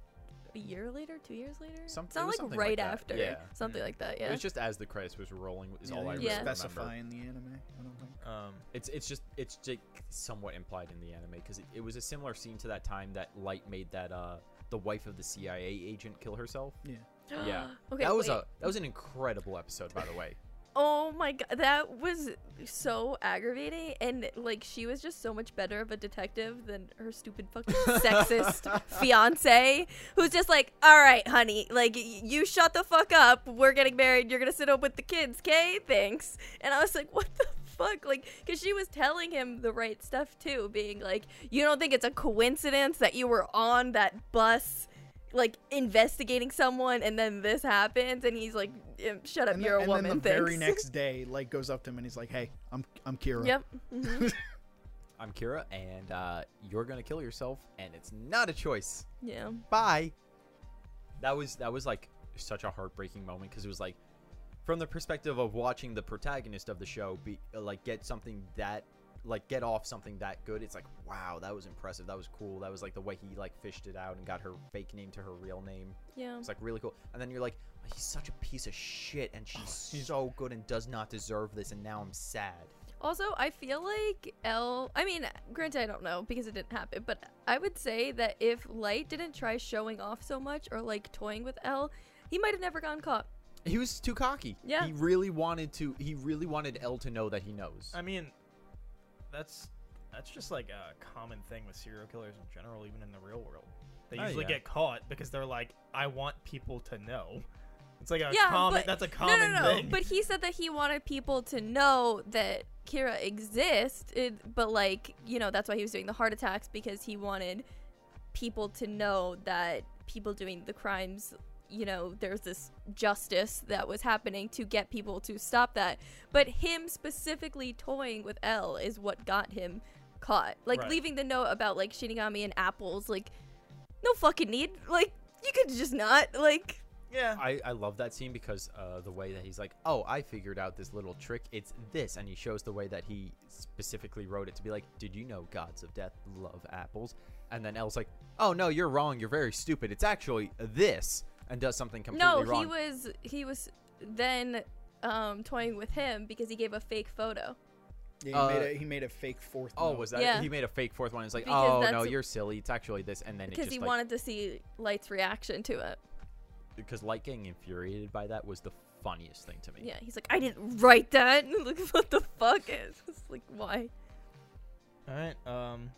S3: a year later, two years later.
S4: Some-
S3: it's
S4: it
S3: not
S4: was
S3: like
S4: something like
S3: right
S4: that,
S3: after.
S4: yeah.
S3: Something
S1: Mm.
S3: like that.
S4: It
S3: Yeah.
S4: was just as the credits was rolling is all I
S2: you
S4: really
S3: didn't
S4: remember.
S2: specify in the anime. I don't think.
S1: Um,
S4: It's it's just it's just somewhat implied in the anime because it, it was a similar scene to that time that Light made that uh the wife of the CIA agent kill herself.
S2: Yeah.
S4: yeah.
S3: okay.
S4: that was
S3: wait.
S4: a that was an incredible episode by the way.
S3: Oh my god, that was so aggravating, and like she was just so much better of a detective than her stupid fucking sexist fiance, who's just like, all right, honey, like y- you shut the fuck up, we're getting married, you're gonna sit up with the kids, okay? Thanks. And I was like, what the fuck, like, because she was telling him the right stuff too, being like, you don't think it's a coincidence that you were on that bus. Like investigating someone, and then this happens, and he's like, "Em, "Shut up,
S2: And,
S3: you're
S2: then,
S3: a
S2: and
S3: woman."
S2: then the
S3: thanks.
S2: very next day, like goes up to him and he's like, "Hey, I'm I'm Kira."
S3: Yep. mhm.
S4: I'm Kira and uh, you're gonna kill yourself and it's not a choice.
S3: yeah.
S4: Bye. That was that was like such a heartbreaking moment because it was like from the perspective of watching the protagonist of the show be like get something that like get off something that good it's like wow that was impressive that was cool that was like the way he like fished it out and got her fake name to her real name
S3: Yeah.
S4: it's like really cool and then you're like he's such a piece of shit and she's so good and does not deserve this and now i'm sad
S3: Also, I feel like L. I mean, granted, I don't know because it didn't happen, but I would say that if Light didn't try showing off so much or like toying with L, he might have never gotten caught.
S4: he was too cocky
S3: Yeah.
S4: he really wanted to he really wanted l to know that he knows
S1: I mean, that's that's just like a common thing with serial killers in general, even in the real world. They
S4: Oh,
S1: usually
S4: yeah.
S1: get caught because they're like, I want people to know. It's like a
S3: yeah,
S1: common.
S3: but
S1: That's a common
S3: no, no, no.
S1: thing.
S3: But he said that he wanted people to know that Kira existed, but like you know, that's why he was doing the heart attacks because he wanted people to know that people doing the crimes you know there's this justice that was happening to get people to stop that but him specifically toying with l is what got him caught like
S1: Right.
S3: leaving the note about like shinigami and apples like no fucking need like you could just not like
S1: yeah.
S4: I, I love that scene because uh, the way that he's like, oh, I figured out this little trick. It's this, and he shows the way that he specifically wrote it to be like, did you know gods of death love apples? And then Elle's like, oh no, you're wrong. You're very stupid. It's actually this, and does something completely
S3: no
S4: wrong.
S3: he was he was then um toying with him because he gave a fake photo
S2: Yeah, he,
S4: Uh,
S2: made a, he made a fake fourth.
S4: oh,
S2: note.
S4: was that?
S3: Yeah.
S4: He made a fake fourth one. It's like,
S3: Because
S4: oh no,
S3: that's a-
S4: you're silly. It's actually this, and then it
S3: because
S4: just
S3: he
S4: like,
S3: wanted to see light's reaction to it
S4: because Light getting infuriated by that was the funniest thing to me.
S3: yeah he's like i didn't write that like what the fuck is like why
S1: All right. Um.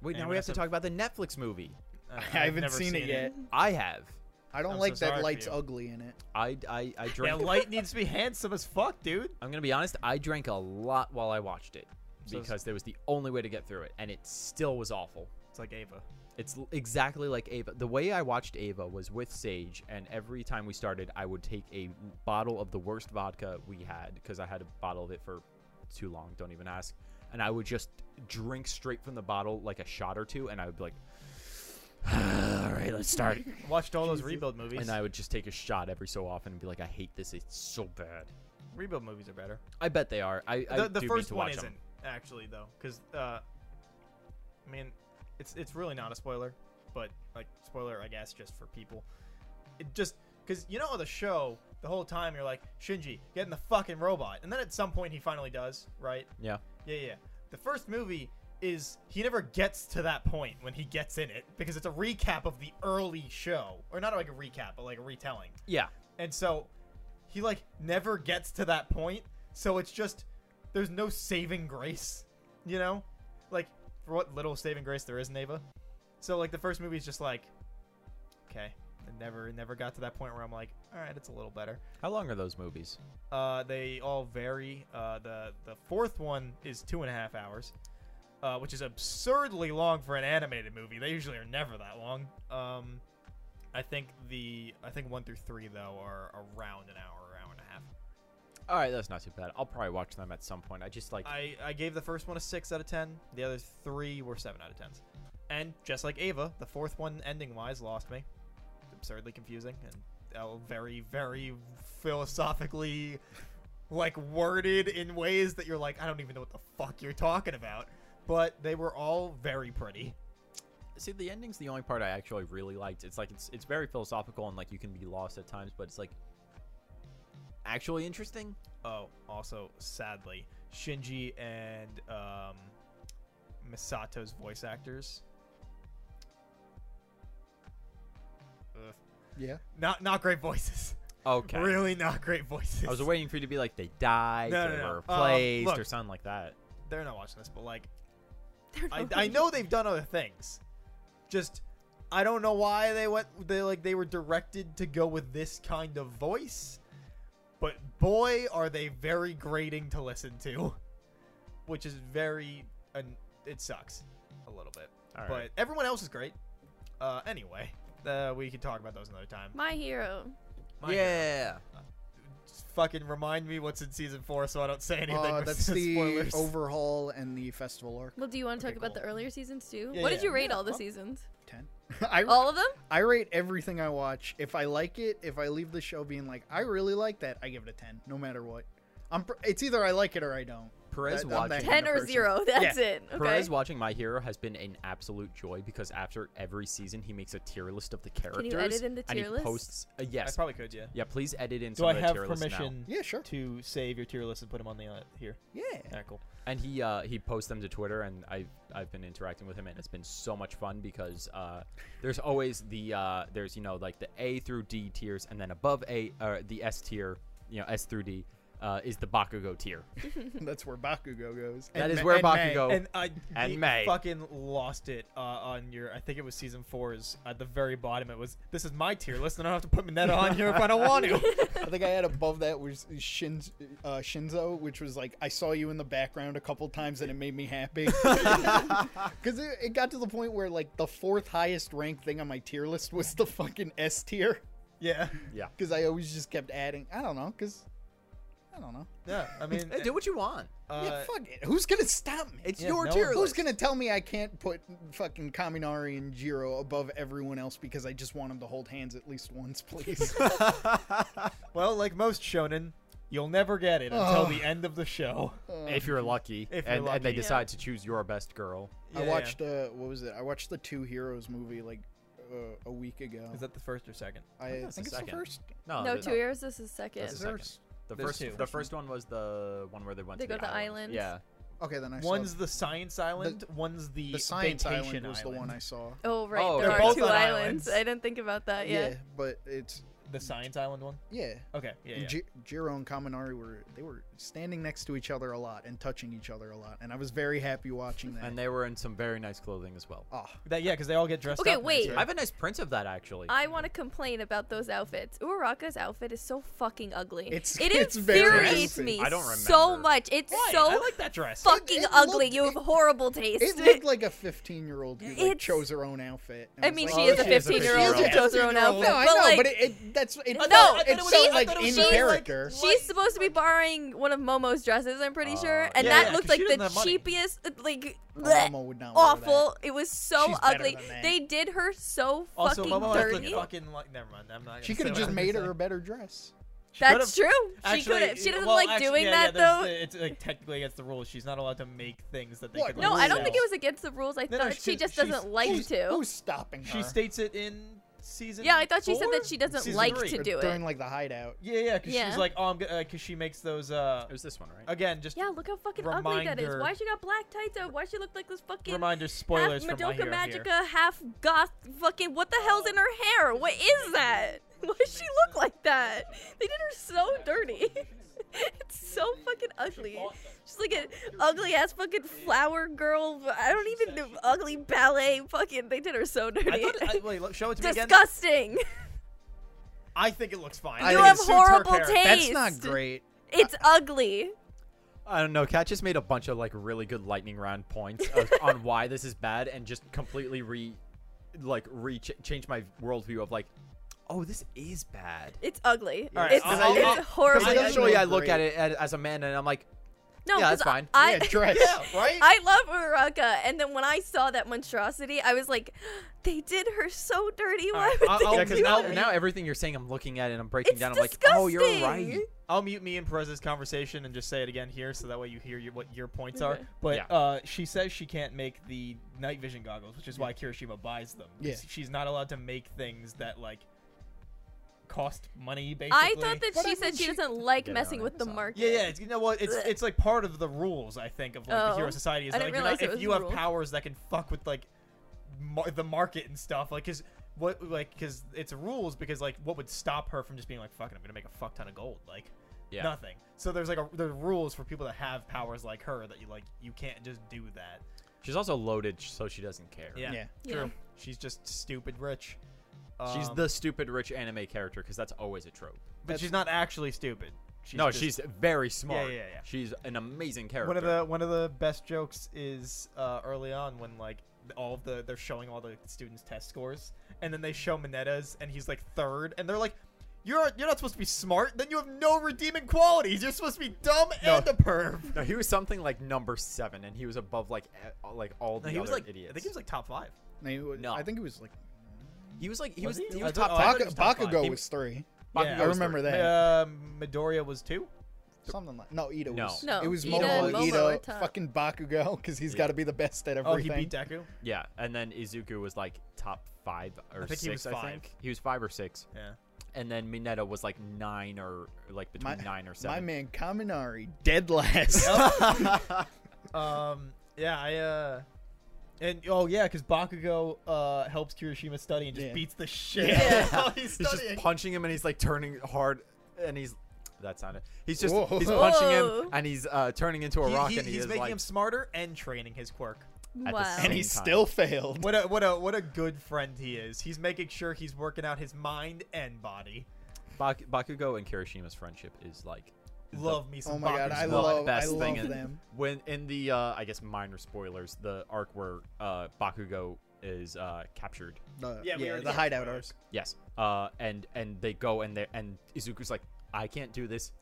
S4: Wait, now
S1: And
S4: we have to
S1: Vanessa-
S4: talk about the Netflix movie.
S1: I,
S2: I
S1: I've
S2: haven't
S1: never
S2: seen, it yet.
S4: I have.
S2: I don't
S1: I'm so
S2: like
S1: sorry
S2: that
S1: for
S2: light's
S1: you.
S2: ugly in it.
S4: I I, I
S1: Yeah,
S4: drank.
S1: light needs to be handsome as fuck, dude.
S4: I'm gonna be honest. I drank a lot while I watched it
S1: So it's-
S4: because there was the only way to get through it, and it still was awful.
S1: It's like Ava.
S4: It's l- exactly like Ava. The way I watched Ava was with Sage, and every time we started, I would take a bottle of the worst vodka we had because I had a bottle of it for too long. Don't even ask. And I would just drink straight from the bottle, like a shot or two, and I would be like, "All right, let's start."
S1: Watched all those rebuild movies.
S4: and I would just take a shot every so often and be like, "I hate this. It's so bad."
S1: rebuild movies are better.
S4: I bet they are. I, I
S1: the, the
S4: do mean
S1: first
S4: to
S1: one
S4: watch
S1: isn't
S4: 'em.
S1: actually though, because uh, I mean, it's it's really not a spoiler, but like spoiler, I guess, just for people. It just Because you know on the show, the whole time you're like, Shinji, get in the fucking robot. And then at some point he finally does, right?
S4: Yeah.
S1: Yeah, yeah. The first movie is he never gets to that point when he gets in it because it's a recap of the early show. Or not like a recap, but like a retelling.
S4: Yeah.
S1: And so he like never gets to that point. So it's just there's no saving grace, you know? Like for what little saving grace there is in Ava. So like the first movie is just like okay, it never it never got to that point where I'm like, all right, it's a little better.
S4: How long are those movies?
S1: Uh, they all vary. Uh, the the fourth one is two and a half hours, uh, which is absurdly long for an animated movie. They usually are never that long. Um, I think the I think one through three though are around an hour, hour and a half.
S4: All right, that's not too bad. I'll probably watch them at some point. I just like
S1: I I gave the first one a six out of ten. The other three were seven out of tens. And just like Ava, the fourth one ending wise lost me. It's absurdly confusing and uh, very very philosophically like worded in ways that you're like I don't even know what the fuck you're talking about. But they were all very pretty.
S4: see the ending's the only part I actually really liked. It's like it's it's very philosophical and like you can be lost at times, but it's like actually interesting.
S1: Oh, also sadly, Shinji and um, Misato's voice actors. Ugh.
S2: Yeah.
S1: Not not great voices.
S4: Okay.
S1: Really not great voices.
S4: I was waiting for you to be like they died
S1: No,
S4: or
S1: no, no.
S4: were
S1: Um,
S4: replaced
S1: look.
S4: or something like that.
S1: They're not watching this, but like
S3: They're
S1: I,
S3: not
S1: I know they've done other things. Just I don't know why they went they like they were directed to go with this kind of voice. But boy are they very grating to listen to. Which is very and it sucks a little bit.
S4: All
S1: but
S4: right.
S1: everyone else is great. Uh anyway, uh, we can talk about those another time.
S3: My hero.
S1: My-
S4: yeah.
S1: Just fucking remind me what's in season 4 so I don't say anything
S2: Uh,
S1: with
S2: that's the
S1: spoilers.
S2: overhaul and the festival arc.
S3: Well, do you want to
S1: Okay,
S3: talk about
S1: cool.
S3: the earlier seasons too?
S1: Yeah,
S3: what did
S1: yeah.
S3: you rate
S1: Yeah,
S3: all the
S1: well-
S3: seasons?
S2: Ten. I,
S3: All of them?
S2: I rate everything I watch. If I like it, if I leave the show being like, I really like that, I give it a ten, no matter what. I'm. Pr- it's either I like it or I don't.
S4: Perez
S2: That- I'm
S4: watching
S2: that
S3: Ten
S2: kind of
S3: or
S2: person.
S3: zero? That's it. Okay.
S4: Perez watching My Hero has been an absolute joy because after every season he makes a tier list of the characters
S3: you edit in the
S4: and he
S3: tier list?
S4: posts uh,
S1: I
S4: yes.
S1: probably could, yeah.
S4: yeah, please edit in
S1: Do
S4: some
S1: I
S4: of the
S1: have
S4: tier lists now.
S1: permission
S2: Yeah, sure.
S1: to save your tier list and put them on the uh, here?
S2: Yeah.
S1: Alright, cool.
S4: and he uh, he posts them to Twitter, and I've I've been interacting with him, and it's been so much fun because uh, there's always the uh, there's you know like the A through D tiers, and then above A or the S tier, you know S through D uh, is the Bakugo tier.
S2: That's where Bakugo goes.
S4: That
S2: That is
S4: is where Bakugo-
S1: And I
S4: Oh, And
S1: we
S4: May.
S1: fucking lost it uh, on your. I think it was season four's at the very bottom. It was this is my tier list, and I don't have to put Mineta on here if I don't want to.
S2: I think I had above that was Shin, uh, Shinzo, which was like I saw you in the background a couple times and it made me happy. Because it, it got to the point where like the fourth highest ranked thing on my tier list was the fucking S tier.
S1: yeah,
S4: Yeah,
S2: Because I always just kept adding. I don't know. Because I don't know.
S1: yeah. I mean,
S4: Hey, do what you want.
S1: uh,
S2: yeah, fuck it. Who's gonna stop me?
S4: It's
S1: Yeah,
S4: your
S1: no
S4: tier
S1: one-
S2: Who's
S4: list.
S2: gonna tell me I can't put fucking Kaminari and Jiro above everyone else because I just want them to hold hands at least once, please?
S1: well, like most shonen, you'll never get it until
S2: Ugh.
S1: the end of the show.
S4: if you're lucky,
S1: If you're
S4: and, and they
S1: lucky.
S4: decide to choose your best girl.
S1: Yeah,
S2: I
S1: yeah.
S2: watched uh, what was it? I watched the Two Heroes movie like uh, a week ago.
S1: Is that the first or second?
S2: I
S4: think
S2: think
S4: that's
S2: it's
S4: the
S2: the
S4: second.
S2: first.
S4: No,
S3: no,
S4: the-
S3: two years. This is second.
S4: That's
S2: Is
S4: the
S2: there
S4: second.
S2: s-
S4: The
S1: There's
S4: first,
S1: two.
S4: the first one was the one where they went
S3: They
S4: to
S3: go to
S4: the
S3: the
S4: island.
S3: islands.
S4: Yeah,
S2: Okay, then I
S1: One's
S2: saw
S1: the science island. one's the
S2: the Science
S1: vacation
S2: Island was the one I saw.
S3: Oh right,
S4: Oh,
S3: there
S4: they're
S3: are
S1: both
S3: two
S1: on islands.
S3: islands. I didn't think about that yet.
S2: but it's
S1: The science island one.
S2: yeah.
S1: Okay, yeah, yeah.
S2: Ji- Jiro and Kaminari were they were standing next to each other a lot and touching each other a lot, and I was very happy watching that.
S4: and they were in some very nice clothing as well.
S2: Ah,
S1: That yeah, because they all get dressed
S3: Okay,
S1: up. nice,
S3: wait.
S1: right?
S4: I have a nice print of that actually.
S3: I want to complain about those outfits. Uraraka's outfit is so fucking ugly.
S2: It's-
S3: it
S2: it's very
S3: infuriates
S2: messy.
S3: me
S4: I don't
S3: so
S4: remember.
S3: much. It's
S1: Why?
S3: so
S1: I like that dress.
S3: fucking
S2: It- it
S3: ugly.
S2: looked-
S3: you have horrible taste.
S2: it looked like a 15 year old who like,
S3: It's-
S2: chose her own outfit. and
S3: I
S2: was
S3: mean,
S2: like,
S3: she
S4: Oh,
S3: is a
S4: she is a
S3: 15 year old who
S4: 15-year-old.
S3: chose her own outfit,
S2: No, I
S3: but
S2: know,
S3: like,
S2: but it, it that's it.
S3: No,
S2: felt-
S3: I thought
S2: it
S3: it was-
S2: felt
S3: I
S2: like
S1: thought it
S2: in
S1: was like-
S2: character.
S3: she's supposed to be borrowing one of Momo's dresses. I'm pretty sure,
S4: Uh,
S3: and
S1: Oh, Yeah,
S3: that
S1: yeah,
S3: looked
S1: 'cause
S3: like
S1: she
S3: the
S1: doesn't have money.
S3: cheapest, like bleh,
S2: Momo would not wear that.
S3: awful. It was so
S2: She's better
S3: ugly.
S2: than that.
S3: They did her so
S1: Also,
S3: fucking
S1: Momo has the
S3: dirty.
S1: fucking like. Never mind. I'm not.
S2: She
S1: could have
S2: just made her a better dress.
S3: That's true. She
S1: Actually,
S3: could have. She doesn't
S1: well,
S3: like
S1: actually,
S3: doing
S1: yeah, yeah,
S3: that
S1: there's
S3: though.
S1: the- it's like technically against the rules. She's not allowed to make things that they
S2: What
S1: could. Like,
S3: No, I don't
S1: sell.
S2: Yeah.
S3: think it was against the rules. I
S1: No, no,
S3: thought
S1: she
S3: she
S1: does-
S3: just
S1: she's-
S3: doesn't like
S2: Who's-
S3: to.
S2: Who's stopping her?
S1: She states it in season.
S3: Yeah, I thought she said
S1: four?
S3: that she doesn't
S1: Season
S3: like
S1: three.
S3: to do
S2: during
S3: it.
S2: like the hideout.
S1: Yeah, yeah, because
S3: Yeah.
S1: she's like, oh, I'm because uh 'cause she makes those. uh
S4: It was this one, right?
S1: Again, just
S3: Yeah, look how fucking ugly that is.
S1: Reminder-
S3: Why she got black tights on? Why she look like this fucking
S1: reminder spoilers
S3: half
S1: from My
S3: Madoka
S1: Hero
S3: Magica,
S1: here.
S3: half goth fucking what the hell's in her hair? What is that? Why does she look like that? They did her so dirty. it's so fucking ugly. She's like an ugly ass fucking flower girl. I don't even know ugly ballet fucking they did her so
S1: I
S3: dirty.
S1: thought, I, wait, look, show it to me again.
S3: Disgusting.
S1: I think it looks fine.
S2: I
S3: you
S2: think
S3: have
S2: it
S3: horrible taste.
S2: That's not great.
S3: It's ugly.
S4: I don't know. Kat just made a bunch of like really good lightning round points of, on why this is bad, and just completely re, like re ch- change my worldview of like, oh, this is bad.
S3: It's ugly.
S1: All right,
S3: it's
S1: I'll- I'll-
S3: it's
S1: I'll- 'cause
S3: horrible.
S4: Because
S2: I don't
S4: initially
S2: know
S4: I look
S2: great.
S4: at it a- as a man, and I'm like,
S3: no,
S4: yeah, that's
S3: 'cause
S4: fine.
S3: I,
S2: yeah, dress.
S1: yeah, right.
S3: I love Uraka, and then when I saw that monstrosity, I was like, they did her so dirty. Why
S1: Alright,
S3: would
S1: I'll-
S3: they
S1: I'll-
S4: yeah,
S3: do
S4: because
S1: you-
S4: now,
S3: it?
S4: now everything you're saying, I'm looking at it, and I'm breaking
S3: it's
S4: down. I'm
S3: disgusting.
S4: like, oh, you're right.
S1: I'll mute me and Perez's conversation and just say it again here, so that way you hear your, what your points are.
S3: Okay.
S1: But
S4: Yeah.
S1: uh, she says she can't make the night vision goggles, which is why Kirishima buys them.
S2: Yeah.
S1: she's not allowed to make things that like cost money. Basically,
S3: I thought that
S2: But
S3: she
S2: I
S3: said
S2: mean,
S3: she
S2: she-
S3: doesn't like
S4: Get it
S3: messing
S4: on
S3: with the
S4: Amazon.
S3: market.
S1: Yeah, yeah. It's, you know what? It's
S3: Blech.
S1: it's like part of the rules, I think, of like the
S3: Oh.
S1: hero society. Is
S3: I
S1: that, like, you're
S3: didn't
S1: not-
S3: realize it was
S1: if you
S3: a
S1: have
S3: rule.
S1: powers that can fuck with like mar- the market and stuff, like because what like because it's rules because like what would stop her from just being like fucking I'm gonna make a fuck ton of gold like
S4: Yeah.
S1: nothing. So there's like a, there's rules for people that have powers like her that you like you can't just do that.
S4: She's also loaded, so she doesn't care.
S1: Yeah,
S2: Yeah.
S1: true. She's just stupid rich.
S4: She's
S1: Um,
S4: the stupid rich anime character because that's always a trope.
S1: but she's not actually stupid. She's
S4: no,
S1: just-
S4: she's very smart.
S1: yeah, yeah.
S4: She's an amazing character.
S1: One of the one of the best jokes is uh, early on when like all of the they're showing all the students' test scores, and then they show Minetta's, and he's like third, and they're like, "You're you're not supposed to be smart. Then you have no redeeming qualities. You're supposed to be dumb
S4: No.
S1: and a perv."
S4: No, he was something like number seven, and he was above like e- like all the
S1: he
S4: other
S1: was like,
S4: idiots.
S1: I think he was like top five.
S2: No, it was-
S4: No.
S2: I think it was like
S4: he was like he
S1: Was
S4: was,
S1: he?
S4: he
S1: I
S4: was
S1: thought-
S4: top
S1: oh, I thought-
S4: five.
S1: it
S2: Baka,
S1: was top
S2: Bakugo
S1: five.
S4: He-
S2: was three.
S4: Bakugo
S1: Yeah.
S2: I remember
S4: was
S2: that.
S1: Uh, Midoriya was two.
S2: Something like no, Ito
S4: No.
S2: was
S3: No,
S2: It was
S3: Ito
S2: Momo,
S3: and Momo
S2: Ito,
S3: were top.
S2: fucking Bakugo, because he's got to be the best at
S1: Oh,
S2: everything.
S1: he beat Deku.
S4: third. Yeah, and then Izuku was like top five or
S1: I think
S4: six.
S1: he was
S4: I
S1: five.
S4: think he was five or six,
S1: Yeah.
S4: and then Mineta was like nine or like between
S2: My-
S4: nine or
S2: My
S4: seven.
S2: man Kaminari, dead last.
S1: Um. Yeah. I. uh And oh yeah, because Bakugo uh helps Kirishima study and just
S2: Yeah.
S1: beats the shit
S3: Yeah.
S1: out of him while he's
S4: he's
S1: studying.
S4: just punching him, and he's like turning hard, and he's that sounded. He's just
S2: Whoa.
S4: he's punching
S3: Whoa.
S4: him, and he's uh, turning into a
S1: He-
S4: rock,
S1: he-
S4: and he
S1: he's
S4: is
S1: making
S4: like
S1: him smarter and training his quirk.
S4: the
S3: Wow.
S4: same-
S2: and he
S4: Same time.
S2: still failed.
S1: What a what a what a good friend he is. He's making sure he's working out his mind and body.
S4: Bak- Bakugo and Kirishima's friendship is like the
S1: Love me some.
S2: Oh my god,
S1: Bakugo.
S2: I
S4: the
S2: love, I
S4: best
S2: love
S4: thing in-
S2: them.
S4: when in the uh, I guess minor spoilers, the arc where uh, Bakugo is uh, captured.
S2: The,
S1: Yeah, we already
S2: the
S1: had
S2: hideout arc.
S1: spoilers.
S4: Yes. Uh, and and they go and they and Izuku's like, I can't do this.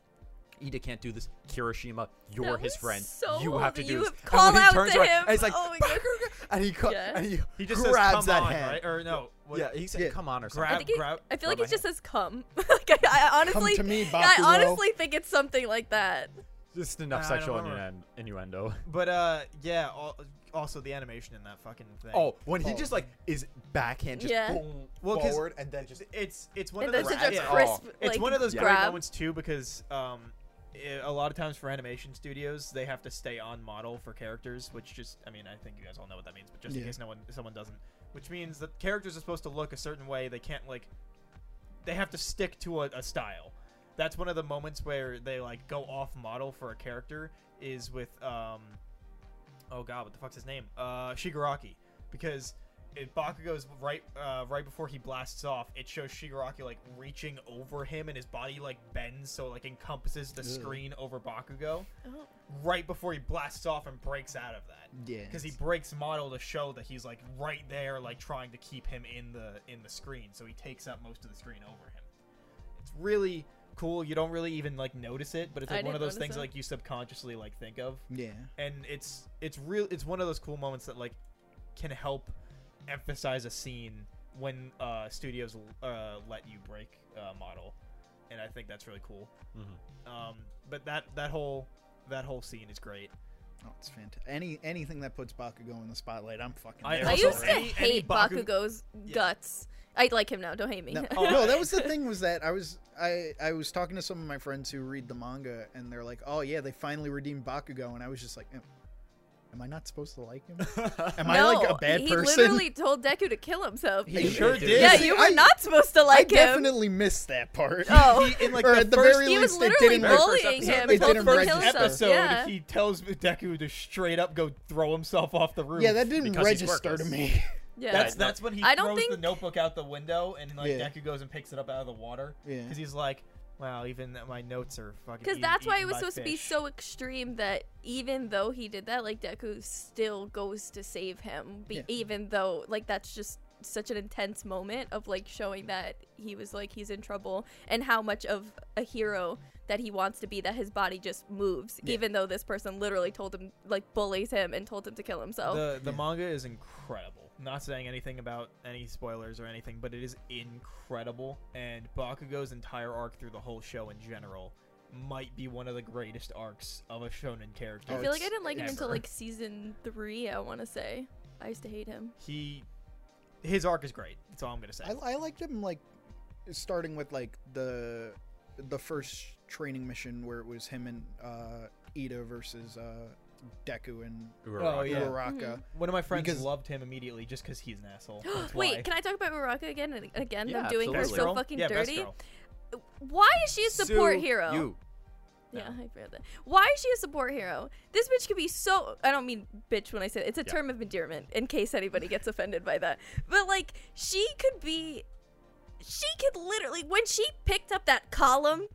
S4: Ida can't do this. Kirishima, you're
S3: That
S4: his
S3: was
S4: friend.
S3: so
S4: you have
S3: old.
S4: to do
S3: You
S4: this.
S3: have
S4: And when
S3: called out
S4: he turns
S3: to
S4: around,
S3: him.
S4: and he's like,
S3: Oh my God.
S4: "Bakugo!" and he, cu-
S3: Yeah.
S4: and he,
S1: He just says,
S4: grabs
S1: "Come
S4: that
S1: on,"
S4: hand.
S1: right? Or no? what-
S4: Yeah, he said,
S2: Yeah.
S4: "Come on," or something.
S1: Grab-
S3: I, think it-
S1: grab-
S3: I feel like
S4: grab
S3: it
S4: my
S3: just says come. like I, I honestly,
S2: to me,
S3: I
S2: Bakugo.
S3: honestly think it's something like that.
S4: Just enough
S1: I don't
S4: sexual
S1: remember.
S4: innuen- innuendo.
S1: But uh, yeah. al- Also, the animation in that fucking thing.
S4: Oh, when he
S2: Oh.
S4: just like is backhand, just
S3: Yeah.
S4: boom
S1: Well, 'cause-
S4: forward, and then just
S1: it's it's one
S3: And
S1: of
S3: there's
S1: those
S3: such a
S1: yeah. Oh,
S3: crisp,
S1: It's
S3: like,
S1: one of those great
S3: grab.
S1: moments too because um, i a lot of times for animation studios they have to stay on model for characters, which just I mean I think you guys all know what that means, but just in
S2: Yeah.
S1: case no one someone doesn't, which means that characters are supposed to look a certain way. They can't like they have to stick to a, a style. That's one of the moments where they like go off model for a character is with um oh god, what the fuck's his name? Uh, Shigaraki, because if Bakugo's right, uh, right before he blasts off, it shows Shigaraki like reaching over him, and his body like bends so it, like encompasses the
S2: Ugh.
S1: screen over Bakugo
S3: Oh.
S1: right before he blasts off and breaks out of that.
S2: Yeah.
S1: Because he breaks model to show that he's like right there, like trying to keep him in the in the screen, so he takes up most of the screen over him. It's really cool. You don't really even like notice it, but it's
S3: I
S1: like one of
S3: didn't
S1: those
S3: notice
S1: things
S3: it.
S1: like you subconsciously like think of
S2: Yeah.
S1: and it's it's real it's one of those cool moments that like can help emphasize a scene when uh studios uh let you break uh, model and i think that's really cool
S4: Mhm.
S1: um but that that whole that whole scene is great
S2: Oh, it's fantastic. Any anything that puts Bakugo in the spotlight, I'm fucking.
S1: I
S2: there
S3: I
S1: also-
S2: for
S3: used to
S2: it.
S1: any- any
S3: hate
S1: Baku-
S3: Bakugo's
S1: Yeah.
S3: guts. I like him now. Don't hate me.
S2: No,
S1: Oh,
S2: no,
S1: I-
S2: that was the thing was that I was I I was talking to some of my friends who read the manga and they're like, "Oh yeah, they finally redeemed Bakugo." And I was just like, "Am, am I not supposed to like him? Am I like a
S3: No,
S2: bad
S3: he
S2: person?"
S3: literally told Deku to kill himself.
S1: He
S4: He
S1: sure
S4: did.
S1: did.
S3: yeah,
S2: See,
S3: you were
S2: I-
S3: not supposed to
S2: I
S3: like him.
S2: definitely missed that part.
S3: Oh.
S1: He, in like
S2: Or
S1: the,
S2: at the
S1: first,
S2: very
S3: He was
S2: least they
S3: literally
S2: didn't- Very
S1: first
S3: bullying
S1: episode-
S3: him
S2: They
S3: until
S2: didn't
S3: he
S2: write
S3: killed
S2: that
S3: himself.
S1: episode,
S3: Yeah.
S1: he tells Deku to straight up go throw himself off the roof.
S2: yeah, that didn't
S4: Because he's
S2: register to
S4: worthless.
S2: me.
S3: yeah.
S1: That's
S4: Right, no.
S1: that's when he
S3: I don't
S1: throws the
S3: think-
S1: notebook out the window, and like
S2: Yeah.
S1: Deku goes and picks it up out of the water.
S2: Yeah.
S1: Because he's like, wow, even th- my notes are fucking.
S3: Because
S1: eat-
S3: that's why it
S1: eaten
S3: was
S1: by
S3: supposed to be
S1: fish."
S3: so extreme that even though he did that, like Deku still goes to save him. Be-
S2: Yeah.
S3: Even though, like, that's just such an intense moment of like showing that he was like he's in trouble and how much of a hero that he wants to be that his body just moves
S2: Yeah.
S3: even though this person literally told him like bullies him and told him to kill himself
S1: The the
S2: Yeah.
S1: manga is incredible. Not saying anything about any spoilers or anything, but it is incredible. And Bakugo's entire arc through the whole show in general might be one of the greatest arcs of a shonen character.
S2: Oh,
S3: i feel like i
S2: it's-
S3: didn't like him until
S1: ever.
S3: like season three i want to say i used to hate him
S1: He, his arc is great. That's all I'm gonna say.
S2: I, I liked him like starting with like the the first training mission where it was him and uh Ida versus uh Deku and
S1: Oh, yeah.
S2: Uraraka.
S3: Mm-hmm.
S1: One of my friends
S2: Because-
S1: loved him immediately just because he's an asshole. That's why.
S3: Wait, can I talk about Uraka again and again?
S4: Yeah,
S3: them doing
S4: absolutely.
S3: her so
S1: Girl?
S3: fucking
S1: yeah, best
S3: dirty.
S1: girl.
S3: Why is she a support hero?
S4: You.
S3: Yeah,
S4: No.
S3: I forgot that. Why is she a support hero? This bitch could be so. I don't mean bitch when I say it. it's a
S4: Yeah.
S3: term of endearment. In case anybody gets offended by that, but like she could be, she could literally when she picked up that column,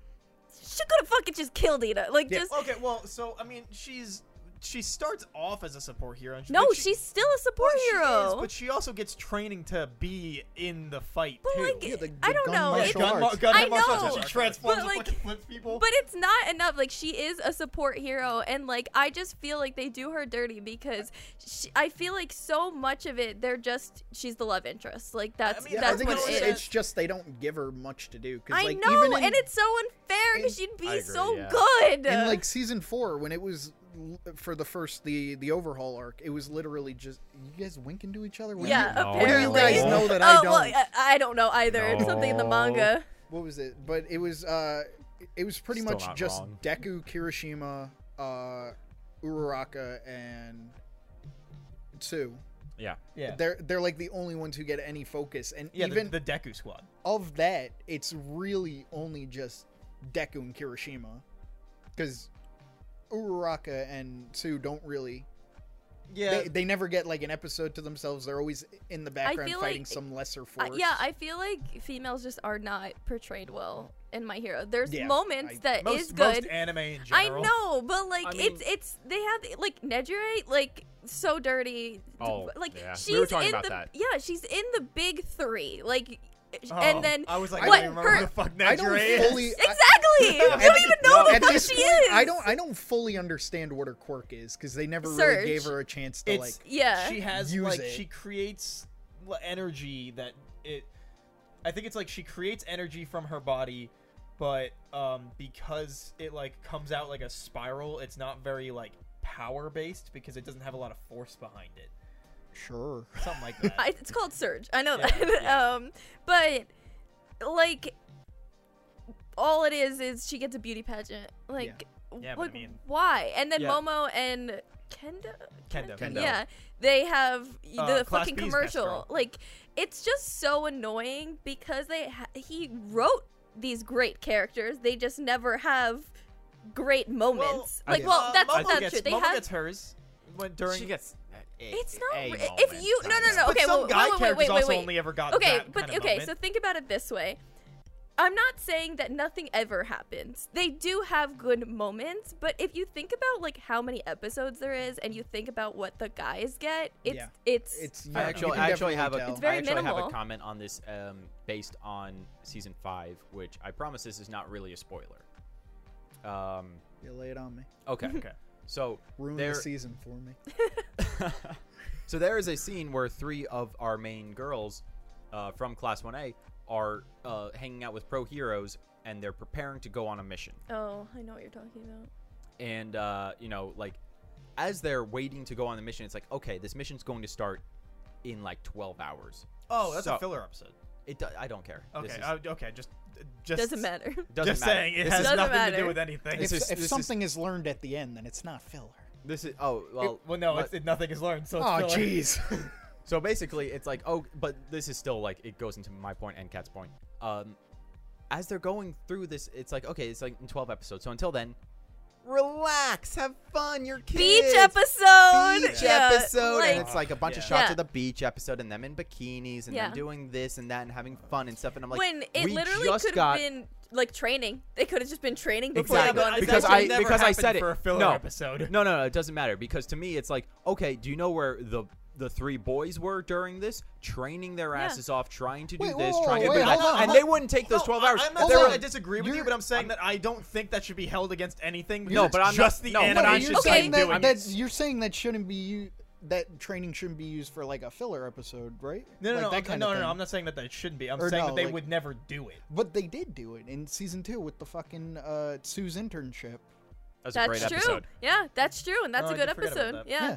S3: she could have fucking just killed Ida. Like
S2: Yeah.
S3: just
S1: Okay, well, so I mean, she's she starts off as a support hero. And she,
S3: no,
S1: but she,
S3: she's still a support
S1: she is,
S3: hero.
S1: but she also gets training to be in the fight
S3: But,
S1: too.
S3: like, Yeah,
S2: the-
S3: I
S2: the
S3: don't
S2: gun
S3: know.
S2: martial
S3: It's-
S2: arts.
S3: I know,
S1: she transforms
S3: but,
S1: and
S3: like-
S1: fucking flips people.
S3: But it's not enough. Like she is a support hero, and like I just feel like they do her dirty because she, I feel like so much of it they're just she's the love interest. Like that's
S1: mean,
S2: I
S3: that's
S2: think
S3: what
S2: it's,
S3: it is.
S2: it's just they don't give her much to do. 'cause,
S3: I
S2: like,
S3: know,
S2: even in,
S3: and it's so unfair because she'd be
S4: I agree,
S3: so
S4: yeah.
S3: good.
S2: in like season four when it was l- for the first the the overhaul arc, it was literally just you guys winking to each other. When
S3: yeah,
S2: you-
S4: No.
S2: when
S3: apparently.
S2: you guys know that
S3: oh,
S2: I don't.
S3: Well, I, I don't know either. It's something in the
S4: No.
S3: manga.
S2: what was it? But it was uh, it- it was pretty
S4: Still
S2: much
S4: not
S2: just
S4: wrong.
S2: Deku, Kirishima, uh, Uraraka, and Tsu.
S4: Yeah.
S1: yeah,
S2: They're they're like the only ones who get any focus, and
S1: yeah,
S2: even
S1: the, the Deku squad.
S2: of that, it's really only just Deku and Kirishima, because Uraraka and Tsu don't really.
S1: Yeah,
S2: They, they never get like an episode to themselves. They're always in the background
S3: feel
S2: fighting
S3: like-
S2: some lesser
S3: I-
S2: force.
S3: yeah, I feel like females just are not portrayed well in my hero. There's
S2: Yeah,
S3: moments
S2: I-
S3: that is
S1: most,
S3: good.
S1: most anime in
S3: I
S1: general.
S3: know, but like
S4: I
S3: it's it's they have like Nedjure like so dirty.
S4: Oh,
S3: like
S4: yeah.
S3: she's
S4: We were talking
S3: in
S4: about
S3: the
S4: that.
S3: yeah, she's in the big three. Like,
S1: Oh,
S3: and then
S1: I was like,
S3: what
S1: I don't even
S3: her-
S1: remember who the fuck
S2: I don't
S1: Nedjure is.
S2: fully. I-
S3: exactly, you
S1: At
S3: don't
S1: the-
S3: even know
S1: no,
S3: the
S2: at
S3: fuck
S2: this
S3: she
S2: point,
S3: is.
S2: I don't I don't fully understand what her quirk is because they never
S3: Surge.
S2: really gave her a chance to
S1: It's-
S2: like.
S3: Yeah,
S1: she has
S2: use
S1: like
S2: it.
S1: she creates l- energy that it i think it's like she creates energy from her body but um because it like comes out like a spiral it's not very like power based because it doesn't have a lot of force behind it
S2: Sure.
S1: something like that
S3: I, it's called Surge. I know
S1: Yeah,
S3: that.
S1: yeah.
S3: um, but like, all it is is she gets a beauty pageant. Like,
S1: Yeah, but I
S3: what,
S1: mean-
S3: why? And then
S1: Yeah.
S3: Momo and Kenda,
S1: Kendo. Kendo.
S3: yeah, they have y-
S1: Uh,
S3: the
S1: Class
S3: fucking
S1: B's best
S3: commercial.
S1: girl.
S3: Like, it's just so annoying because they ha- he wrote these great characters. They just never have great moments.
S4: I
S3: like,
S4: think-
S3: well, that's
S1: Momo
S3: not
S1: gets,
S3: true. They
S1: Momo
S3: have
S1: gets hers when during
S4: She gets.
S3: It's not re- if you- no, no, no.
S1: but
S3: okay,
S1: some
S3: well,
S1: guy
S3: wait, wait,
S1: characters
S3: wait, wait,
S1: also
S3: wait.
S1: only ever got
S3: okay
S1: that
S3: but
S1: kind of
S3: okay
S1: moment.
S3: so think about it this way i'm not saying that nothing ever happens they do have good moments but if you think about like how many episodes there is and you think about what the guys get it's
S2: Yeah.
S3: it's,
S2: It's
S4: I
S2: yeah, you
S4: actually,
S2: can
S4: I actually have
S2: definitely
S4: a,
S3: It's very
S4: I actually have
S3: minimal.
S4: a comment on this um, based on season five, which I promise this is not really a spoiler. Um,
S2: tell. You lay it on me.
S4: okay.
S1: okay
S4: So
S2: Ruin
S4: there,
S2: the season for me.
S4: so there is a scene where three of our main girls uh, from Class 1A are uh, hanging out with pro heroes and they're preparing to go on a mission.
S3: oh i know what you're talking about
S4: and uh, you know like as they're waiting to go on the mission, it's like, okay, this mission's going to start in like 12 hours.
S1: Oh, that's
S4: So-
S1: a filler episode.
S4: It do- I don't care. This
S1: Okay,
S4: is-
S1: uh, okay, just just
S3: Doesn't matter.
S4: doesn't
S1: just
S4: matter.
S1: saying it
S4: This
S1: has
S4: is-
S3: Doesn't
S1: nothing to
S3: matter.
S1: do with anything.
S4: This
S2: if
S4: is-
S2: if
S4: this is-
S2: something is learned at the end, then it's not filler.
S4: This is oh well.
S1: It- well, no,
S4: but-
S1: it's, it, nothing is learned. So it's
S2: Oh,
S1: filler.
S2: jeez.
S4: So basically, it's like, oh, but this is still like it goes into my point and Cat's point. Um, as they're going through this, it's like okay, it's like in twelve episodes. So until then, relax, have fun, your kids.
S3: Beach episode.
S4: Beach
S3: Oh, Yeah,
S4: episode,
S3: like-
S4: and it's like a bunch of
S1: Yeah.
S4: shots
S3: Yeah.
S4: of the beach episode, and them in bikinis, and
S3: Yeah.
S4: them doing this and that, and having fun and stuff. And I'm like,
S3: when it
S4: we
S3: literally
S4: just
S3: could have
S4: got
S3: been like training. They could have just been training before
S4: Exactly.
S3: they go on
S4: because
S3: vacation.
S1: That
S4: I
S1: never
S4: because I
S1: happened
S4: said it
S1: for a filler
S4: no.
S1: episode.
S4: No, no, no, it doesn't matter because to me it's like, okay, do you know where the the three boys were during this, training their
S3: Yeah.
S4: asses off, trying to do
S2: Wait,
S4: this,
S2: whoa,
S4: trying
S2: whoa,
S4: to do
S2: wait,
S4: that,
S2: hold on,
S4: and
S2: hold-
S4: they wouldn't take those
S1: No,
S4: twelve
S1: I-
S4: hours.
S1: I'm not
S4: They
S1: saying
S4: were-
S1: I disagree with you,
S2: You're-
S1: but I'm saying that I don't think that should be held against anything. because
S4: No,
S1: it's
S4: but I'm not-
S1: just the
S4: no, but
S2: Wait,
S1: anime
S4: I'm
S2: you're
S1: should
S3: Okay.
S1: be
S2: saying
S1: doing.
S2: that, that's, you're saying that shouldn't be u- that training shouldn't be used for like a filler episode, right?
S1: no, no,
S2: Like
S1: no,
S2: that
S1: I'm-
S2: kind
S1: no,
S2: of
S1: no, no,
S2: thing.
S1: I'm not saying that that shouldn't be. I'm
S2: Or
S1: saying
S2: no,
S1: that they
S2: like-
S1: would never do it.
S2: But they did do it in season two with the fucking uh, Sue's internship.
S4: That's, a
S3: That's
S4: great
S3: true.
S4: episode.
S3: Yeah, that's true, and that's
S1: Oh,
S3: a
S1: I
S3: good
S1: did forget about
S3: episode.
S1: that.
S3: Yeah.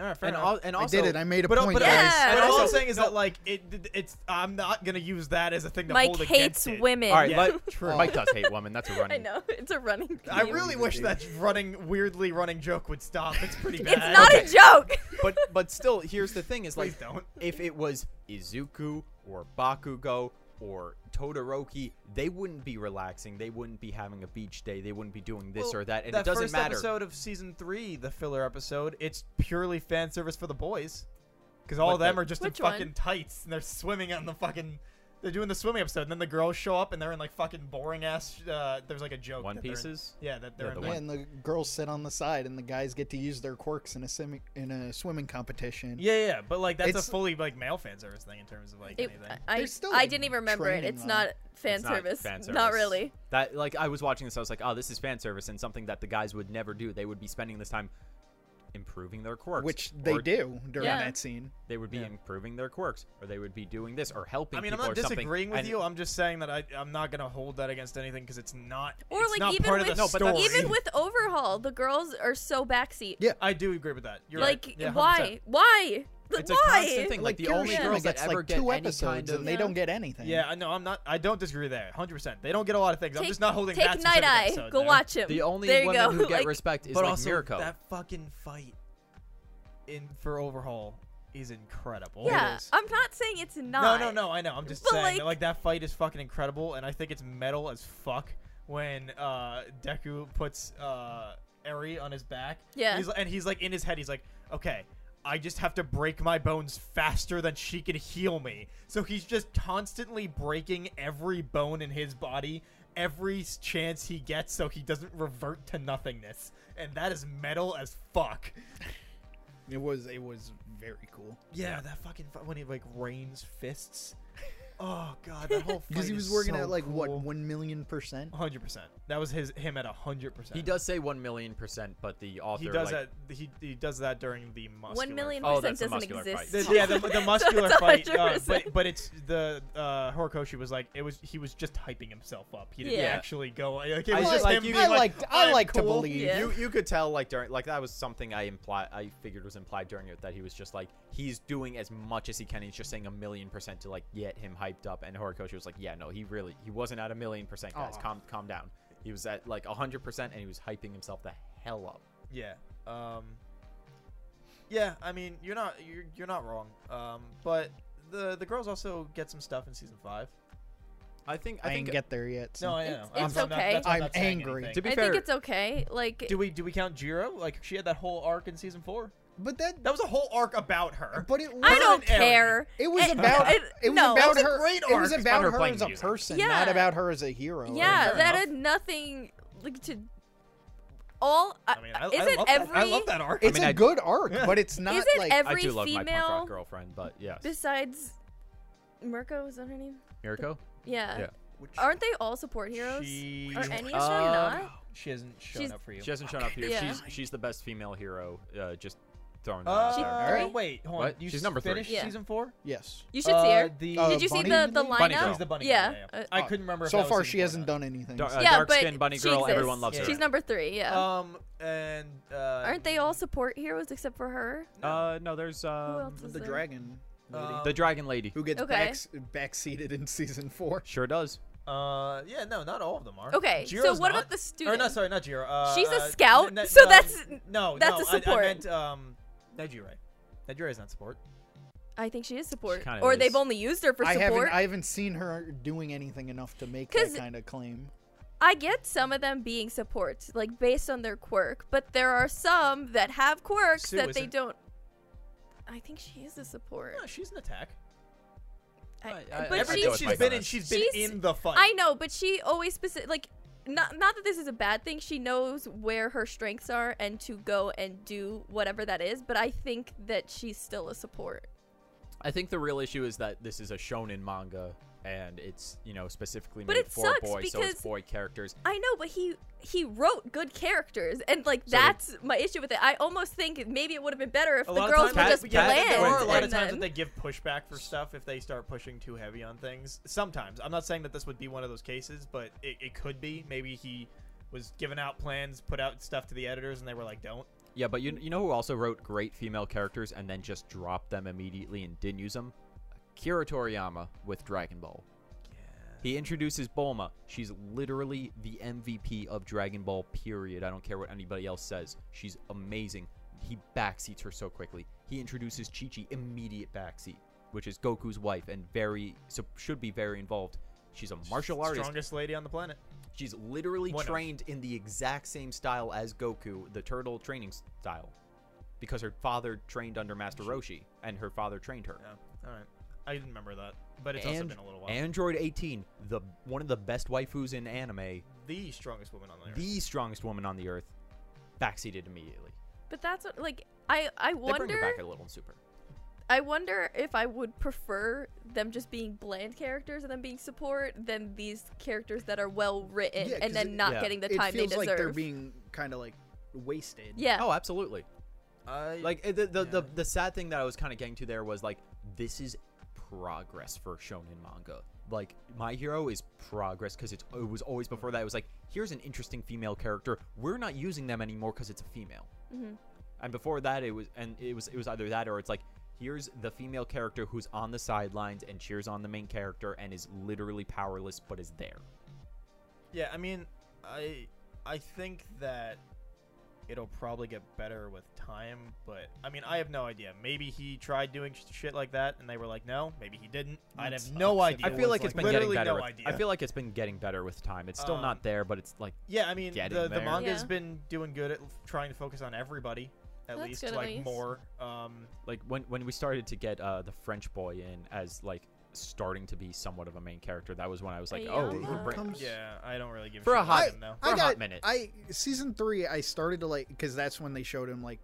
S1: All right, fair
S4: And,
S1: enough.
S4: al- and
S2: I
S4: also,
S2: did it. I made a
S1: but,
S2: point.
S1: but,
S3: Yeah.
S2: guys.
S1: but all
S3: But
S1: I'm
S3: also-
S1: saying is that like it, it's I'm not gonna use that as a thing to
S3: Mike
S1: hold
S3: hates
S1: against it.
S3: women.
S4: all right,
S1: Yeah.
S4: but
S2: True.
S4: Mike does hate women. That's a running.
S3: I know it's a running. Theme.
S1: I really wish that running weirdly running joke would stop. It's pretty bad.
S3: It's not
S4: Okay.
S3: a joke.
S4: But but still, here's the thing: is
S1: Please
S4: like
S1: don't.
S4: if it was Izuku or Bakugo or Todoroki, they wouldn't be relaxing. They wouldn't be having a beach day. They wouldn't be doing this or that. And
S1: that
S4: it doesn't
S1: first
S4: matter.
S1: episode of season three, the filler episode, it's purely fan service for the boys, because all
S4: What
S1: of them
S4: the-
S1: are just in
S3: Which one?
S1: fucking tights and they're swimming on the fucking. They're doing the swimming episode, and then the girls show up and they're in like fucking boring ass. Uh, there's like a joke.
S4: One
S1: that they're in-
S4: Pieces?
S1: yeah, that they're
S4: Yeah,
S1: in.
S4: the
S2: Yeah,
S1: like-
S4: one-
S2: and the girls sit on the side, and the guys get to use their quirks in a swimming in a swimming competition.
S1: Yeah, yeah, but like that's
S2: It's-
S1: a fully like male fan service thing in terms of like
S3: It-
S1: anything.
S3: I,
S2: There's still,
S3: I
S2: like,
S3: didn't even remember it.
S2: training,
S3: It's
S2: though.
S3: not fan
S4: It's not
S3: service.
S4: fan
S3: Not
S4: service.
S3: really.
S4: That like I was watching this, I was like, oh, this is fan service and something that the guys would never do. They would be spending this time improving their quirks,
S2: which they
S4: or
S2: do during
S3: Yeah.
S2: that scene.
S4: They would be
S1: Yeah.
S4: improving their quirks, or they would be doing this or helping.
S1: I mean, I'm
S4: people
S1: not
S4: or something,
S1: disagreeing with
S4: and-
S1: you. I'm just saying that I, I'm not gonna hold that against anything because it's not.
S3: Or
S1: it's
S3: like
S1: not
S3: even
S1: part
S3: with
S1: of the
S4: No, but
S1: story.
S4: that's-
S3: even with overhaul, the girls are so backseat.
S2: Yeah.
S1: I do agree with that. You're
S3: like
S1: right. Yeah, 100%.
S3: why? Why? Like,
S4: It's a
S3: why?
S4: constant thing. Like, the only
S2: Kirishima
S4: girls that
S2: gets
S4: ever
S2: like
S4: get
S2: two
S4: any
S2: episodes,
S4: kind of-
S2: and they don't get anything.
S1: Yeah, I know. I'm not. I don't disagree there. 100. percent They don't get a lot of things. I'm
S3: Take,
S1: just not holding
S3: take
S1: that
S3: Night
S1: specific
S3: Eye.
S1: episode
S3: Go
S1: there.
S3: watch him.
S4: The only
S3: there you
S4: women
S3: go.
S4: who get
S3: Like,
S4: respect is
S1: but
S4: like
S1: also,
S4: Mirko.
S1: that fucking fight in for overhaul is incredible.
S3: Yeah,
S1: It is.
S3: I'm not saying it's
S1: No,
S3: not.
S1: no, no. I know. I'm just
S3: But,
S1: saying
S3: like-
S1: that like that fight is fucking incredible, and I think it's metal as fuck when uh Deku puts uh Eri on his back.
S3: Yeah.
S1: He's, and he's like in his head, he's like, okay. I just have to break my bones faster than she can heal me. So he's just constantly breaking every bone in his body, every s- chance he gets, so he doesn't revert to nothingness. And that is metal as fuck.
S2: it was it was very cool
S1: Yeah, that fucking fu- when he like rains fists. Oh god, that whole
S2: because he was working at like what one million percent.
S1: hundred percent. That was his him at hundred percent.
S4: he does say one million percent, but the author
S1: He does
S4: like,
S1: that. He, he does that during the muscular.
S3: One million
S4: Oh,
S3: percent
S4: that's a
S3: doesn't
S4: muscular fight.
S3: exist.
S1: The, yeah, the, the muscular
S3: So it's
S1: fight. Uh,
S3: 100%.
S1: but but it's the uh, Horikoshi was like it was he was just hyping himself up. He didn't
S3: Yeah.
S1: actually go. Like, it
S4: I
S1: was
S4: like-
S1: just him
S2: I
S1: being like,
S2: like- I
S1: "I'm
S2: like to
S1: cool."
S2: believe.
S3: Yeah.
S4: You you could tell like during like that was something I imply I figured was implied during it that he was just like he's doing as much as he can. He's just saying a million percent to like get him hyped up. And Horikoshi was like, yeah, no, he really he wasn't at a million percent, guys.
S2: Aw.
S4: Calm calm down. He was at like hundred percent, and he was hyping himself the hell up.
S1: Yeah. Um. Yeah, I mean you're not you're you're not wrong. Um, but the the girls also get some stuff in season five.
S4: I think I,
S2: I,
S4: think
S2: ain't get there yet. so-
S1: No, I know.
S3: It's-
S1: I'm,
S3: it's
S1: I'm not-
S3: okay.
S1: that's why
S2: I'm
S1: not saying
S2: angry.
S1: anything.
S4: To be
S3: I
S4: fair,
S3: think it's okay. Like
S1: Do we do we count Jiro? Like she had that whole arc in season four.
S2: but that
S1: That was a whole arc about her.
S2: but it was
S3: I don't
S1: Aaron.
S3: care.
S2: It was
S3: I-
S2: about
S3: I-
S2: it was
S3: Eh, no.
S2: about
S1: was a
S2: her.
S1: great
S2: It was
S1: arc. It's
S4: about
S2: about
S4: her
S2: her
S4: playing
S2: as a
S4: music.
S2: person, not
S3: Yeah.
S2: about her as a hero.
S3: Yeah,
S1: fair
S3: that
S1: enough.
S3: had nothing like to all.
S1: I mean, I,
S3: is
S1: I
S3: it
S1: love
S3: every?
S1: that. I love that arc.
S2: It's
S4: mean,
S2: a
S4: I-
S2: good arc,
S1: Yeah.
S2: but it's not
S3: Is it
S2: like
S4: I
S3: every
S4: do love my punk
S3: female
S4: rock girlfriend, but yes,
S3: besides Mirko? Is that her name?
S4: Mirko.
S3: Yeah.
S4: Yeah.
S3: Aren't they all support heroes?
S1: She,
S3: Are any of them
S4: Uh,
S3: not?
S1: she hasn't shown
S3: She's-
S1: up for you.
S4: She hasn't shown up here.
S3: Yeah. Oh.
S4: She's she's the best female hero. Uh, just throwing that
S1: Uh,
S4: out there.
S3: She- three?
S1: Wait, hold on.
S4: What?
S1: You
S4: She's number three.
S1: finished
S3: Yeah.
S1: season four?
S2: Yes.
S3: You should see her.
S1: Uh, the,
S2: Uh,
S3: Did you see
S2: Bunny,
S3: the
S2: you
S3: the
S2: mean?
S1: Bunny
S3: lineup?
S1: She's the bunny. girl,
S3: yeah.
S1: yeah, yeah.
S3: uh,
S1: I couldn't remember. if
S2: So
S1: that was
S2: far,
S1: season
S2: she
S1: four or
S2: hasn't
S1: not.
S2: done anything.
S4: Dar-
S2: so-
S4: uh,
S3: Yeah,
S4: dark-skinned
S3: but
S4: bunny
S3: she
S4: girl. Everyone
S3: exists.
S4: loves
S1: Yeah.
S4: her.
S3: She's number three. Yeah.
S1: Um, and uh,
S3: Aren't they all support heroes except for her?
S4: Uh, no, there's
S3: Who
S4: um,
S3: else is
S2: the
S3: there?
S2: dragon lady
S1: Uh,
S4: the dragon lady.
S2: who gets
S3: Okay.
S2: back backseated in season four.
S4: Sure does.
S1: uh, yeah, no, not all of them are.
S3: Okay, so
S1: Jiro's
S3: what
S1: not.
S3: about the
S1: Or
S3: student?
S1: no, sorry, not Jiro. Uh,
S3: She's a
S1: uh,
S3: scout,
S1: Ne-
S3: so
S1: um,
S3: that's-
S1: no,
S3: that's
S1: no,
S3: a
S1: I-
S3: support.
S1: I, meant um, Nejire. Nejire is not support.
S3: I think she is support,
S4: kinda
S3: or
S4: is.
S3: they've only used her for
S2: I haven't
S3: support.
S2: I haven't seen her doing anything enough to make
S3: 'Cause-
S2: that kind of claim.
S3: I get some of them being supports, like based on their quirk, but there are some that have quirks
S1: Sue
S3: that they
S1: isn't.
S3: don't. I think she is a support.
S1: No, she's an attack.
S3: I,
S4: I- I-
S3: but
S4: I'd
S3: she,
S4: go with
S1: she's
S4: Mike
S1: been
S4: on
S1: in,
S4: this.
S1: she's been
S3: She's-
S1: in the fight.
S3: I know, but she always specific like not not that this is a bad thing. She knows where her strengths are and to go and do whatever that is. But I think that she's still a support.
S4: I think the real issue is that this is a shonen manga, and it's you know specifically
S3: But
S4: made
S3: it
S4: for
S3: sucks
S4: boys, so
S3: because-
S4: it's boy characters.
S3: I know, but he he wrote good characters, and like
S4: So
S3: that's my issue with it. I almost think maybe it would have been better if
S1: A
S3: the
S1: lot of
S3: girls
S1: times-
S3: were
S4: Pat-
S3: just
S1: yeah, I think
S3: bland.
S1: There are a lot
S3: and
S1: of times
S3: then-
S1: that they give pushback for stuff if they start pushing too heavy on things. Sometimes. I'm not saying that this would be one of those cases, but it, it could be. Maybe he was giving out plans, put out stuff to the editors, and they were like, don't.
S4: Yeah, but you you know who also wrote great female characters and then just dropped them immediately and didn't use them? Kira Toriyama with Dragon Ball. He introduces Bulma. She's literally the MVP of Dragon Ball, period. I don't care what anybody else says. She's amazing. He backseats her so quickly. He introduces Chi Chi, immediate backseat, which is Goku's wife and very, so should be very involved. She's a martial artist.
S1: Strongest lady on the planet.
S4: She's literally
S1: One of.
S4: trained in the exact same style as Goku, the turtle training style, because her father trained under Master Roshi, and her father trained her.
S1: Yeah. All right. I didn't remember that, but it's also
S4: And-
S1: been a little while.
S4: Android 18, the one of the best waifus in anime,
S1: the strongest woman on the earth.
S4: the strongest woman on the earth, backseated immediately.
S3: but that's what, like I I
S4: They bring her
S3: wonder
S4: back a little in Super.
S3: I wonder if I would prefer them just being bland characters and then being support than these characters that are well written
S2: Yeah,
S3: and
S2: 'cause
S3: then
S2: it-
S3: not
S4: yeah.
S3: getting the
S2: it
S3: time they
S2: feels
S3: deserve.
S2: like they're being kind of like wasted.
S3: yeah.
S4: Oh, absolutely.
S1: I,
S4: Like eh, the the, the
S1: Yeah.
S4: the sad thing that I was kind of getting to there was like this is progress for shonen manga. Like My Hero is progress because it's it was always before that. It was like here's an interesting female character. We're not using them anymore because it's a female.
S3: Mhm.
S4: And before that, it was and it was it was either that or it's like here's the female character who's on the sidelines and cheers on the main character and is literally powerless but is there.
S1: Yeah, I mean, I I think that it'll probably get better with time, but I mean, I have no idea. Maybe he tried doing sh- shit like that, and they were like, "No." Maybe he didn't. I'd
S2: That
S1: have no
S2: sucks.
S1: idea.
S4: I
S2: It
S4: feel
S2: was
S4: like it's
S2: like-
S4: been getting
S1: Literally
S4: better.
S1: no
S4: with, I
S1: idea.
S4: feel like it's been getting better with time. It's still
S1: Um,
S4: not there, but it's like
S1: yeah, I mean,
S4: Getting
S1: the the
S4: there.
S1: manga's
S3: Yeah.
S1: been doing good at l- trying to focus on everybody, at
S3: That's
S1: least
S3: good at
S1: like
S3: least.
S1: more. Um,
S4: like when when we started to get uh the French boy in as like starting to be somewhat of a main character, that was when I was like,
S3: Hey,
S4: oh,
S3: Yama.
S4: we're bring-
S2: Comes-
S1: yeah, I don't really give
S4: For
S1: shit
S4: a
S1: about
S4: hot-
S1: him, though.
S4: For
S2: I
S4: a
S2: got,
S4: hot minute.
S2: I season three. I started to like because that's when they showed him like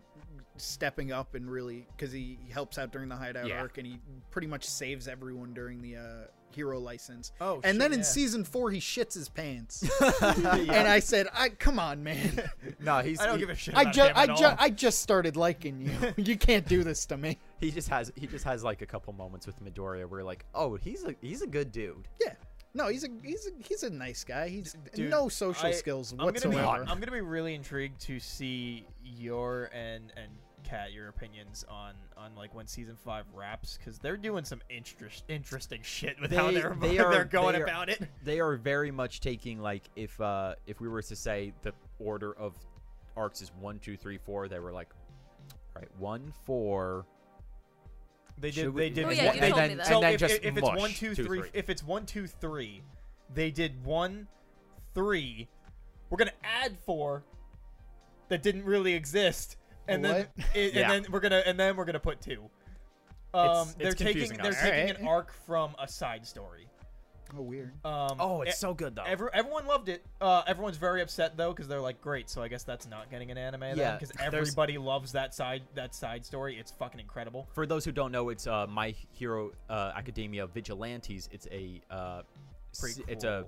S2: stepping up and really because he helps out during the hideout
S4: Yeah.
S2: arc and he pretty much saves everyone during the uh, hero license.
S1: Oh,
S2: and
S1: shit,
S2: then in
S1: yeah.
S2: season four, he shits his pants, and I said, "I come on, man."
S4: no, he's
S1: I don't
S4: he,
S1: give a shit.
S2: I
S1: about
S2: just,
S1: him
S2: I
S1: at
S2: just,
S1: all.
S2: I just started liking you. you can't do this to me.
S4: he just has he just has like a couple moments with Midoriya where like, oh, he's a he's a good dude.
S2: Yeah, no, he's a, he's a, he's a nice guy. He's
S1: Dude,
S2: no social
S1: I-
S2: skills
S1: I'm gonna be-
S2: whatsoever.
S1: I'm gonna be really intrigued to see your and and Kat your opinions on on like when season five wraps because they're doing some interest interesting shit with how
S4: They-
S1: they're
S4: they
S1: they're
S4: are-
S1: going
S4: they are-
S1: about it.
S4: They are very much taking like if uh if we were to say the order of arcs is one, two, three, four, they were like, all right, one, four.
S1: They
S4: should
S1: did
S4: we-
S1: they did
S3: Oh,
S1: one-
S3: yeah, you
S1: they-
S4: and
S3: told
S4: then,
S3: me that.
S4: and
S1: so
S4: then
S1: if,
S4: just
S1: if, if it's
S4: mush,
S1: one two three
S4: three.
S1: if it's one two three, they did one three. We're gonna add four that didn't really exist, and then
S2: What?
S1: it,
S4: Yeah.
S1: and then we're gonna and then we're gonna put two. Um,
S4: It's-
S1: they're
S4: it's
S1: taking
S4: confusing
S1: they're
S4: us.
S1: taking
S2: Alright.
S1: an arc from a side story.
S2: oh, weird.
S1: Um,
S4: oh, it's
S1: e-
S4: so good though.
S1: Every, everyone loved it. Uh, everyone's very upset though because they're like, "Great, so I guess that's not getting an anime."
S4: Yeah,
S1: because
S4: there's-
S1: everybody loves that side that side story. It's fucking incredible.
S4: For those who don't know, it's uh, My Hero uh, Academia Vigilantes. It's a uh, s- it's a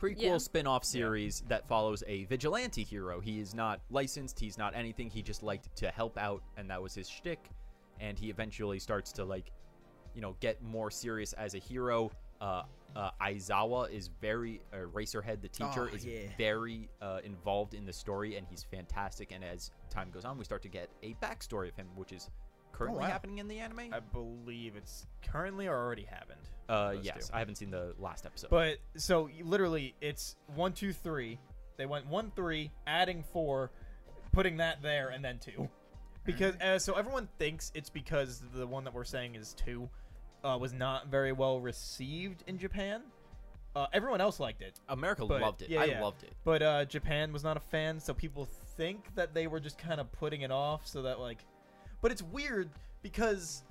S4: prequel
S3: Yeah.
S4: spin-off series that follows a vigilante hero. He is not licensed, he's not anything, he just liked to help out and that was his shtick. And he eventually starts to like, you know, get more serious as a hero. Uh uh, Aizawa is very uh, Racerhead, the teacher,
S2: Oh,
S4: is
S2: yeah.
S4: very uh, involved in the story, and he's fantastic. And as time goes on, we start to get a backstory of him, which is currently
S2: wow.
S4: happening in the anime.
S1: Oh, I believe it's currently or already happened.
S4: Uh,
S1: Those
S4: yes,
S1: two.
S4: I haven't seen the last episode.
S1: But so you- literally, it's one, two, three. They went one, three, adding four, putting that there, and then two. Because uh, so everyone thinks it's because the one that we're saying is two uh, was not very well received in Japan. Uh, everyone else liked it,
S4: America
S1: but-
S4: loved it.
S1: yeah,
S4: I
S1: yeah.
S4: loved it.
S1: but uh, Japan was not a fan. So people think that they were just kind of putting it off so that like, but it's weird because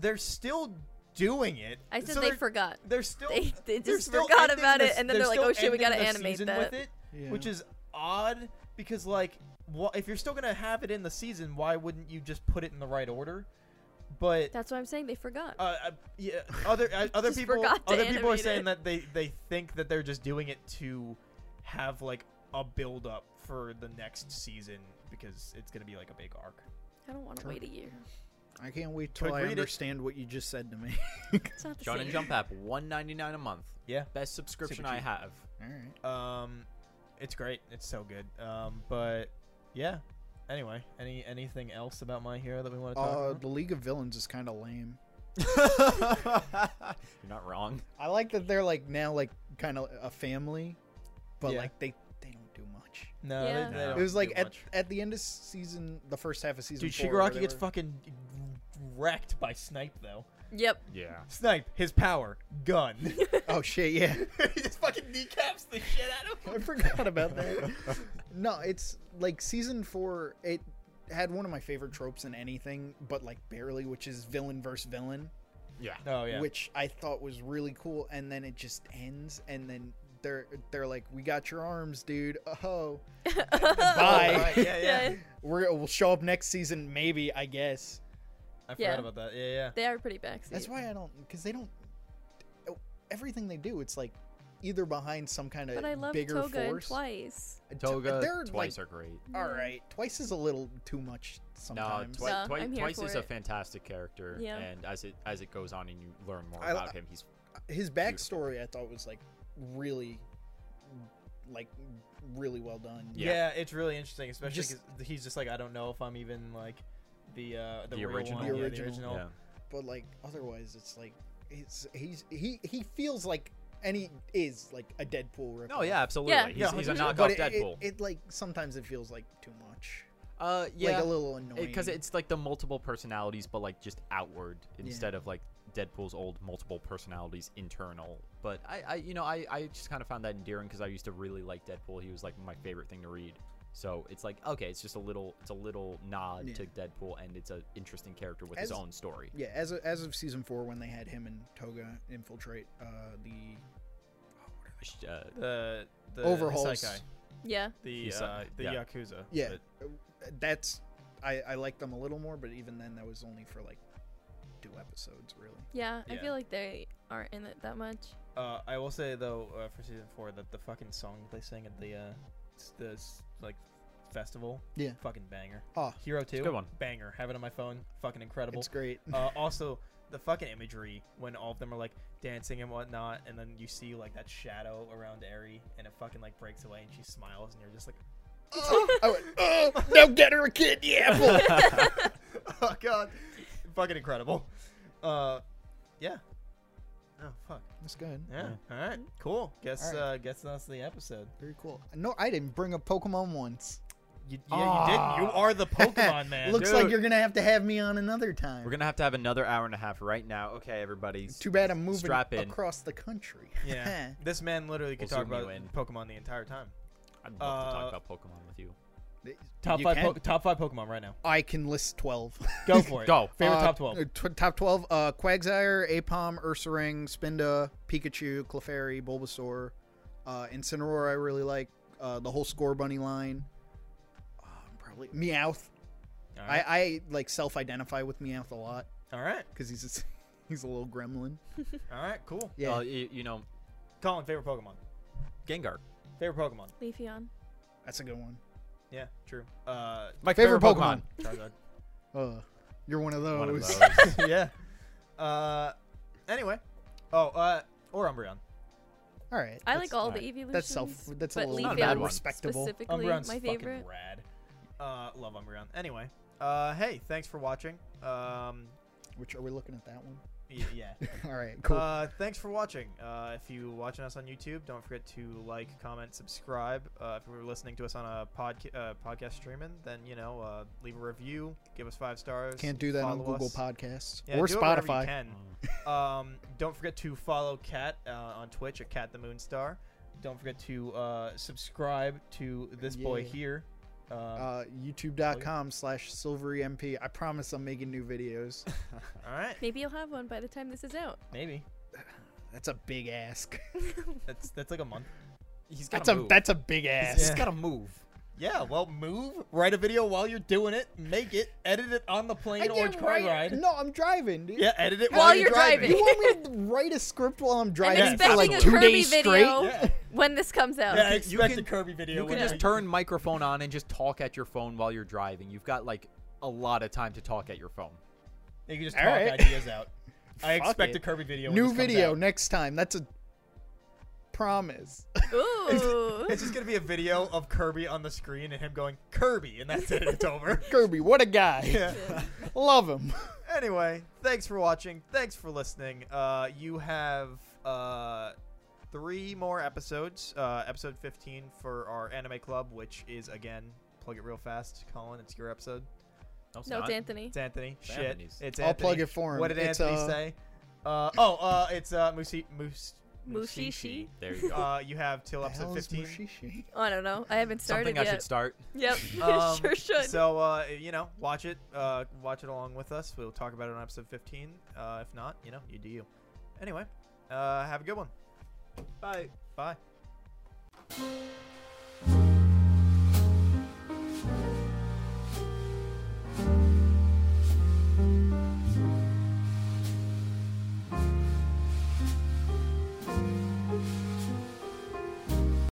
S1: they're still doing it.
S3: I said
S1: So
S3: they
S1: they're-
S3: forgot.
S1: they're still
S3: They- they
S1: they're
S3: just
S1: still
S3: forgot
S1: ending
S3: about
S1: the-
S3: it, and then they're like,
S1: still
S3: "Oh shit, we
S1: ending
S3: gotta
S1: the
S3: animate
S1: season
S3: that."
S1: with it,
S2: Yeah.
S1: which is odd because like wha- if you're still gonna have it in the season why wouldn't you just put it in the right order but
S3: That's what I'm saying. They forgot.
S1: uh, uh, yeah, other uh, other
S3: Just
S1: people
S3: forgot to
S1: other people are
S3: animate
S1: saying
S3: it.
S1: that they they think that they're just doing it to have like a build up for the next season because it's gonna be like a big arc
S3: I don't want to
S2: Sure.
S3: wait a year.
S2: I can't wait till
S1: Could
S2: I
S1: read it.
S2: understand what you just said to me.
S3: It's not the
S4: Shonen
S3: same.
S4: Jump app, one ninety nine a month.
S1: Yeah.
S4: best subscription
S1: Super
S4: I
S1: cheap.
S4: have.
S2: All right.
S1: um it's great it's so good um but yeah anyway any anything else about my hero that we want to talk
S2: Uh,
S1: about
S2: the League of Villains is kind of lame.
S4: You're not wrong.
S2: I like that they're like now like kind of a family, but
S1: Yeah.
S2: like they they don't do much.
S1: No,
S3: Yeah.
S1: they, they
S4: No.
S1: don't
S2: it was
S1: do
S2: like at,
S1: much.
S2: at the end of season, the first half of season.
S1: dude
S2: four, where
S1: Shigaraki
S2: they
S1: gets
S2: were-
S1: fucking wrecked by Snipe though.
S3: Yep.
S4: Yeah.
S1: Snipe, his power, gun.
S2: Oh shit! Yeah,
S1: he just fucking kneecaps the shit out of him.
S2: I forgot about that. no, it's like season four. It had one of my favorite tropes in anything, but like barely, which is villain versus villain,
S4: Yeah.
S1: Oh yeah.
S2: which I thought was really cool. And then it just ends, and then they're they're like, "We got your arms, dude. Oh,
S1: Oh,
S2: bye.
S1: right, Yeah, yeah.
S3: Yeah,
S2: We're, we'll show up next season, maybe. I guess."
S1: I forgot
S3: Yeah.
S1: about that. Yeah, yeah.
S3: they are pretty backseat.
S2: That's why I don't, because they don't. oh, Everything they do, it's like either behind some kind of
S3: But I love
S2: bigger
S3: Toga and
S2: force.
S3: twice.
S2: Uh, to-
S4: Toga
S2: they're
S4: twice
S2: like,
S4: are great.
S2: all right. Twice is a little too much
S4: No,
S2: sometimes.
S4: twi-
S3: No,
S4: twi-
S3: I'm here
S4: twice
S3: for
S4: is a
S3: it.
S4: fantastic character,
S3: Yeah.
S4: and as it as it goes on and you learn more
S2: I-
S4: about him, he's
S2: His
S4: beautiful.
S2: backstory, I thought, was like really, like really well done.
S1: yeah.
S4: Yeah.
S1: it's really interesting, especially
S2: Just-
S1: because he's just like, I don't know if I'm even like the uh, the,
S4: The
S1: real
S4: original.
S1: one.
S4: The
S1: yeah,
S2: original.
S1: original.
S4: yeah.
S2: But like otherwise, it's like it's he's he he feels like and he is like a Deadpool. Rip
S4: No, Oh, yeah, absolutely.
S3: Yeah.
S4: He's, he's a
S1: Yeah,
S4: knockoff
S2: but it, it-
S4: Deadpool.
S2: it, like sometimes it feels like too much.
S4: uh, yeah,
S2: like a little annoying.
S4: because it's like the multiple personalities, but like just outward
S2: Yeah.
S4: instead of like Deadpool's old multiple personalities internal. But I, I you know, I, I just kind of found that endearing because I used to really like Deadpool. He was like my favorite thing to read. So it's like okay, it's just a little, it's a little nod
S2: Yeah.
S4: to Deadpool, and it's an interesting character with his
S2: As-
S4: own story.
S2: Yeah, as of, as of season four, when they had him and Toga infiltrate uh, the
S4: Uh,
S1: The the
S2: Overhauls.
S1: Hisaikai,
S3: Yeah.
S1: the
S4: He's,
S1: uh,
S4: uh,
S1: the
S4: yeah.
S1: yakuza.
S2: yeah,
S1: but-
S2: uh, that's I I liked them a little more, but even then that was only for like two episodes really.
S3: Yeah. I
S1: Yeah.
S3: feel like they aren't in it that much.
S1: Uh, I will say though, uh, for season four, that the fucking song that they sing at the uh, s- the s- like festival,
S2: Yeah.
S1: fucking banger.
S2: Oh,
S1: Hero two,
S4: a good one.
S1: banger. Have it on my phone, fucking incredible.
S2: it's great.
S1: uh, also, the fucking imagery when all of them are like dancing and whatnot, and then you see like that shadow around Eri, and it fucking like breaks away, and she smiles, and you're just like,
S2: I went, oh, now get her a kid, yeah. boy."
S1: oh god, fucking incredible. Uh, yeah. Oh fuck.
S2: that's good.
S1: Yeah. All right. Cool. Guess
S2: All right.
S1: uh, guess that's the episode.
S2: Very cool. No, I didn't bring up Pokemon once.
S1: You, yeah, you didn't. You
S4: Ah.
S1: are the Pokemon man.
S2: Looks like
S4: Dude.
S2: you're gonna have to have me on another time.
S4: We're gonna have to have another hour and a half right now. Okay, everybody.
S2: Too bad I'm moving
S4: Strap in.
S2: across the country.
S1: Yeah, this man literally could
S4: We'll
S1: talk
S4: zoom you
S1: about
S4: in.
S1: Pokemon the entire time.
S4: I'd love
S1: Uh,
S4: to talk about Pokemon with you.
S1: Top
S2: You
S1: five,
S2: can.
S1: po- top five Pokemon right now.
S2: I can list twelve.
S1: Go for it.
S4: Go.
S1: favorite
S2: Uh,
S1: top twelve.
S2: uh, tw- top 12 uh Quagsire, Apom, Ursaring, Spinda, Pikachu, Clefairy, Bulbasaur, uh Incineroar I really like, uh the whole Score Bunny line. Uh, probably Meowth.
S1: All right.
S2: I I like self-identify with Meowth a lot
S1: all right.
S2: cuz he's a, he's a little gremlin.
S1: All right. Cool.
S2: Yeah.
S4: Uh, you, you know,
S1: Colin, favorite Pokemon.
S4: Gengar.
S1: Favorite Pokemon.
S3: Leafeon.
S2: That's a good one.
S1: Yeah, true. Uh,
S4: My
S2: Favorite Pokemon.
S1: Charizard.
S2: Uh, you're one of those.
S4: One of those.
S1: yeah. Uh, anyway. Oh, uh, or Umbreon.
S2: All right.
S3: I
S2: that's-
S3: like all
S4: alright.
S3: the evolutions.
S2: That's self. That's a
S3: but
S2: little
S4: Not a bad
S3: Leafeon
S4: one.
S2: respectable.
S3: specifically
S1: Umbreon's
S3: my favorite.
S1: fucking rad. Uh, love Umbreon. Anyway. Uh, hey, thanks for watching. Um,
S2: Which are we looking at that one?
S1: y- yeah.
S2: All right. Cool.
S1: Uh, thanks for watching. Uh, if you watching us on YouTube, don't forget to like, comment, subscribe. Uh, if you're listening to us on a podca- uh, podcast streaming, then you know, uh, leave a review, give us five stars.
S2: Can't do that on
S1: follow
S2: Google
S1: us.
S2: Podcasts
S1: Yeah,
S2: or
S1: do it wherever you
S2: Spotify. Mm.
S1: can. um, don't forget to follow Cat uh, on Twitch at Cat the Moonstar. Don't forget to uh, subscribe to this boy
S2: Yeah.
S1: here. Uh,
S2: Uh, YouTube.com slash Silvery MP. I promise I'm making new videos.
S1: all right,
S3: Maybe you'll have one by the time this is out.
S1: maybe
S2: That's a big ask.
S1: that's that's like a month.
S4: He's got
S2: That's a
S4: move.
S2: that's a big ask.
S1: Yeah.
S4: He's got to move.
S1: Yeah, well, move, write a video while you're doing it, make it, edit it on the plane or
S2: can't
S1: car
S2: write-
S1: ride.
S2: No, I'm driving, dude.
S1: Yeah, edit it
S3: While
S1: while,
S3: you're driving.
S2: You want me to write a script while I'm driving for
S1: expecting
S2: like
S1: a
S2: two
S3: Kirby
S2: days
S3: video.
S2: straight?
S1: Yeah,
S3: When this comes out.
S1: yeah
S4: can-
S1: expect
S4: you
S1: a
S4: can-
S1: Kirby video.
S4: You can
S1: when
S4: just
S1: you-
S4: turn microphone on and just talk at your phone while you're driving. You've got like a lot of time to talk at your phone.
S1: You can just
S2: All
S1: talk
S2: right.
S1: ideas out. I
S2: Fuck
S1: expect
S2: it.
S1: a Kirby video. when
S2: New
S1: this comes
S2: video
S1: out.
S2: next time. That's a promise.
S3: Ooh.
S1: It's just gonna be a video of Kirby on the screen and him going Kirby, and that's it. It's over.
S2: Kirby, what a guy.
S1: Yeah.
S2: Love him.
S1: anyway, thanks for watching. Thanks for listening. Uh, you have uh, three more episodes. Uh, episode 15 for our anime club, which is again plug it real fast, Colin. It's your episode.
S3: no, it's Anthony.
S1: It's Anthony.
S4: It's
S1: Shit,
S4: Anthony's.
S1: it's
S2: I'll plug
S1: Anthony.
S2: it for him.
S1: What did
S2: It's,
S1: Anthony
S2: uh,
S1: say? Uh, oh, uh, it's uh, Musi- Mus-
S3: Mushishi?
S4: There you go.
S1: Uh, you have till
S2: The
S1: episode
S2: hell is
S1: 15.
S2: Mushishi?
S3: I don't know. I haven't started
S4: Something I
S3: yet.
S4: should start.
S3: Yep.
S1: Um,
S3: sure should.
S1: So uh, you know, watch it. Uh, watch it along with us. We'll talk about it on episode 15. Uh, if not, you know, you do you. Anyway, uh, have a good one. Bye. Bye.